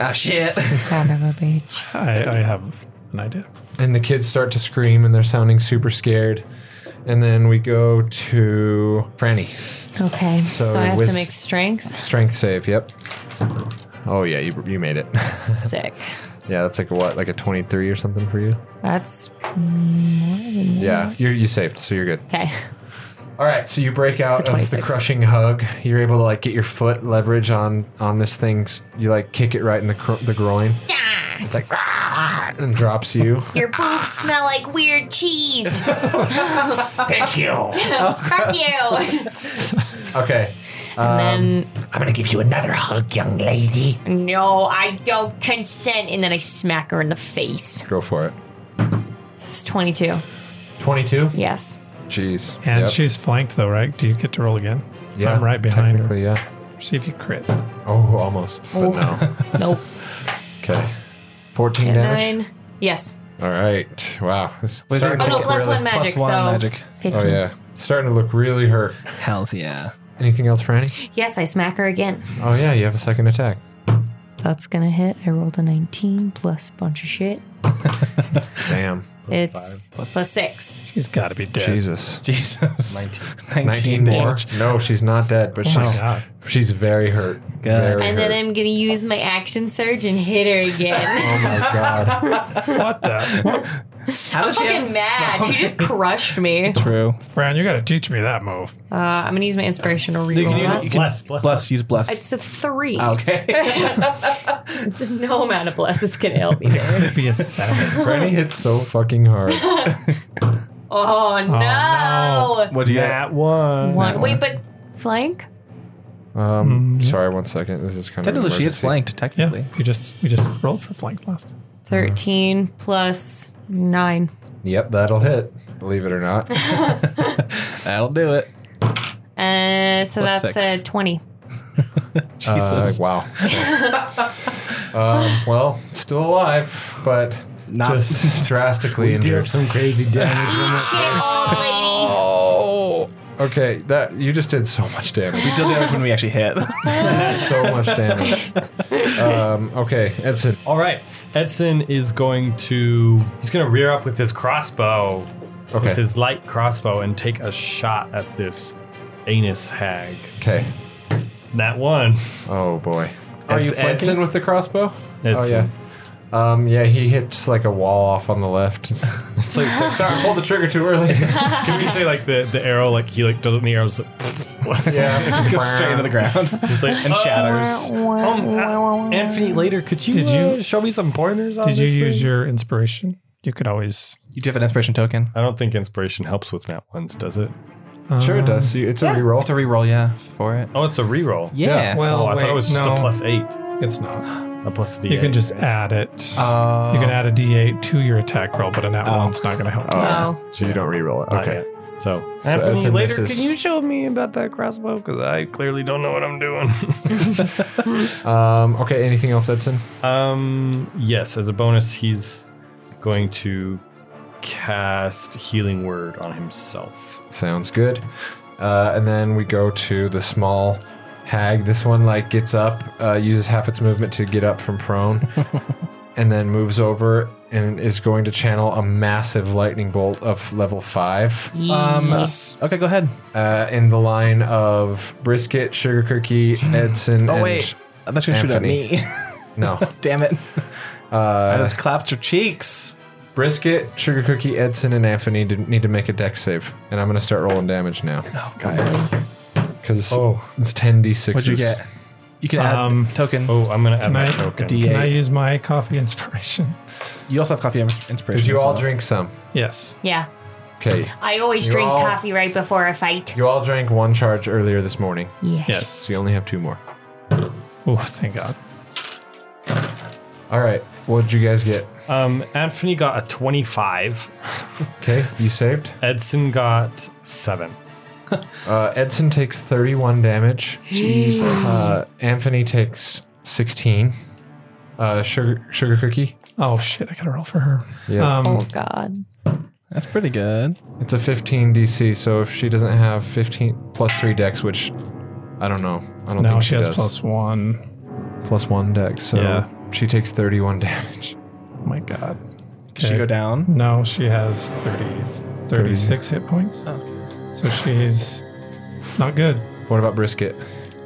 [SPEAKER 1] oh shit!
[SPEAKER 12] Son of a bitch.
[SPEAKER 4] I, I have an idea.
[SPEAKER 2] And the kids start to scream and they're sounding super scared. And then we go to Franny.
[SPEAKER 12] Okay, so, I have
[SPEAKER 2] with-
[SPEAKER 12] to make strength.
[SPEAKER 2] Strength save. Yep. Oh yeah, you, you made it.
[SPEAKER 12] Sick.
[SPEAKER 2] yeah, that's like a what, like a 23 or something for you?
[SPEAKER 12] That's
[SPEAKER 2] Yeah, you you saved, so you're good.
[SPEAKER 12] okay.
[SPEAKER 2] All right, so you break out
[SPEAKER 12] a
[SPEAKER 2] of the
[SPEAKER 12] 26.
[SPEAKER 2] crushing hug. You're able to like get your foot leverage on on this thing. You like kick it right in the cro- the groin. It's like "Ah," and drops you.
[SPEAKER 8] Your boobs smell like weird cheese.
[SPEAKER 14] Thank you.
[SPEAKER 8] Fuck you.
[SPEAKER 2] Okay,
[SPEAKER 12] And
[SPEAKER 14] I'm gonna give you another hug, young lady.
[SPEAKER 8] then, no, I don't consent. And then I smack her in the face.
[SPEAKER 2] go for it.
[SPEAKER 12] it's 22.
[SPEAKER 2] Twenty two.
[SPEAKER 12] Yes.
[SPEAKER 2] Jeez.
[SPEAKER 4] And
[SPEAKER 2] Yep.
[SPEAKER 4] she's flanked though, right? Do you get to roll again?
[SPEAKER 2] Yeah,
[SPEAKER 4] I'm right behind her.
[SPEAKER 2] Technically, yeah.
[SPEAKER 4] See if you crit.
[SPEAKER 2] Oh, almost. But no.
[SPEAKER 12] Nope.
[SPEAKER 2] Okay. Fourteen damage.
[SPEAKER 12] Nine. Yes.
[SPEAKER 2] All right. Wow. This- starting
[SPEAKER 12] Oh
[SPEAKER 2] to
[SPEAKER 12] no,
[SPEAKER 2] look
[SPEAKER 12] plus
[SPEAKER 2] really-
[SPEAKER 12] one magic.
[SPEAKER 1] Plus one
[SPEAKER 12] so
[SPEAKER 1] magic.
[SPEAKER 12] 15.
[SPEAKER 2] Oh yeah. Starting to look really hurt.
[SPEAKER 1] Hells yeah.
[SPEAKER 2] Anything else, Franny?
[SPEAKER 12] Yes, I smack her again.
[SPEAKER 2] Oh yeah, you have a second attack.
[SPEAKER 12] That's gonna hit. I rolled a 19 plus a bunch of shit.
[SPEAKER 2] Damn.
[SPEAKER 12] it's plus, plus six.
[SPEAKER 4] She's got to be dead.
[SPEAKER 2] Jesus.
[SPEAKER 1] Jesus. 19,
[SPEAKER 2] 19 more.
[SPEAKER 1] damage.
[SPEAKER 2] No, she's not dead, but
[SPEAKER 4] my
[SPEAKER 2] she's
[SPEAKER 4] Oh, God.
[SPEAKER 2] she's very hurt.
[SPEAKER 1] Good.
[SPEAKER 2] Very
[SPEAKER 12] And then
[SPEAKER 2] hurt.
[SPEAKER 12] I'm gonna use my action surge and hit her again.
[SPEAKER 2] Oh my god.
[SPEAKER 4] What the? What?
[SPEAKER 1] How does she have
[SPEAKER 12] fucking mad. She just crushed me. Uh,
[SPEAKER 1] True.
[SPEAKER 4] Fran, you got to teach me that move.
[SPEAKER 12] I'm gonna use my inspirational reroll.
[SPEAKER 1] You can use,
[SPEAKER 12] that.
[SPEAKER 1] you can
[SPEAKER 5] Bless, bless.
[SPEAKER 1] Use bless.
[SPEAKER 12] It's a three.
[SPEAKER 1] Oh, okay.
[SPEAKER 12] Just no amount of bless is gonna help me. here.
[SPEAKER 4] It'd be a seven.
[SPEAKER 2] Franny hits so fucking hard.
[SPEAKER 12] Oh no!
[SPEAKER 1] What do you get?
[SPEAKER 5] That one.
[SPEAKER 12] One. Wait, but flank?
[SPEAKER 2] Um, sorry, one second. This is kind of
[SPEAKER 1] Technically, she is
[SPEAKER 2] emergency.
[SPEAKER 1] flanked.
[SPEAKER 4] Yeah,
[SPEAKER 1] Technically.
[SPEAKER 4] we just we just rolled for flank last. time.
[SPEAKER 12] Thirteen plus nine.
[SPEAKER 2] Yep, that'll hit. Believe it or not. Uh,
[SPEAKER 1] That'll do it.
[SPEAKER 12] Uh, so
[SPEAKER 1] Plus
[SPEAKER 12] that's
[SPEAKER 1] six.
[SPEAKER 12] a twenty.
[SPEAKER 2] Uh,
[SPEAKER 1] Jesus.
[SPEAKER 2] wow. um, well, still alive, but
[SPEAKER 1] Not-
[SPEAKER 2] just drastically injured.
[SPEAKER 5] crazy damage.
[SPEAKER 8] Eat shit, old lady.
[SPEAKER 2] Oh. Okay, that you just did so much damage.
[SPEAKER 1] We deal damage when we actually hit.
[SPEAKER 2] so much damage. Um, okay, Edson.
[SPEAKER 5] All right. Edson is going to he's going to rear up with his crossbow,
[SPEAKER 2] Okay.
[SPEAKER 5] with his light crossbow, and take a shot at this anus hag.
[SPEAKER 2] Okay.
[SPEAKER 5] That one.
[SPEAKER 2] Oh boy.
[SPEAKER 1] Are you
[SPEAKER 2] Eds- Edson
[SPEAKER 1] flanking?
[SPEAKER 2] with the crossbow?
[SPEAKER 5] Edson.
[SPEAKER 2] Oh yeah. Um, yeah, he hits like a wall off on the left. it's like, it's like, sorry, I pulled the trigger too early.
[SPEAKER 5] Can we say like the, the arrow? Like he like doesn't the arrows. Like,
[SPEAKER 2] yeah,
[SPEAKER 1] Goes straight into the ground.
[SPEAKER 5] it's like and shatters. Um, uh, Anthony, later, could you
[SPEAKER 4] Did you-
[SPEAKER 5] uh, show me some pointers? On
[SPEAKER 4] Did you
[SPEAKER 5] this
[SPEAKER 4] use
[SPEAKER 5] thing?
[SPEAKER 4] your inspiration? You could always.
[SPEAKER 1] You do have an inspiration token.
[SPEAKER 5] I don't think inspiration helps with nat ones, does it?
[SPEAKER 2] Sure, it does.
[SPEAKER 1] Um,
[SPEAKER 2] You- It's a reroll.
[SPEAKER 1] To reroll, yeah, for it.
[SPEAKER 5] Oh, it's a reroll.
[SPEAKER 1] Yeah.
[SPEAKER 4] Well,
[SPEAKER 5] Oh, I thought
[SPEAKER 4] wait,
[SPEAKER 5] it was just
[SPEAKER 4] no,
[SPEAKER 5] a plus eight,
[SPEAKER 4] It's not.
[SPEAKER 5] a plus D.
[SPEAKER 4] You can just add it.
[SPEAKER 1] Um,
[SPEAKER 4] you can add a D8 to your attack roll, but a nat one's not going to help.
[SPEAKER 12] Oh.
[SPEAKER 2] So you don't reroll it. Okay.
[SPEAKER 5] So,
[SPEAKER 2] Anthony,
[SPEAKER 5] Anthony,
[SPEAKER 2] Edson
[SPEAKER 5] later,
[SPEAKER 2] misses.
[SPEAKER 5] can you show me about that crossbow? Because I clearly don't know what I'm doing.
[SPEAKER 2] Um, okay. Anything else, Edson?
[SPEAKER 5] um, yes, as a bonus, he's going to cast Healing Word on himself.
[SPEAKER 2] Sounds good. Uh, and then we go to the small hag. This one like gets up, uh, uses half its movement to get up from prone, and then moves over and is going to channel a massive lightning bolt of level five.
[SPEAKER 1] Um, okay, go ahead.
[SPEAKER 2] uh, in the line of brisket, sugar cookie, Edson.
[SPEAKER 1] Oh
[SPEAKER 2] and
[SPEAKER 1] wait, I thought you were gonna shoot at
[SPEAKER 2] Anthony.
[SPEAKER 1] me.
[SPEAKER 2] no,
[SPEAKER 1] Damn it! I
[SPEAKER 2] uh,
[SPEAKER 1] just clapped your cheeks.
[SPEAKER 2] Brisket, Sugar Cookie, Edson, and Anthony d- need to make a deck save, and I'm gonna start rolling damage now
[SPEAKER 1] Oh, guys.
[SPEAKER 2] because
[SPEAKER 5] Oh.
[SPEAKER 2] it's 10 d6s.
[SPEAKER 1] What'd you get? You can add
[SPEAKER 4] Um,
[SPEAKER 1] token.
[SPEAKER 5] Oh, I'm gonna add
[SPEAKER 4] Can
[SPEAKER 5] my
[SPEAKER 4] I-
[SPEAKER 5] token.
[SPEAKER 1] D-
[SPEAKER 4] Can I
[SPEAKER 1] D8.
[SPEAKER 4] use my coffee inspiration?
[SPEAKER 1] You also have coffee inspiration.
[SPEAKER 2] Did you
[SPEAKER 1] as
[SPEAKER 2] all
[SPEAKER 1] well.
[SPEAKER 2] drink some?
[SPEAKER 4] Yes.
[SPEAKER 8] Yeah.
[SPEAKER 2] Okay,
[SPEAKER 8] I always
[SPEAKER 2] You
[SPEAKER 8] drink
[SPEAKER 2] all-
[SPEAKER 8] coffee right before a fight.
[SPEAKER 2] you all drank one charge earlier this morning,
[SPEAKER 8] Yes.
[SPEAKER 4] Yes.
[SPEAKER 2] so you only have two more.
[SPEAKER 4] Oh, thank God.
[SPEAKER 2] All right, what did you guys get?
[SPEAKER 5] Um, Anthony got a 25.
[SPEAKER 2] Okay, you saved.
[SPEAKER 5] Edson got seven.
[SPEAKER 2] Uh, Edson takes 31 damage. Jesus. Uh, Anthony takes 16. Uh, sugar, sugar cookie.
[SPEAKER 4] Oh shit! I gotta roll for her.
[SPEAKER 2] Yeah.
[SPEAKER 4] Um,
[SPEAKER 12] Oh God.
[SPEAKER 1] That's pretty good.
[SPEAKER 2] It's a 15 DC, so if she doesn't have 15 plus 3 decks, which I don't know. I don't
[SPEAKER 4] no,
[SPEAKER 2] think
[SPEAKER 4] she,
[SPEAKER 2] she,
[SPEAKER 4] has
[SPEAKER 2] does.
[SPEAKER 4] plus one.
[SPEAKER 2] plus 1 deck, so
[SPEAKER 4] Yeah.
[SPEAKER 2] she takes 31 damage.
[SPEAKER 4] Oh my God.
[SPEAKER 1] Did she
[SPEAKER 4] Okay.
[SPEAKER 1] go down?
[SPEAKER 4] No, she has 30, 36 hit points. So she's not good.
[SPEAKER 2] What about Brisket?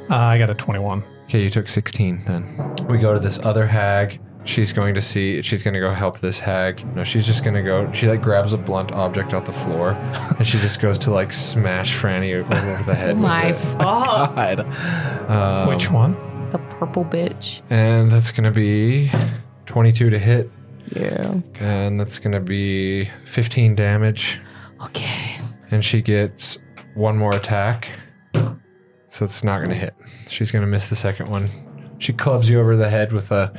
[SPEAKER 4] Uh, I got a 21.
[SPEAKER 2] Okay, you took 16 then. We go to this other hag. She's going to see, she's going to go help this hag. No, she's just going to go, she like grabs a blunt object off the floor and she just goes to like smash Franny over the head.
[SPEAKER 12] Oh, My
[SPEAKER 2] with it.
[SPEAKER 12] fuck.
[SPEAKER 1] God.
[SPEAKER 4] Which one?
[SPEAKER 12] The purple bitch.
[SPEAKER 2] And that's going to be 22 to hit.
[SPEAKER 12] Yeah.
[SPEAKER 2] And that's going to be 15 damage.
[SPEAKER 12] Okay.
[SPEAKER 2] And she gets one more attack. So it's not going to hit. She's going to miss the second one. She clubs you over the head with a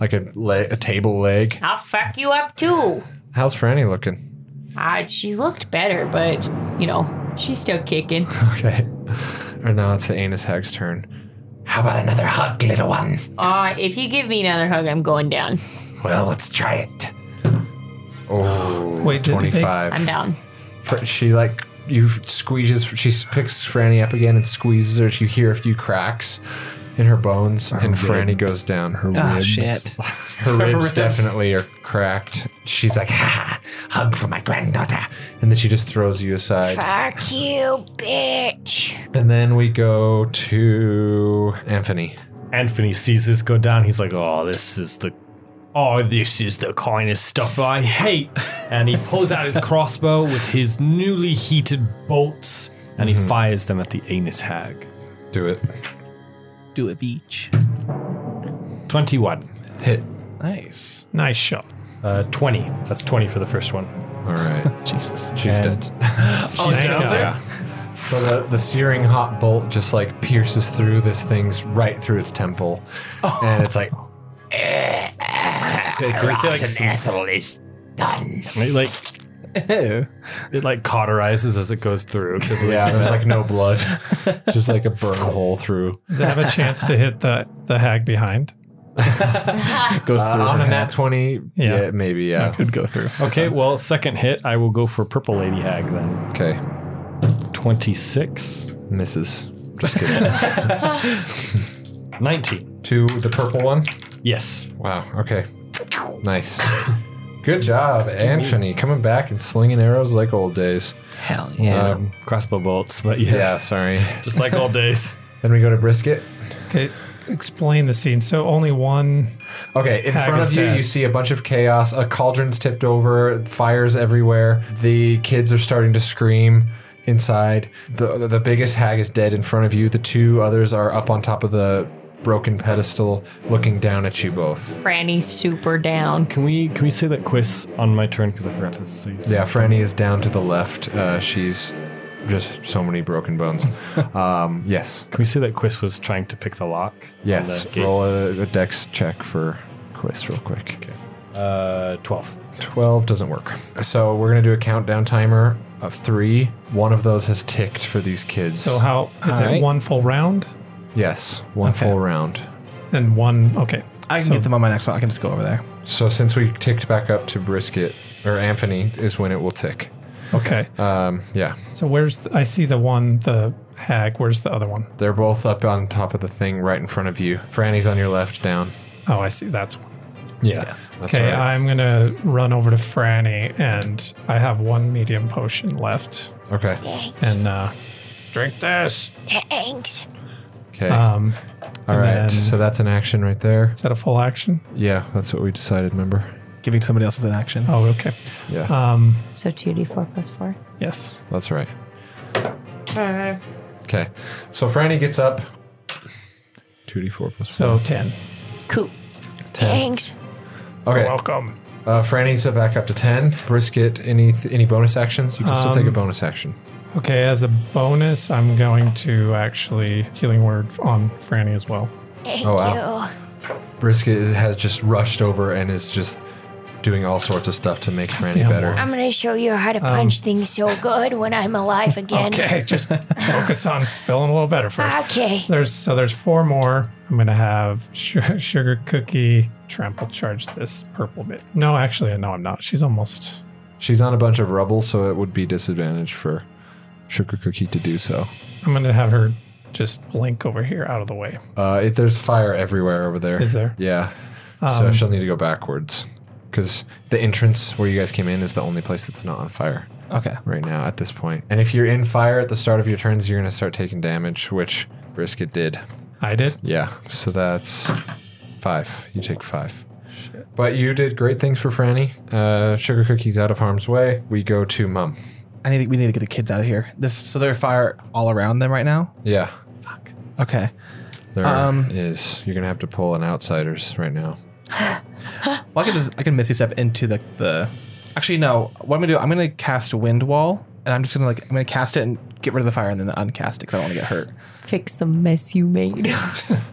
[SPEAKER 2] like a, le- a table leg.
[SPEAKER 8] I'll fuck you up too.
[SPEAKER 2] How's Franny looking?
[SPEAKER 8] Uh, she's looked
[SPEAKER 12] Better, but you know, she's still kicking.
[SPEAKER 2] Okay. Or now it's the anus hag's turn.
[SPEAKER 14] How about another hug, little one?
[SPEAKER 8] Uh, if you give me another hug, I'm going down.
[SPEAKER 14] Well, let's try it.
[SPEAKER 2] Oh,
[SPEAKER 4] Wait, did they-
[SPEAKER 2] 25.
[SPEAKER 8] I'm down.
[SPEAKER 2] Fr- she like you squeezes she picks Franny up again and squeezes her you hear a few cracks in her bones and Franny goes down her
[SPEAKER 1] Ah,
[SPEAKER 2] ribs
[SPEAKER 1] shit.
[SPEAKER 2] her ribs definitely are cracked she's like ha ha, hug for my granddaughter and then she just throws you aside
[SPEAKER 8] Fuck you, bitch.
[SPEAKER 2] and then we go to Anthony
[SPEAKER 5] Anthony sees this go down. He's like, "Oh, this is the, oh, this is the kind of stuff I hate." and he pulls out his crossbow with his newly heated bolts, and
[SPEAKER 1] Mm-hmm.
[SPEAKER 5] he fires them at the anus hag.
[SPEAKER 2] do it
[SPEAKER 1] Do a beach.
[SPEAKER 5] Twenty-one,
[SPEAKER 2] hit
[SPEAKER 1] Nice.
[SPEAKER 4] Nice shot.
[SPEAKER 5] uh, twenty. That's twenty for the first one.
[SPEAKER 2] all right
[SPEAKER 1] Jesus.
[SPEAKER 2] she's
[SPEAKER 5] And-
[SPEAKER 2] dead Oh,
[SPEAKER 4] Thank
[SPEAKER 5] down
[SPEAKER 4] God.
[SPEAKER 5] there?
[SPEAKER 2] So the, the searing hot bolt just like pierces through this thing's right through its temple. And it's like,
[SPEAKER 5] Okay, can we say, like,
[SPEAKER 14] Rotten Ethel is done.
[SPEAKER 5] some- it, like
[SPEAKER 1] Ew.
[SPEAKER 5] it like cauterizes as it goes through because
[SPEAKER 2] yeah, there's like no blood. It's just like a burn hole through.
[SPEAKER 4] Does it have a chance to hit the, the hag behind?
[SPEAKER 1] Goes
[SPEAKER 2] Uh,
[SPEAKER 1] through.
[SPEAKER 2] on
[SPEAKER 1] her
[SPEAKER 2] a nat
[SPEAKER 1] head.
[SPEAKER 2] 20, yeah,
[SPEAKER 4] Yeah.
[SPEAKER 2] maybe, yeah.
[SPEAKER 1] Could go through.
[SPEAKER 5] Okay, well, second hit, I will go for purple lady hag then.
[SPEAKER 2] Okay,
[SPEAKER 5] Twenty-six,
[SPEAKER 2] misses. Just kidding.
[SPEAKER 5] nineteen.
[SPEAKER 2] to the purple one.
[SPEAKER 5] Yes.
[SPEAKER 2] Wow, okay. Nice. Good job, Anthony. Coming back and slinging arrows like old days.
[SPEAKER 1] Hell yeah.
[SPEAKER 2] Um,
[SPEAKER 5] Crossbow bolts, but
[SPEAKER 2] yeah,
[SPEAKER 5] yes.
[SPEAKER 2] sorry.
[SPEAKER 5] Just like all days.
[SPEAKER 2] Then we go to brisket.
[SPEAKER 4] Okay, explain the scene. So only one.
[SPEAKER 2] Okay, in
[SPEAKER 4] Hag
[SPEAKER 2] front
[SPEAKER 4] is
[SPEAKER 2] of you,
[SPEAKER 4] dead.
[SPEAKER 2] you see a bunch of chaos. A cauldron's tipped over, fires everywhere. The kids are starting to scream inside. The, the, the biggest hag is dead in front of you. The two others are up on top of the broken pedestal looking down at you both.
[SPEAKER 12] Franny's super down.
[SPEAKER 5] Can we can we say that quiz on my turn because I forgot to say.
[SPEAKER 2] Yeah, Franny is down to the left. Uh, she's just so many broken bones. um, yes.
[SPEAKER 5] Can we say that Quiz was trying to pick the lock? on
[SPEAKER 2] Yes.
[SPEAKER 5] the gate?
[SPEAKER 2] Roll a, a dex check for Quiz real quick.
[SPEAKER 5] Uh, twelve.
[SPEAKER 2] 12 doesn't work. So we're going to do a countdown timer of three. One of those has ticked for these kids.
[SPEAKER 4] So how is it
[SPEAKER 1] Alright.
[SPEAKER 4] one full round
[SPEAKER 2] yes, one
[SPEAKER 1] Okay.
[SPEAKER 2] full round.
[SPEAKER 4] and one? Okay.
[SPEAKER 1] I can
[SPEAKER 4] so-
[SPEAKER 1] get them on my next one. I can just go over there.
[SPEAKER 2] So since we ticked back up to brisket or Anthony is when it will tick.
[SPEAKER 4] Okay.
[SPEAKER 2] Um, yeah,
[SPEAKER 4] So where's the, I see the one the hag? Where's the other one?
[SPEAKER 2] they're both up on top of the thing right in front of you. Franny's on your left, down.
[SPEAKER 4] Oh, I see. That's one.
[SPEAKER 2] Yeah, that's
[SPEAKER 4] Okay,
[SPEAKER 2] right.
[SPEAKER 4] I'm gonna run over to Franny, and I have one medium potion left,
[SPEAKER 2] okay,
[SPEAKER 4] and uh, drink this.
[SPEAKER 8] Thanks.
[SPEAKER 2] okay.
[SPEAKER 4] Um,
[SPEAKER 2] All
[SPEAKER 4] and
[SPEAKER 2] right.
[SPEAKER 4] then-
[SPEAKER 2] so that's an action right there.
[SPEAKER 4] is that a full action?
[SPEAKER 2] Yeah, that's what we decided. Remember?
[SPEAKER 1] giving to somebody else's an action.
[SPEAKER 4] Oh, okay.
[SPEAKER 2] Yeah.
[SPEAKER 4] Um,
[SPEAKER 3] So 2d4 plus 4.
[SPEAKER 4] yes.
[SPEAKER 2] That's right. Okay. So Franny gets up. 2d4 plus
[SPEAKER 4] So 10.
[SPEAKER 3] Cool.
[SPEAKER 2] 10.
[SPEAKER 3] Thanks.
[SPEAKER 2] Okay.
[SPEAKER 4] Welcome.
[SPEAKER 2] Uh, Franny's up back up to 10. Brisket, any any bonus actions? You can still take a bonus action.
[SPEAKER 4] Okay, as a bonus, I'm going to actually healing word on Franny as well.
[SPEAKER 3] Thank
[SPEAKER 2] Oh, wow.
[SPEAKER 3] you.
[SPEAKER 2] Brisket is- has just rushed over and is just doing all sorts of stuff to make Franny
[SPEAKER 4] Goddamn
[SPEAKER 2] better.
[SPEAKER 4] worms.
[SPEAKER 3] I'm going to show you how to
[SPEAKER 2] Um,
[SPEAKER 3] punch things so good when I'm alive again.
[SPEAKER 4] Okay, just focus on feeling a little better first.
[SPEAKER 3] Okay.
[SPEAKER 4] There's so there's four more. I'm gonna have su- sugar cookie trample charge this purple bit. No, actually, no, I'm not. She's almost.
[SPEAKER 2] She's on a bunch of rubble, so it would be disadvantage for Sugar Cookie to do so.
[SPEAKER 4] I'm gonna have her just blink over here out of the way.
[SPEAKER 2] Uh, it, there's fire everywhere over there.
[SPEAKER 4] Is there?
[SPEAKER 2] Yeah. so she'll need to go backwards because the entrance where you guys came in is the only place that's not on fire
[SPEAKER 1] Okay.
[SPEAKER 2] right now at this point. And if you're in fire at the start of your turns, you're going to start taking damage, which Brisket did.
[SPEAKER 4] I did.
[SPEAKER 2] Yeah. So that's five. You take five. But you did great things for Franny. Uh, Sugar Cookie's out of harm's way. We go to Mum.
[SPEAKER 1] I need. To, we need to get the kids out of here. This. So there's fire all around them right now.
[SPEAKER 2] Yeah.
[SPEAKER 1] Okay.
[SPEAKER 2] there
[SPEAKER 1] Um,
[SPEAKER 2] is- You're going to have to pull an outsiders right now.
[SPEAKER 1] Well, I can just I can missy step into the the. Actually, no. What I'm gonna do? I'm gonna cast wind wall, and I'm just gonna like I'm gonna cast it and get rid of the fire, and then uncast it because I don't want to get hurt.
[SPEAKER 8] Fix the mess you made.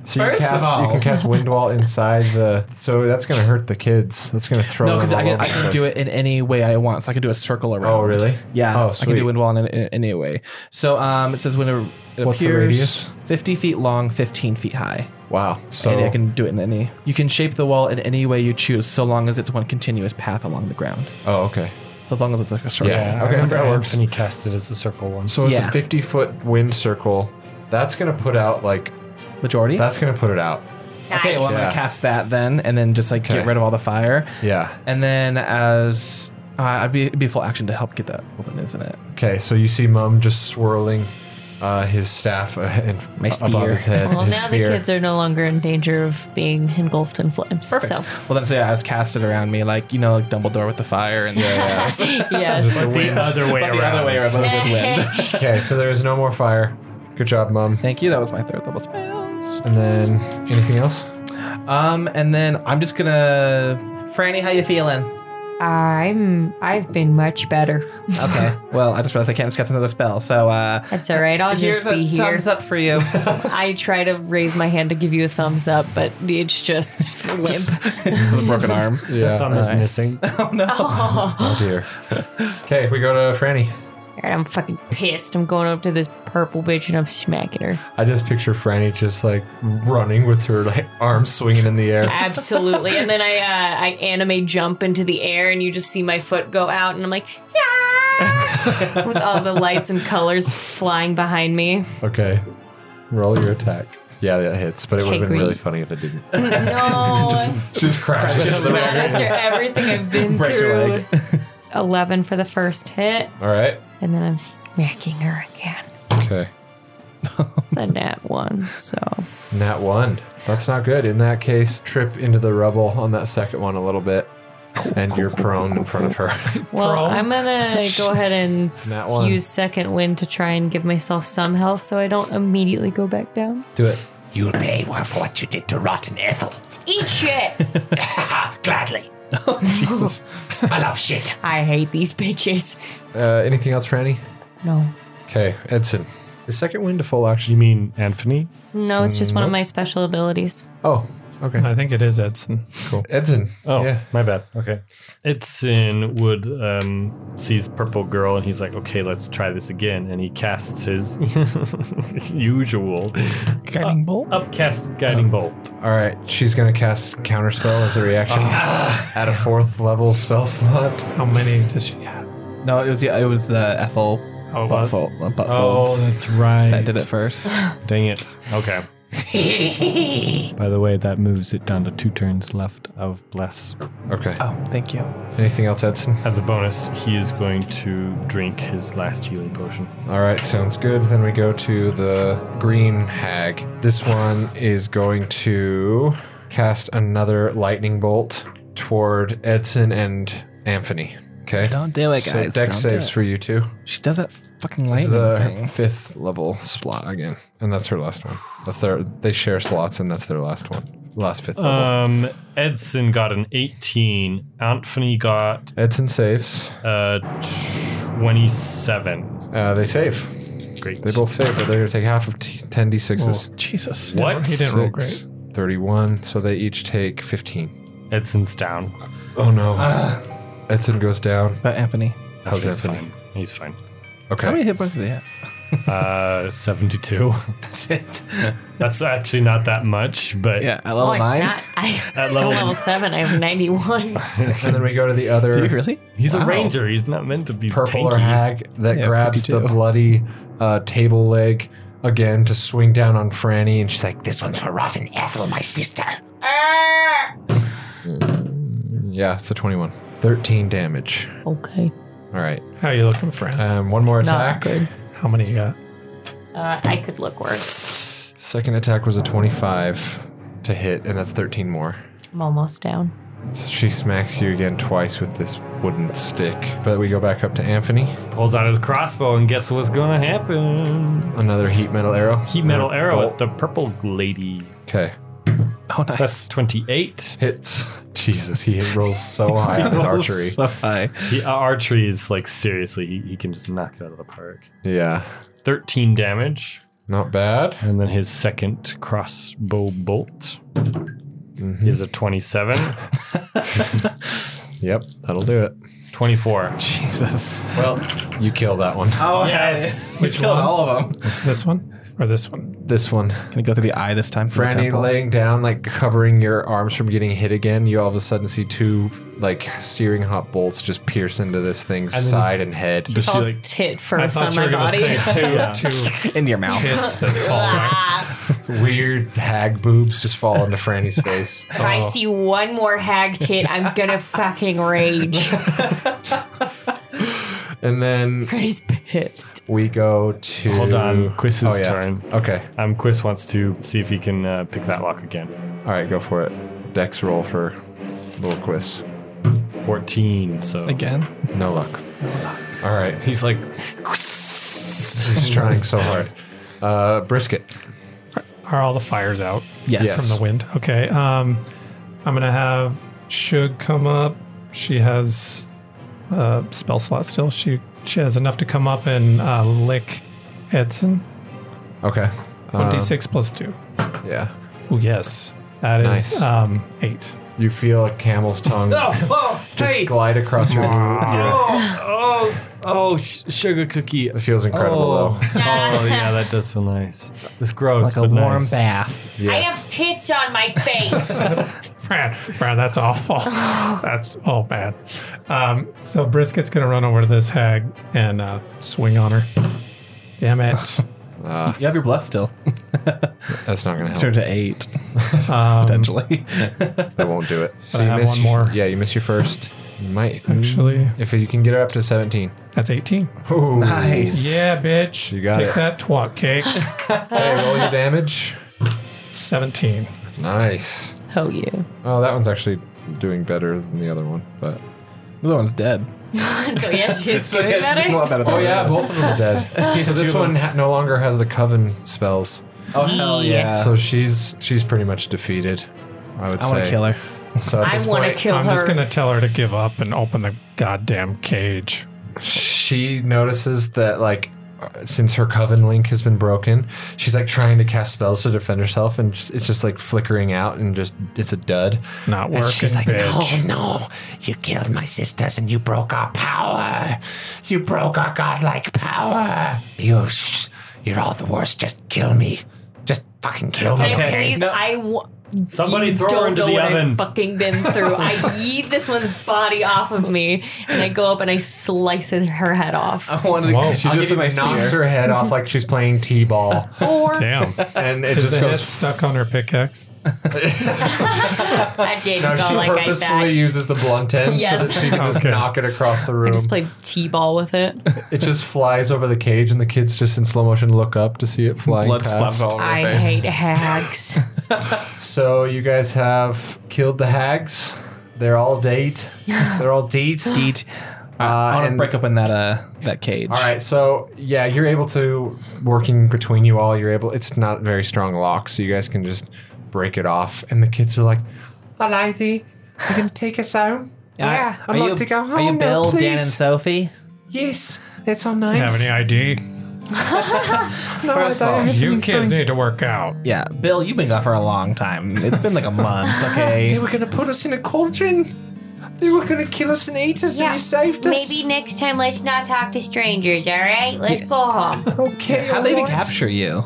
[SPEAKER 2] So you, cast, you can cast Windwall inside the. So that's going to hurt the kids. That's going to throw
[SPEAKER 1] No,
[SPEAKER 2] them
[SPEAKER 1] because I
[SPEAKER 2] all
[SPEAKER 1] can,
[SPEAKER 2] over
[SPEAKER 1] I
[SPEAKER 2] the
[SPEAKER 1] can
[SPEAKER 2] place.
[SPEAKER 1] do it in any way I want. So I can do a circle around.
[SPEAKER 2] Oh, really?
[SPEAKER 1] Yeah.
[SPEAKER 2] Oh,
[SPEAKER 1] I can do
[SPEAKER 2] sweet.
[SPEAKER 1] wind wall in, in, in any way. So um, it says when it, it
[SPEAKER 2] What's the
[SPEAKER 1] appears
[SPEAKER 2] radius? Oh.
[SPEAKER 1] 50 feet long, 15 feet high.
[SPEAKER 2] Wow. So
[SPEAKER 1] and I can do it in any. You can shape the wall in any way you choose, so long as it's one continuous path along the ground.
[SPEAKER 2] Oh, okay.
[SPEAKER 1] So as long as it's like a circle.
[SPEAKER 2] Yeah.
[SPEAKER 5] I
[SPEAKER 2] Okay,
[SPEAKER 5] remember
[SPEAKER 2] that works.
[SPEAKER 5] Anthony cast it as a circle one.
[SPEAKER 2] So it's
[SPEAKER 1] Yeah.
[SPEAKER 2] a 50 foot wind circle. That's going to put out, like,
[SPEAKER 1] Majority.
[SPEAKER 2] that's going to put it out.
[SPEAKER 1] okay. Well, I'm
[SPEAKER 2] Yeah.
[SPEAKER 1] gonna cast that then, and then just like
[SPEAKER 2] Okay.
[SPEAKER 1] get rid of all the fire,
[SPEAKER 2] Yeah.
[SPEAKER 1] and then as uh, I'd be it'd be full action to help get that open, isn't it?
[SPEAKER 2] Okay. So you see Mum just swirling uh, his staff uh, and
[SPEAKER 1] My
[SPEAKER 2] above
[SPEAKER 1] spear.
[SPEAKER 2] his head.
[SPEAKER 8] Well,
[SPEAKER 2] and his
[SPEAKER 8] now
[SPEAKER 2] spear.
[SPEAKER 8] the kids are no longer in danger of being engulfed in flames.
[SPEAKER 1] Perfect. Well, that's yeah, I was casted around me, like you know, like Dumbledore with the fire, and yeah,
[SPEAKER 8] So, yes.
[SPEAKER 5] But the other way
[SPEAKER 1] but
[SPEAKER 5] around.
[SPEAKER 1] the other way around with wind.
[SPEAKER 2] okay. So there is no more fire. Good job, Mum.
[SPEAKER 1] Thank you. That was my third level spell.
[SPEAKER 2] And then anything else?
[SPEAKER 1] Um, and then I'm just gonna, Franny, how you feeling?
[SPEAKER 8] I'm. I've been much better.
[SPEAKER 1] Okay. well, I just realized I can't just cast another spell, so uh,
[SPEAKER 8] That's all right. I'll
[SPEAKER 1] here's
[SPEAKER 8] just
[SPEAKER 1] a
[SPEAKER 8] be here.
[SPEAKER 1] thumbs up for you.
[SPEAKER 8] I try to raise my hand to give you a thumbs up, but it's just limp.
[SPEAKER 1] Just with a broken arm.
[SPEAKER 2] Yeah.
[SPEAKER 5] Thumb is missing.
[SPEAKER 2] Oh dear. Okay, we go to Franny.
[SPEAKER 8] All right, I'm fucking pissed. I'm going up to this purple bitch and I'm smacking her.
[SPEAKER 2] I just picture Franny just like running with her like arms swinging in the air.
[SPEAKER 8] Absolutely. and then I uh, I anime jump into the air and you just see my foot go out and I'm like, yeah, with all the lights and colors flying behind me.
[SPEAKER 2] Okay, roll your attack. Yeah, that hits, but it would have been
[SPEAKER 8] great.
[SPEAKER 2] really funny if it didn't.
[SPEAKER 8] No,
[SPEAKER 2] Just crashes into the
[SPEAKER 8] not
[SPEAKER 2] ground.
[SPEAKER 8] after everything I've been
[SPEAKER 1] Breaks your
[SPEAKER 8] through.
[SPEAKER 1] leg.
[SPEAKER 8] Eleven for the first hit,
[SPEAKER 2] All right.
[SPEAKER 8] and then I'm smacking her again.
[SPEAKER 2] Okay.
[SPEAKER 8] It's a nat one, so
[SPEAKER 2] Nat one. That's not good. In that case, trip into the rubble on that second one a little bit, and you're prone in front of her.
[SPEAKER 8] Well, I'm gonna go ahead and
[SPEAKER 2] nat one.
[SPEAKER 8] use second wind to try and give myself some health so I don't immediately go back down.
[SPEAKER 2] Do it.
[SPEAKER 6] You'll pay for what you did to rotten Ethel.
[SPEAKER 3] Eat shit.
[SPEAKER 6] Gladly. I love shit.
[SPEAKER 8] I hate these bitches.
[SPEAKER 2] Uh, anything else, Franny?
[SPEAKER 8] No.
[SPEAKER 2] Okay, Edson. The second wind to full action.
[SPEAKER 5] You mean Anthony?
[SPEAKER 8] No, it's just one of my special abilities.
[SPEAKER 2] Oh, okay.
[SPEAKER 4] I think it is Edson.
[SPEAKER 2] Edson.
[SPEAKER 5] Oh,
[SPEAKER 2] yeah.
[SPEAKER 5] my bad. Okay. Itzin would um, sees purple girl and he's like, okay, let's try this again. And he casts his usual
[SPEAKER 1] Guiding bolt.
[SPEAKER 5] upcast guiding bolt.
[SPEAKER 2] All right, she's gonna cast counterspell as a reaction at a fourth level spell slot.
[SPEAKER 4] How many does she have?
[SPEAKER 1] No, it was the it was the Ethel
[SPEAKER 4] Oh, it
[SPEAKER 1] butt,
[SPEAKER 4] was?
[SPEAKER 1] fold, uh, butt
[SPEAKER 5] Oh,
[SPEAKER 1] folds.
[SPEAKER 5] that's right.
[SPEAKER 1] I did it first.
[SPEAKER 5] Dang it. Okay. By the way, that moves it down to two turns left of bless.
[SPEAKER 2] Okay.
[SPEAKER 1] Oh, thank you.
[SPEAKER 2] Anything else, Edson?
[SPEAKER 5] As a bonus, he is going to drink his last healing potion.
[SPEAKER 2] All right, sounds good. Then we go to the green hag. This one is going to cast another lightning bolt toward Edson and Anthony. Okay.
[SPEAKER 1] Don't do it,
[SPEAKER 2] So
[SPEAKER 1] guys.
[SPEAKER 2] deck
[SPEAKER 1] Don't
[SPEAKER 2] saves
[SPEAKER 1] do it.
[SPEAKER 2] for you two.
[SPEAKER 1] She does that fucking
[SPEAKER 2] This is
[SPEAKER 1] lightning
[SPEAKER 2] the
[SPEAKER 1] thing.
[SPEAKER 2] fifth level slot again, and that's her last one. That's their. They share slots, and that's their last one. Last fifth level.
[SPEAKER 4] Uh,
[SPEAKER 5] Um, Edson got an 18. Anthony got
[SPEAKER 2] Edson saves.
[SPEAKER 5] uh 27.
[SPEAKER 2] Uh, they save.
[SPEAKER 5] Great.
[SPEAKER 2] They both save, but they're gonna take half of t- ten d6s.
[SPEAKER 1] Jesus.
[SPEAKER 5] what?
[SPEAKER 4] He didn't roll
[SPEAKER 2] Six,
[SPEAKER 4] great.
[SPEAKER 2] 31. So they each take 15.
[SPEAKER 5] Edson's down.
[SPEAKER 2] Oh no. Edson goes down.
[SPEAKER 1] But Anthony.
[SPEAKER 2] How's
[SPEAKER 5] He's
[SPEAKER 2] Anthony?
[SPEAKER 5] fine. He's fine.
[SPEAKER 1] How many
[SPEAKER 2] Okay.
[SPEAKER 1] hit points does he have?
[SPEAKER 5] Uh, 72.
[SPEAKER 1] That's it.
[SPEAKER 5] That's actually not that much, but
[SPEAKER 1] Yeah, at level
[SPEAKER 8] Oh, it's
[SPEAKER 1] nine.
[SPEAKER 8] not. I,
[SPEAKER 5] At level-
[SPEAKER 8] level seven, I have 91.
[SPEAKER 2] and then we go to the other
[SPEAKER 1] Do you really?
[SPEAKER 5] he's a
[SPEAKER 1] Wow.
[SPEAKER 5] ranger. He's not meant to be
[SPEAKER 2] purple or
[SPEAKER 5] tanky.
[SPEAKER 2] hag that
[SPEAKER 1] Yeah,
[SPEAKER 2] grabs the
[SPEAKER 1] 52.
[SPEAKER 2] bloody uh, table leg again to swing down on Franny, and she's like,
[SPEAKER 14] This one's for Rotten Ethel, my sister.
[SPEAKER 2] Mm, yeah, it's a 21. 13 damage.
[SPEAKER 12] Okay.
[SPEAKER 2] All right.
[SPEAKER 4] How you looking, friend?
[SPEAKER 2] Um, one more
[SPEAKER 12] Not
[SPEAKER 2] attack.
[SPEAKER 12] good.
[SPEAKER 4] How many you got?
[SPEAKER 8] Uh, I could look worse.
[SPEAKER 2] Second attack was a 25 to hit, and that's 13 more.
[SPEAKER 8] I'm almost down.
[SPEAKER 2] So she smacks you again twice with this wooden stick. But we go back up to Anthony.
[SPEAKER 5] Pulls out his crossbow, and guess what's gonna happen?
[SPEAKER 2] Another heat metal arrow.
[SPEAKER 5] Heat metal
[SPEAKER 2] Or
[SPEAKER 5] arrow
[SPEAKER 2] bolt.
[SPEAKER 5] at the purple lady.
[SPEAKER 2] Okay.
[SPEAKER 1] Oh, nice.
[SPEAKER 5] That's 28.
[SPEAKER 2] Hits. Jesus, he rolls so high on his archery.
[SPEAKER 1] So high.
[SPEAKER 5] He, uh, archery is like seriously, he, he can just knock it out of the park.
[SPEAKER 2] yeah.
[SPEAKER 5] 13 damage,
[SPEAKER 2] Not bad.
[SPEAKER 5] and then his second crossbow bolt
[SPEAKER 2] Mm-hmm.
[SPEAKER 5] is a 27.
[SPEAKER 2] Yep, that'll do it.
[SPEAKER 5] 24.
[SPEAKER 1] Jesus.
[SPEAKER 2] Well, you kill that one.
[SPEAKER 7] Oh,
[SPEAKER 5] Yes.
[SPEAKER 7] He's killed all of them.
[SPEAKER 4] This one or this one?
[SPEAKER 2] This one.
[SPEAKER 1] Gonna go through the eye this time. For the
[SPEAKER 2] Brandy
[SPEAKER 1] temple.
[SPEAKER 2] laying down, like covering your arms from getting hit again. You all of a sudden see two, like, searing hot bolts just pierce into this thing's side and head.
[SPEAKER 5] Does she
[SPEAKER 12] Falls
[SPEAKER 5] like
[SPEAKER 12] tit
[SPEAKER 4] I
[SPEAKER 12] first
[SPEAKER 4] thought
[SPEAKER 12] on
[SPEAKER 4] you were
[SPEAKER 12] my
[SPEAKER 4] gonna
[SPEAKER 12] body.
[SPEAKER 4] say two, two
[SPEAKER 1] into your mouth.
[SPEAKER 4] hits that fall right.
[SPEAKER 2] Weird hag boobs just fall into Franny's face.
[SPEAKER 8] If I see one more hag tit, I'm gonna fucking rage.
[SPEAKER 2] And then
[SPEAKER 8] He's pissed.
[SPEAKER 2] we go to.
[SPEAKER 5] Hold on, Quiz's
[SPEAKER 2] Oh, yeah.
[SPEAKER 5] turn.
[SPEAKER 2] Okay.
[SPEAKER 5] Um, Quiz wants to see if he can uh, pick that lock again.
[SPEAKER 2] All right, go for it. Dex roll for little quiz.
[SPEAKER 5] 14. So
[SPEAKER 1] Again.
[SPEAKER 2] No luck. All right.
[SPEAKER 5] he's like,
[SPEAKER 2] He's trying so hard. Uh, brisket.
[SPEAKER 4] Are all the fires out
[SPEAKER 1] Yes.
[SPEAKER 2] Yes.
[SPEAKER 4] from the wind? Okay. Um, I'm gonna have Shug come up. She has a spell slot still. She she has enough to come up and uh, lick Edson.
[SPEAKER 2] Okay.
[SPEAKER 4] One
[SPEAKER 2] Um,
[SPEAKER 4] d six plus two.
[SPEAKER 2] Yeah.
[SPEAKER 4] Oh yes, that is
[SPEAKER 2] Nice.
[SPEAKER 4] um, eight.
[SPEAKER 2] You feel a camel's tongue
[SPEAKER 6] Oh,
[SPEAKER 2] just
[SPEAKER 6] hey.
[SPEAKER 2] glide across your. your
[SPEAKER 6] Oh, oh, oh, sh- sugar cookie.
[SPEAKER 2] it feels incredible,
[SPEAKER 6] Oh.
[SPEAKER 2] though.
[SPEAKER 5] oh yeah, that does feel nice. This gross,
[SPEAKER 1] Like a
[SPEAKER 5] but
[SPEAKER 1] warm
[SPEAKER 5] nice.
[SPEAKER 1] bath.
[SPEAKER 8] I have tits on my face.
[SPEAKER 4] Fran, Fran, that's awful. that's oh man. Um, so Brisket's gonna run over to this hag and uh, swing on her. Damn it!
[SPEAKER 1] You have your bless still.
[SPEAKER 2] That's not gonna help.
[SPEAKER 1] Turn to eight. Um, Potentially.
[SPEAKER 2] That won't do it. So
[SPEAKER 4] I have one
[SPEAKER 2] your-
[SPEAKER 4] more.
[SPEAKER 2] Yeah, you miss your first. You might
[SPEAKER 4] Actually,
[SPEAKER 2] if you can get her up to seventeen.
[SPEAKER 4] that's eighteen.
[SPEAKER 2] Ooh.
[SPEAKER 1] nice.
[SPEAKER 4] Yeah, bitch.
[SPEAKER 2] You got
[SPEAKER 4] Take
[SPEAKER 2] it.
[SPEAKER 4] that twat cake.
[SPEAKER 2] Okay, roll your damage.
[SPEAKER 4] Seventeen.
[SPEAKER 2] Nice.
[SPEAKER 12] Oh yeah.
[SPEAKER 2] Oh, that one's actually doing better than the other one, but.
[SPEAKER 1] The other one's dead.
[SPEAKER 8] so yeah, she's doing better.
[SPEAKER 2] Oh yeah, both of them are dead. so this one ha- no longer has the coven spells.
[SPEAKER 1] Oh hell yeah.
[SPEAKER 2] so she's she's pretty much defeated. I would
[SPEAKER 1] I
[SPEAKER 2] say.
[SPEAKER 1] want to kill her.
[SPEAKER 2] So at
[SPEAKER 8] I
[SPEAKER 2] this
[SPEAKER 8] want to
[SPEAKER 2] point,
[SPEAKER 8] kill
[SPEAKER 4] I'm
[SPEAKER 8] her.
[SPEAKER 4] just gonna tell her to give up and open the goddamn cage.
[SPEAKER 2] she notices that like since her coven link has been broken, she's like trying to cast spells to defend herself, and just, it's just like flickering out, and just it's a dud.
[SPEAKER 4] Not working,
[SPEAKER 14] She's like,
[SPEAKER 4] bitch.
[SPEAKER 14] no, no, you killed my sisters and you broke our power. You broke our godlike power. You, sh- you're all the worst. Just kill me. Just fucking kill me,
[SPEAKER 12] Can I
[SPEAKER 14] okay?
[SPEAKER 12] please? I w-
[SPEAKER 5] Somebody
[SPEAKER 12] you
[SPEAKER 5] throw her
[SPEAKER 12] don't
[SPEAKER 5] into
[SPEAKER 12] know
[SPEAKER 5] the
[SPEAKER 12] what
[SPEAKER 5] oven.
[SPEAKER 12] I've fucking been through. I yeet this one's body off of me, and I go up and I slice her head off.
[SPEAKER 5] Oh,
[SPEAKER 1] I wanted to
[SPEAKER 4] Whoa.
[SPEAKER 2] She
[SPEAKER 1] I'll
[SPEAKER 2] just
[SPEAKER 1] give you my
[SPEAKER 2] like, knocks
[SPEAKER 1] spear.
[SPEAKER 2] her head off like she's playing t-ball,
[SPEAKER 12] Or
[SPEAKER 4] Damn.
[SPEAKER 2] and it
[SPEAKER 4] The
[SPEAKER 2] just
[SPEAKER 4] head
[SPEAKER 2] goes.
[SPEAKER 4] stuck on her pickaxe.
[SPEAKER 8] I did
[SPEAKER 2] No,
[SPEAKER 8] not
[SPEAKER 2] she
[SPEAKER 8] go like I
[SPEAKER 2] purposefully
[SPEAKER 8] died.
[SPEAKER 2] uses the blunt end so that
[SPEAKER 12] Yes.
[SPEAKER 2] she can just
[SPEAKER 4] Okay.
[SPEAKER 2] knock it across the room.
[SPEAKER 12] I just played t-ball with it.
[SPEAKER 2] It just flies over the cage, and the kids just in slow motion look up to see it flying
[SPEAKER 1] Blood
[SPEAKER 2] past.
[SPEAKER 1] splatters all over
[SPEAKER 12] I
[SPEAKER 1] her face.
[SPEAKER 12] hate hags.
[SPEAKER 2] So you guys have killed the hags. They're all date. They're all date.
[SPEAKER 1] Deet.
[SPEAKER 2] Uh,
[SPEAKER 7] I want to
[SPEAKER 2] and-
[SPEAKER 7] break open that uh that cage.
[SPEAKER 2] All right, so yeah, you're able to working between you all. You're able. It's not very strong lock, so you guys can just break it off. And the kids are like, "Alithey, you can take us home."
[SPEAKER 1] Yeah.
[SPEAKER 2] I'd like to go
[SPEAKER 1] Are you
[SPEAKER 2] home now,
[SPEAKER 1] Bill, Dan, and
[SPEAKER 2] please.
[SPEAKER 1] Sophie?
[SPEAKER 2] Yes, that's all
[SPEAKER 4] You have
[SPEAKER 2] nice.
[SPEAKER 4] any ID?
[SPEAKER 2] No, I thought everything
[SPEAKER 4] You
[SPEAKER 2] was
[SPEAKER 4] kids
[SPEAKER 2] fine.
[SPEAKER 4] need to work out.
[SPEAKER 1] Yeah. Bill, you've been gone for a long time. It's been like a month,
[SPEAKER 2] They
[SPEAKER 1] okay?
[SPEAKER 2] were gonna put us in a cauldron. They were gonna kill us and eat us, and
[SPEAKER 8] Yeah,
[SPEAKER 2] you saved us.
[SPEAKER 8] Maybe next time, let's not talk to strangers. All right, let's go home.
[SPEAKER 2] Okay.
[SPEAKER 1] How'd they even
[SPEAKER 2] alright.
[SPEAKER 1] capture you?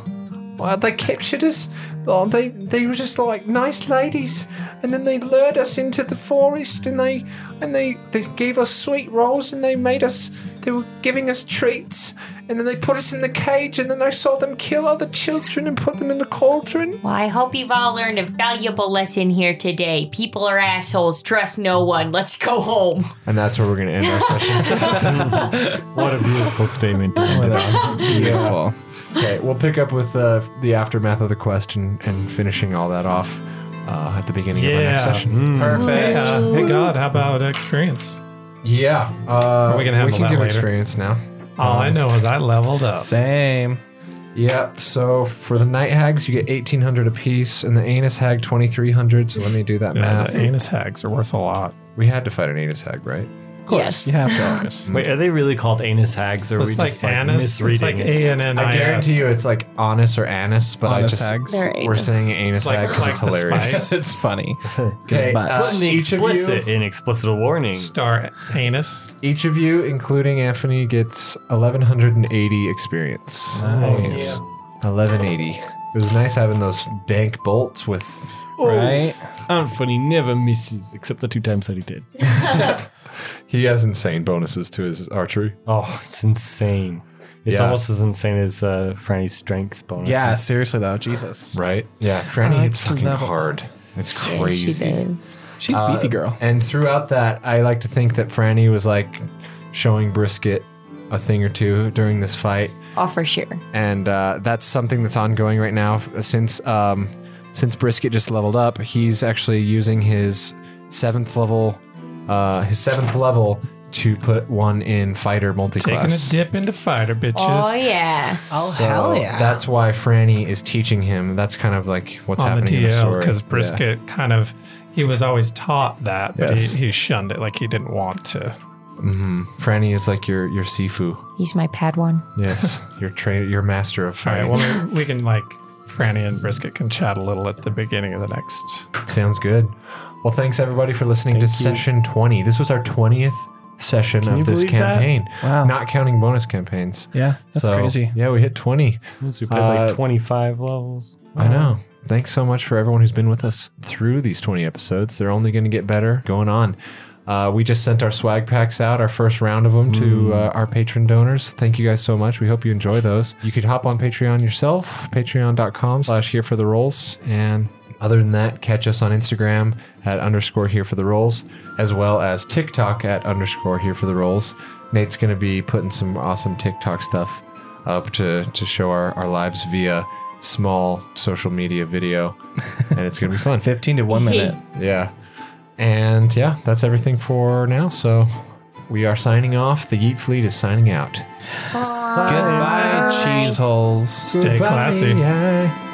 [SPEAKER 2] Well, they captured us. Oh, they they were just like nice ladies, and then they lured us into the forest, and they and they they gave us sweet rolls, and they made us. They were giving us treats, and then they put us in the cage, and then I saw them kill other children and put them in the cauldron.
[SPEAKER 8] Well, I hope you've all learned a valuable lesson here today. People are assholes. Trust no one. Let's go home.
[SPEAKER 2] And that's where we're gonna end our session.
[SPEAKER 5] What a beautiful statement.
[SPEAKER 1] Beautiful.
[SPEAKER 2] Okay, we'll pick up with uh, the aftermath of the quest and, and finishing all that off uh, at the beginning of our next
[SPEAKER 4] Yeah.
[SPEAKER 2] session.
[SPEAKER 4] Hey, uh, hey God, how about experience?
[SPEAKER 2] Yeah, uh,
[SPEAKER 4] We can handle that
[SPEAKER 2] give
[SPEAKER 4] later.
[SPEAKER 2] experience now.
[SPEAKER 4] All
[SPEAKER 5] Uh,
[SPEAKER 4] I know is I leveled up.
[SPEAKER 1] Same.
[SPEAKER 2] Yep. So for the night hags, you get eighteen hundred apiece, and the anus hag twenty three hundred. So let me do that
[SPEAKER 4] Yeah,
[SPEAKER 2] math.
[SPEAKER 4] the anus hags are worth a lot.
[SPEAKER 2] we had to fight an anus hag, right?
[SPEAKER 12] Yes.
[SPEAKER 5] Wait, are they really called anus hags or are we
[SPEAKER 4] It's
[SPEAKER 5] just
[SPEAKER 4] like
[SPEAKER 5] like,
[SPEAKER 4] anus. It's like
[SPEAKER 5] misreading it?
[SPEAKER 4] A N N
[SPEAKER 2] I
[SPEAKER 4] I
[SPEAKER 2] guarantee
[SPEAKER 4] S.
[SPEAKER 2] you, it's like anus or anus, but I
[SPEAKER 7] Honest
[SPEAKER 2] just
[SPEAKER 7] hags.
[SPEAKER 12] They're
[SPEAKER 2] we're
[SPEAKER 12] anus.
[SPEAKER 2] saying anus
[SPEAKER 4] It's like-
[SPEAKER 2] hag because
[SPEAKER 4] like
[SPEAKER 2] it's
[SPEAKER 4] the
[SPEAKER 2] hilarious.
[SPEAKER 4] spice.
[SPEAKER 7] It's funny.
[SPEAKER 2] Okay,
[SPEAKER 1] But-
[SPEAKER 2] uh,
[SPEAKER 5] Put an
[SPEAKER 2] each of you,
[SPEAKER 5] explicit, an explicit warning.
[SPEAKER 4] Star anus.
[SPEAKER 2] each of you, including Anthony, gets eleven hundred and eighty experience.
[SPEAKER 4] Oh,
[SPEAKER 5] Nice.
[SPEAKER 2] Eleven eighty. It was nice having those dank bolts with.
[SPEAKER 7] Right?
[SPEAKER 5] Anthony never misses, except the two times that he did.
[SPEAKER 2] He has insane bonuses to his archery.
[SPEAKER 5] Oh, it's insane. It's
[SPEAKER 2] Yeah.
[SPEAKER 5] almost as insane as uh, Franny's strength bonus.
[SPEAKER 1] Yeah, seriously though, Jesus.
[SPEAKER 2] Right? Yeah, Franny hits
[SPEAKER 1] to
[SPEAKER 2] fucking
[SPEAKER 1] level.
[SPEAKER 2] hard. It's
[SPEAKER 12] She
[SPEAKER 2] crazy.
[SPEAKER 12] does.
[SPEAKER 1] She's
[SPEAKER 2] Uh,
[SPEAKER 1] beefy girl.
[SPEAKER 2] And throughout that, I like to think that Franny was like showing Brisket a thing or two during this fight,
[SPEAKER 12] Offer share.
[SPEAKER 2] and uh, that's something that's ongoing right now. Since um, since Brisket just leveled up, he's actually using his seventh level, uh, his seventh level to put one in fighter
[SPEAKER 4] Taking
[SPEAKER 2] multiclass.
[SPEAKER 4] a dip into fighter bitches.
[SPEAKER 12] Oh yeah.
[SPEAKER 1] Oh
[SPEAKER 2] So That's why Franny is teaching him. That's kind of like what's
[SPEAKER 4] on the
[SPEAKER 2] happening in the
[SPEAKER 4] DL
[SPEAKER 2] story.
[SPEAKER 4] because
[SPEAKER 2] Yeah.
[SPEAKER 4] brisket kind of he was always taught that, but
[SPEAKER 2] Yes.
[SPEAKER 4] he, he shunned it like he didn't want to.
[SPEAKER 2] Franny is like your your Sifu.
[SPEAKER 8] He's my Padawan.
[SPEAKER 2] Yes, your trainer, your master of
[SPEAKER 4] All right,
[SPEAKER 2] fighting.
[SPEAKER 4] well we can like Franny and Brisket can chat a little at the beginning of the next.
[SPEAKER 2] Sounds good. Well, thanks everybody for listening to session 20. This was our 20th session
[SPEAKER 5] you
[SPEAKER 2] of this
[SPEAKER 5] believe that?
[SPEAKER 2] campaign.
[SPEAKER 1] Wow.
[SPEAKER 2] Not counting bonus campaigns.
[SPEAKER 1] Yeah, that's
[SPEAKER 2] So,
[SPEAKER 1] crazy.
[SPEAKER 2] Yeah, we hit 20.
[SPEAKER 5] We played like
[SPEAKER 2] Uh,
[SPEAKER 5] 25 levels.
[SPEAKER 2] I know. Thanks so much for everyone who's been with us through these 20 episodes. They're only going to get better going on. Uh, we just sent our swag packs out, our first round of them to uh, our patron donors. Thank you guys so much. We hope you enjoy those. You could hop on Patreon yourself, patreon.com slash here for the rolls. And other than that, catch us on Instagram at underscore here for the rolls, as well as TikTok at underscore here for the rolls. Nate's going to be putting some awesome TikTok stuff up to to show our, our lives via small social media video and it's gonna be fun
[SPEAKER 7] 15 to 1 minute.
[SPEAKER 2] yeah and yeah that's everything for now so we are signing off the yeet fleet is signing out
[SPEAKER 1] Goodbye, cheese holes.
[SPEAKER 4] Stay classy.
[SPEAKER 2] Bye.